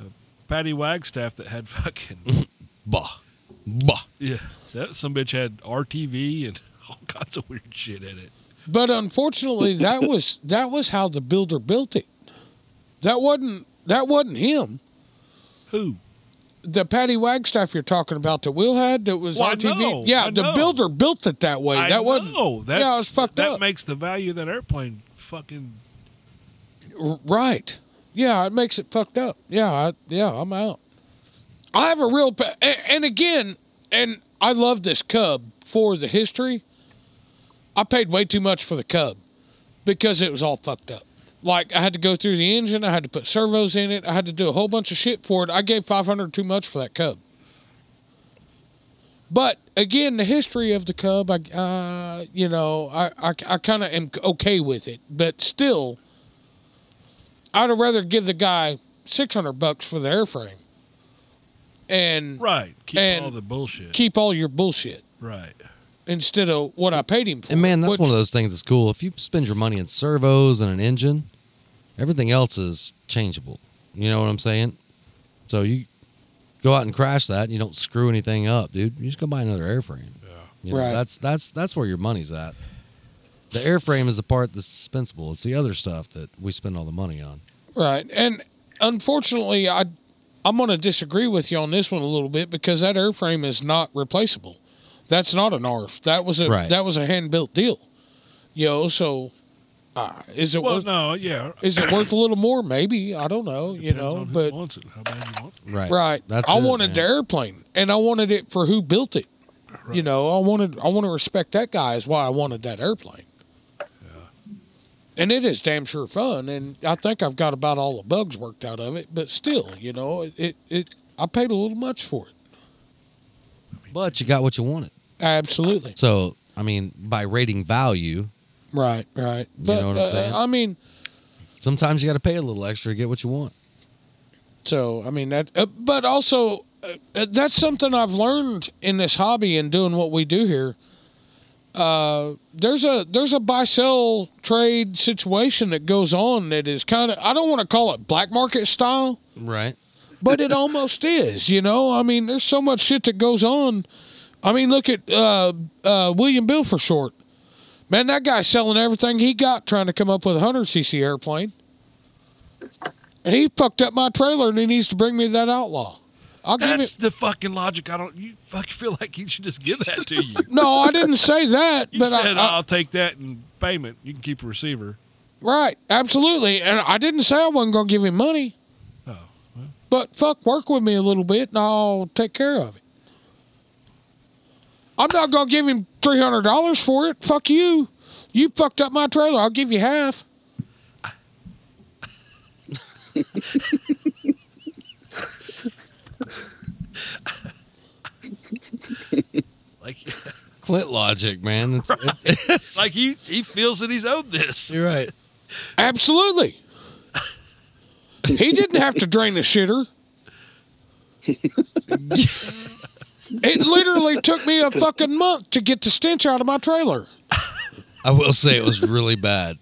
uh, Patty Wagstaff that had fucking
Bah, bah.
yeah. That some bitch had RTV and all kinds of weird shit in it.
but unfortunately, that was that was how the builder built it. That wasn't that wasn't him.
Who?
The Patty Wagstaff you're talking about that Will had that was
Well, I
on TV.
know,
yeah,
I
the
know.
builder built it that way.
I
that wasn't.
know. That's,
yeah, it was fucked
that
up.
makes the value of that airplane fucking.
R- Right. Yeah, it makes it fucked up. Yeah, I, yeah, I'm out. I have a real, pa- a- and again, and I love this Cub for the history. I paid way too much for the Cub because it was all fucked up. Like I had to go through the engine, I had to put servos in it, I had to do a whole bunch of shit for it. I gave 500 too much for that Cub. But again, the history of the Cub, I, uh, you know, I, I, I kind of am okay with it, but still. I'd rather give the guy six hundred bucks for the airframe and
Right. Keep
And
all the bullshit.
keep all your bullshit
right.
instead of what I paid him for.
And man, that's
which-
one of those things that's cool. If you spend your money in servos and an engine, everything else is changeable. You know what I'm saying? So you go out and crash that, and you don't screw anything up, dude. You just go buy another airframe. Yeah,
Right.
That's that's that's where your money's at. The airframe is the part that's dispensable. It's the other stuff that we spend all the money on.
right. And unfortunately, I I'm going to disagree with you on this one a little bit because that airframe is not replaceable. That's not an ARF. That was a
Right.
that was a hand built deal. You know, so uh, is it
Well,
worth
no, yeah.
is it worth a little more? Maybe I don't know. You
Depends
know,
on who
but
wants it, how bad you want it.
Right.
Right.
That's
I
it,
wanted
man.
the airplane, and I wanted it for who built it. You know, I wanted I want to respect that guy is why I wanted that airplane. And it is damn sure fun, and I think I've got about all the bugs worked out of it. But still, you know, it it, it I paid a little much for it.
But you got what you wanted.
Absolutely.
So I mean, by rating value,
Right. Right. But
know what I'm
uh,
saying?
I mean,
sometimes you got to pay a little extra to get what you want.
So I mean that, uh, but also uh, uh, that's something I've learned in this hobby and doing what we do here. Uh, there's a there's a buy sell trade situation that goes on that is kind of I don't want to call it black market style,
Right.
but it almost is. You know, I mean, there's so much shit that goes on. I mean, look at uh, uh, William Bill for short. Man, that guy's selling everything he got trying to come up with a 100cc airplane. And he fucked up my trailer and he needs to bring me that outlaw. I'll give
That's
it.
the fucking logic. I don't. You fuck feel like you should just give that to you.
No, I didn't say that,
You
but
said
I, I,
I, will take that in payment. You can keep a receiver.
Right, absolutely. And I didn't say I wasn't going to give him money.
Oh,
But fuck, work with me a little bit and I'll take care of it. I'm not going to give him $300 for it. Fuck you. You fucked up my trailer. I'll give you half.
Like,
Clint logic, man. It's,
like he he feels that he's owed this.
You're right.
Absolutely. he didn't have to drain the shitter. it literally took me a fucking month to get the stench out of my trailer.
I will say it was really bad.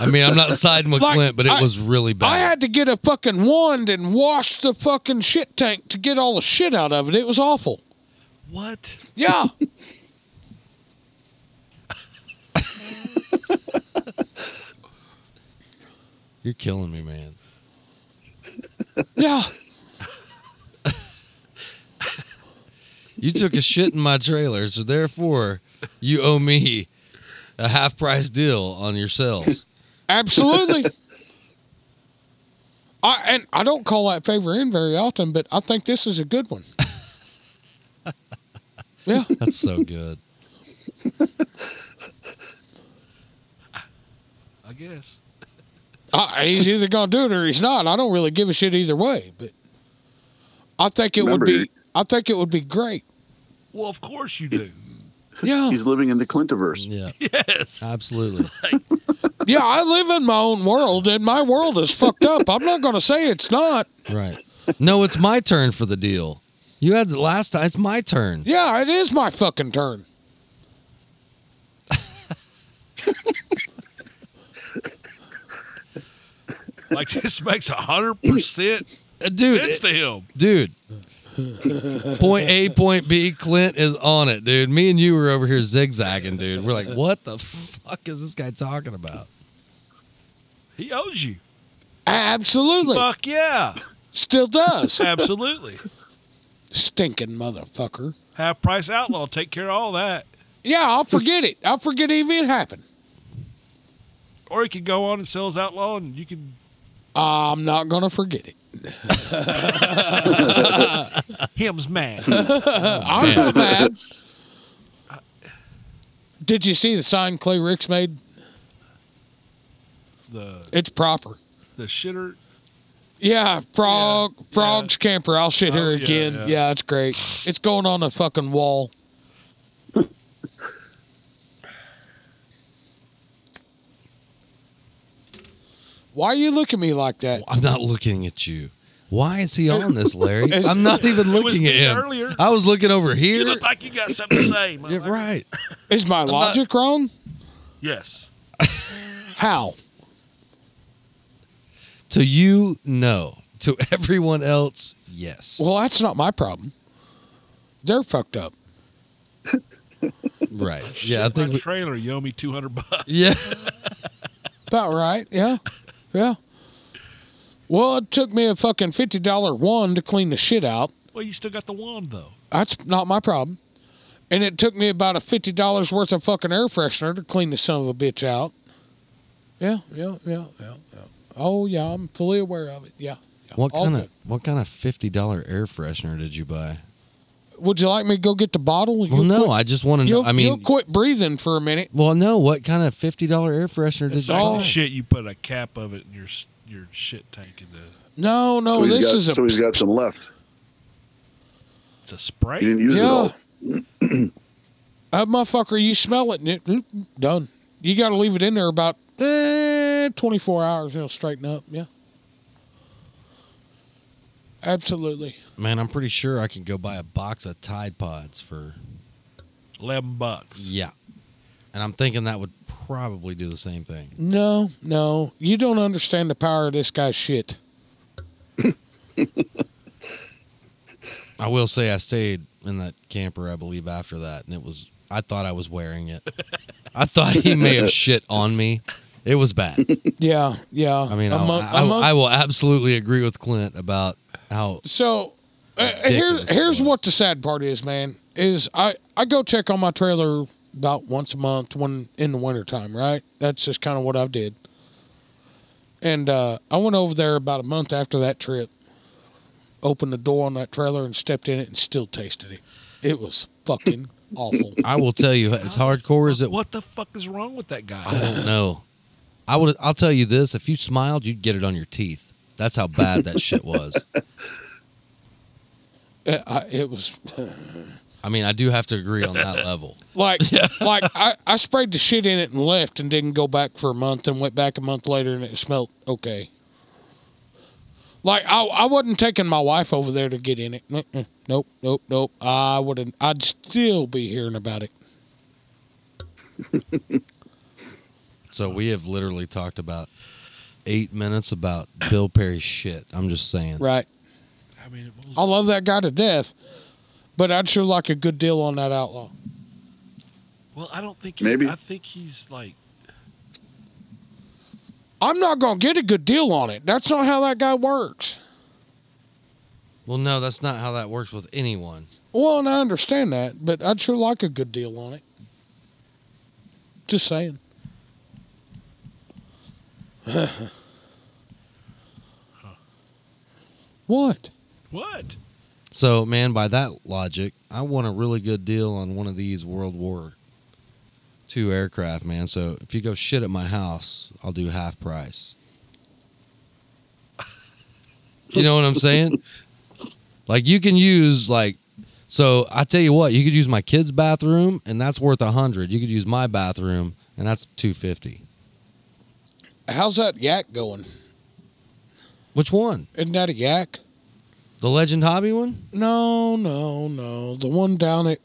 I mean, I'm not siding with
Like,
Clint, but it
I-
was really bad.
I had to get a fucking wand and wash the fucking shit tank to get all the shit out of it. It was awful.
What?
Yeah.
You're killing me, man.
Yeah.
You took a shit in my trailer, so therefore you owe me a half price deal on your sales.
Absolutely. I and I don't call that favor in very often, but I think this is a good one. Yeah.
That's so good.
I guess.
I, he's either gonna do it or he's not. I don't really give a shit either way, but I think it would
Remember-
be I think it would be great.
Well, of course you do.
Yeah.
He's living in the Clintiverse.
Yeah.
yes.
Absolutely.
Yeah, I live in my own world and my world is fucked up. I'm not gonna say it's not.
Right. No, it's my turn for the deal. You had the last time. It's my turn.
Yeah, it is my fucking turn.
Like this makes a hundred percent
Uh, Dude.
sense to him.
dude. point A, point B. Clint is on it, dude. Me and you were over here zigzagging, dude. We're like, what the fuck is this guy talking about?
He owes you.
Absolutely.
Fuck yeah.
Still does.
Absolutely.
Stinking motherfucker.
Half price outlaw. Take care of all that.
Yeah, I'll forget it. I'll forget it even happened.
Or he could go on and sell his outlaw, and you can.
I'm not gonna forget it.
Him's mad.
I'm not mad. Did you see the sign Clay Ricks made?
the
It's proper.
the shitter.
Yeah, frog, frogs camper. I'll shit here
Oh, yeah,
again.
yeah.
yeah, it's great. It's going on the fucking wall. Why are you looking at me like that?
I'm not looking at you. Why is he on this, Larry?
It's-
I'm not even
was
looking at
me
him.
earlier.
I was looking over here.
You look like you got something to say.
Yeah,
motherfucker.
right.
Is my logic wrong?
Yes.
How?
To you, no. To everyone else, yes.
Well, that's not my problem. They're fucked up.
right. Yeah, I
That
think. We,
trailer, you owe me two hundred bucks.
yeah.
About right. Yeah. Yeah. Well, it took me a fucking $50 one to clean the shit out.
Well, you still got the wand though.
That's not my problem. And it took me about a $50 worth of fucking air freshener to clean the son of a bitch out. Yeah, yeah, yeah, yeah, yeah. Oh, yeah, I'm fully aware of it. Yeah. yeah.
What
All
kind of what kind of fifty dollar air freshener did you buy?
good. Would you like me to go get the bottle?
Well,
You'll
no,
quit-
I just want to know.
You'll,
I
you'll
mean,
quit breathing for a minute.
well, no, what kind of fifty dollar air freshener did
It's
you
like
all-
the
buy?
shit you put a cap of it in your s- your shit tank in the.
No, no,
Oh,
So, he's
this
got,
is a.
so he's got some left.
It's a
He
spray.
didn't use
Yeah.
it all.
That motherfucker, you smell it and it oop, done. You got to leave it in there about eh, 24 hours and it'll straighten up. Yeah. Absolutely.
Man, I'm pretty sure I can go buy a box of Tide Pods for
Eleven bucks.
yeah, and I'm thinking that would probably do the same thing.
No, no. You don't understand the power of this guy's shit.
I will say I stayed in that camper, I believe, after that, and it was. I thought I was wearing it. I thought he may have shit on me. It was bad.
Yeah, yeah.
I mean, I,
Among-
I-
among-
I will absolutely agree with Clint about how.
So uh, here,
Ridiculous
here's what the sad part is, man. Is I I go check on my trailer about once a month when in the wintertime, right? That's just kind of what I did. And uh, I went over there about a month after that trip, opened the door on that trailer and stepped in it and still tasted it. It was fucking awful.
I will tell you, as hardcore as it
What the fuck is wrong with that guy?
I don't know. I would. I'll tell you this: if you smiled, you'd get it on your teeth. That's how bad that shit was.
It, Uh, I, it was
I mean, I do have to agree on that level.
like like I, I sprayed the shit in it and left and didn't go back for a month and went back a month later and it smelled okay. Like I I wasn't taking my wife over there to get in it. Mm-mm. Nope, nope, nope. I wouldn't. I'd still be hearing about it.
So we have literally talked about eight minutes about Bill Perry's shit. I'm just saying.
Right.
I mean, what was-
I love that guy to death, but I'd sure like a good deal on that outlaw.
well, I don't think.
Maybe.
I think he's like.
I'm not gonna get a good deal on it. That's not how that guy works.
Well, no, that's not how that works with anyone.
Well, and I understand that, but I'd sure like a good deal on it. Just saying. What?
What?
So, man, by that logic, I want a really good deal on one of these World War II aircraft, man. So, if you go shit at my house, I'll do half price. You know what I'm saying? like, you can use like, so I tell you what, you could use my kid's bathroom, and that's worth a hundred. You could use my bathroom, and that's two fifty.
How's that yak going?
Which one?
Isn't that a yak?
The Legend Hobby one?
No, no, no. The one down at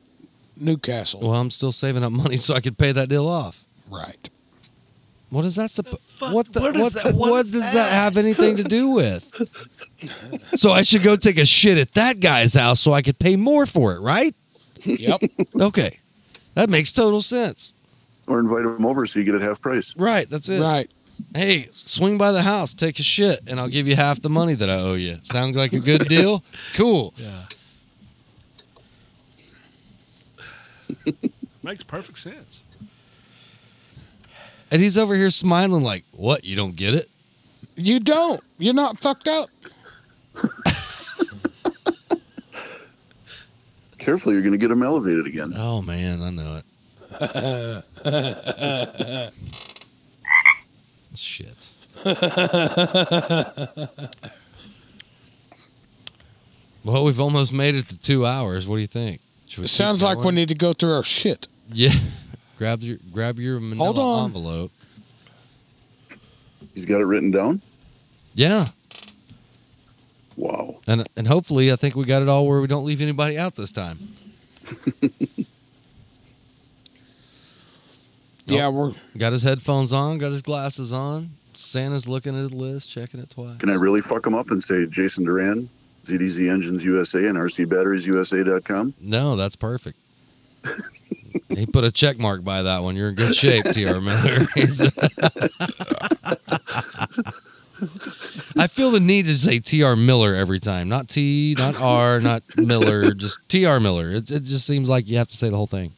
Newcastle.
Well, I'm still saving up money so I could pay that deal off.
Right.
What is that? Supp- what the,
what
what,
is
the-
that? What
what,
is
does that have anything to do with? so I should go take a shit at that guy's house so I could pay more for it, right?
Yep.
okay, that makes total sense.
Or invite them over so you get it half price.
Right, that's it.
Right.
Hey, swing by the house, take a shit, and I'll give you half the money that I owe you. Sounds like a good deal. Cool.
Yeah. Makes perfect sense.
And he's over here smiling like, "What? You don't get it?"
You don't. You're not fucked up.
Carefully, you're going to get them elevated again.
Oh man, I know it. Shit. Well, we've almost made it to two hours. What do you think? Should we
It
keep
sounds like we
going?
need to go through our shit.
Yeah. grab your grab your manila
Hold on.
envelope.
He's got it written down.
Yeah.
Wow.
And and hopefully I think we got it all where we don't leave anybody out this time.
Yeah, we're
Got his headphones on, got his glasses on. Santa's looking at his list, checking it twice.
Can I really fuck them up and say Jason Duran, ZDZ Engines USA, and RCBatteriesUSA.com?
No, that's perfect. he put a check mark by that one. You're in good shape, TR Miller. He's- I feel the need to say TR Miller every time. Not T, not R, not Miller, just TR Miller. It, it just seems like you have to say the whole thing.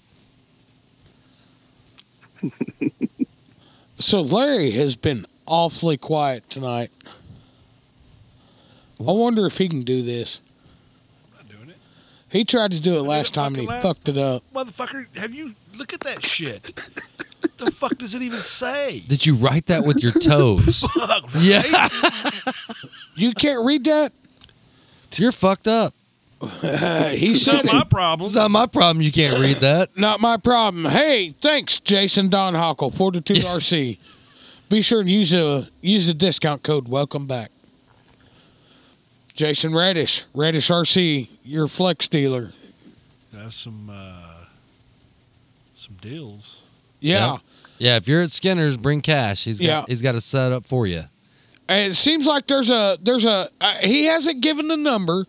So Larry has been awfully quiet tonight. I wonder if he can do this. He tried to do it last time and he
fucking last
fucked it up.
Motherfucker, have you look at that shit? the fuck does it even say?
Did you write that with your toes?
Fuck,
yeah.
You can't read that?
You're fucked up.
he said
My
it.
problem.
It's not my problem you can't read that.
Not my problem. Hey, thanks, Jason Don Hockle, 42RC. Be sure to use a use the discount code welcome back. Jason Reddish, Reddish RC, your flex dealer.
That's some uh, some deals.
Yeah.
Yeah, if you're at Skinner's, bring cash. He's got
Yeah.
he's got a setup for you.
And it seems like there's a there's a uh, he hasn't given the number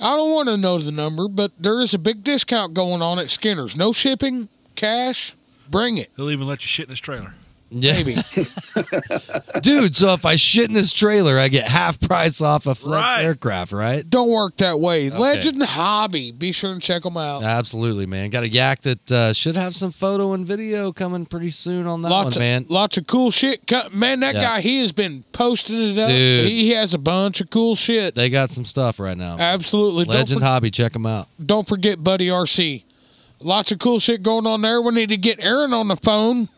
I don't want to know the number, but there is a big discount going on at Skinner's. No shipping, cash. Bring it.
He'll even let you shit in his trailer.
Maybe.
Dude, so if I shit in this trailer, I get half price off a flex
Right.
aircraft, right?
Don't work that way.
Okay.
Legend Hobby. Be sure and check them out.
Absolutely, man. Got a yak that uh, should have some photo and video coming pretty soon on that
lots
one,
of
man.
lots of cool shit. co- Man, that
Yeah.
guy he has been posting it up.
Dude.
He has a bunch of cool shit.
They got some stuff right now.
Absolutely.
Legend
Uh, don't, for-
Hobby, check them out.
don't forget Buddy RC. Lots of cool shit going on there. We need to get Aaron on the phone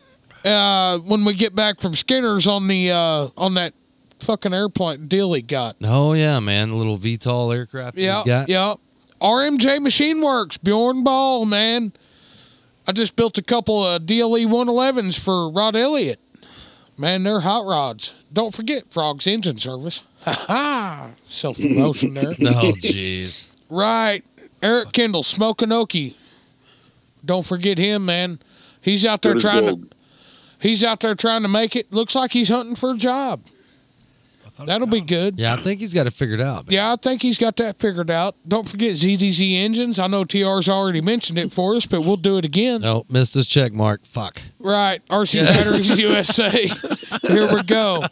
uh, when we get back from Skinner's on the uh, on that fucking airplane deal he got.
Oh yeah, man, the little VTOL aircraft. he's
Yeah,
got.
yeah. RMJ Machine Works, Bjorn Ball, man. I just built a couple of DLE 111s for Rod Elliott. Man, they're hot rods. Don't forget Frog's Engine Service. Ha ha! Self promotion there.
Oh jeez.
Right. Eric Kendall, Smokinoki. Don't forget him, man. He's out there
Good as
trying
gold.
to He's out there trying to make it. Looks like he's hunting for a job. That'll be good.
Yeah, I think he's got it figured out.
Yeah, I think he's got that figured out. Don't forget ZDZ engines. I know TR's already mentioned it for us, but we'll do it again.
No, missed his check mark. Fuck.
Right. RC Batteries USA. Here we go.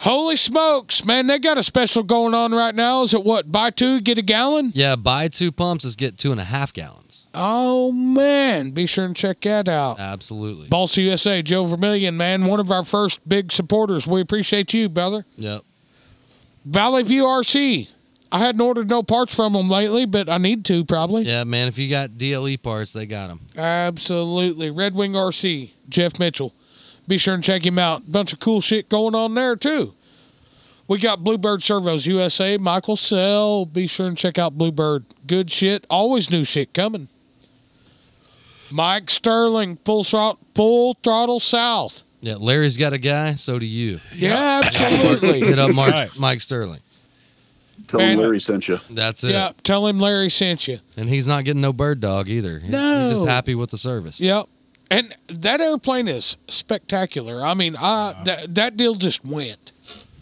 Holy smokes, man. They got a special going on right now. Is it what? Buy two, get a gallon?
Yeah, buy two pumps is get two and a half gallons.
Oh, man. Be sure and check that out.
Absolutely.
Boss USA, Joe Vermillion, man. One of our first big supporters. We appreciate you, brother.
Yep.
Valley View RC. I hadn't ordered no parts from them lately, but I need to probably.
Yeah, man. If you got DLE parts, they got them.
Absolutely. Red Wing RC, Jeff Mitchell. Be sure and check him out. Bunch of cool shit going on there, too. We got Bluebird Servos USA, Michael Sell. Be sure and check out Bluebird. Good shit. Always new shit coming. Mike Sterling, full throttle, full throttle south.
Yeah, Larry's got a guy. So do you.
Yeah, absolutely.
Hit up Mark,
Right.
Mike Sterling.
Tell him
Man.
Larry sent you.
That's it.
Yeah, tell him Larry sent you.
And he's not getting no bird dog either. He's- He's
No.
just happy with the service.
Yep. And that airplane is spectacular. I mean, I that, that deal just went.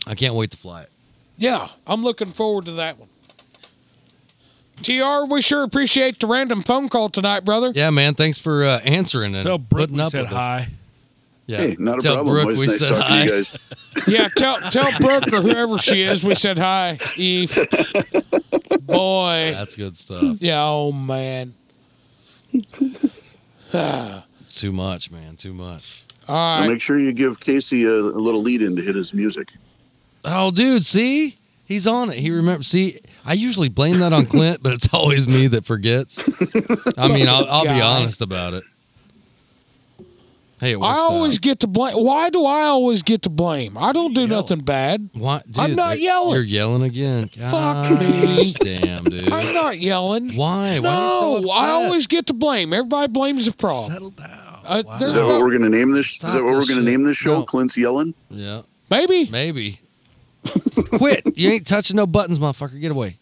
I can't wait to fly it.
Yeah, I'm looking forward to that one. TR, we sure appreciate the random phone call tonight, brother.
Yeah, man. Thanks for uh, answering and
Tell Brooke
putting
we
up
said
with
hi.
Us. Yeah.
Hey, not a
Tell
problem.
Brooke
Always
we
nice
said
talking
hi.
to you guys.
Yeah, tell tell Brooke or whoever she is, we said hi, Eve. Boy.
That's good stuff.
Yeah, oh man. Ah,
Too much, man. Too much.
All
Now
right.
make sure you give Casey a, a little lead in to hit his music.
Oh, dude, see? He's on it. He remembers. See, I usually blame that on Clint, but it's always me that forgets. I mean, I'll, I'll be
God.
honest about it. Hey, it works
I always
out.
get to blame. Why do I always get to blame? I don't do nothing bad.
Why- dude,
I'm not
like,
yelling.
You're yelling again.
Fuck me.
Gosh, Damn, dude.
I'm not yelling.
Why? Why are you
No,
so
I
upset?
always get to blame. Everybody blames the frog.
Settle down.
Uh,
Wow.
there's
Is that what
about-
we're gonna name this?
Stop
is that what
this
we're gonna
shit.
name this show?
No.
Clint's yelling.
Yeah,
Maybe.
maybe. Quit. You ain't touching no buttons, motherfucker. Get away.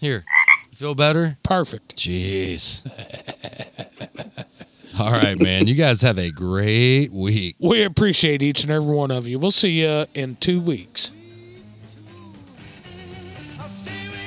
Here. You feel better?
Perfect.
Jeez. All right, man. You guys have a great week.
We appreciate each and every one of you. We'll see you in two weeks.
I'll stay with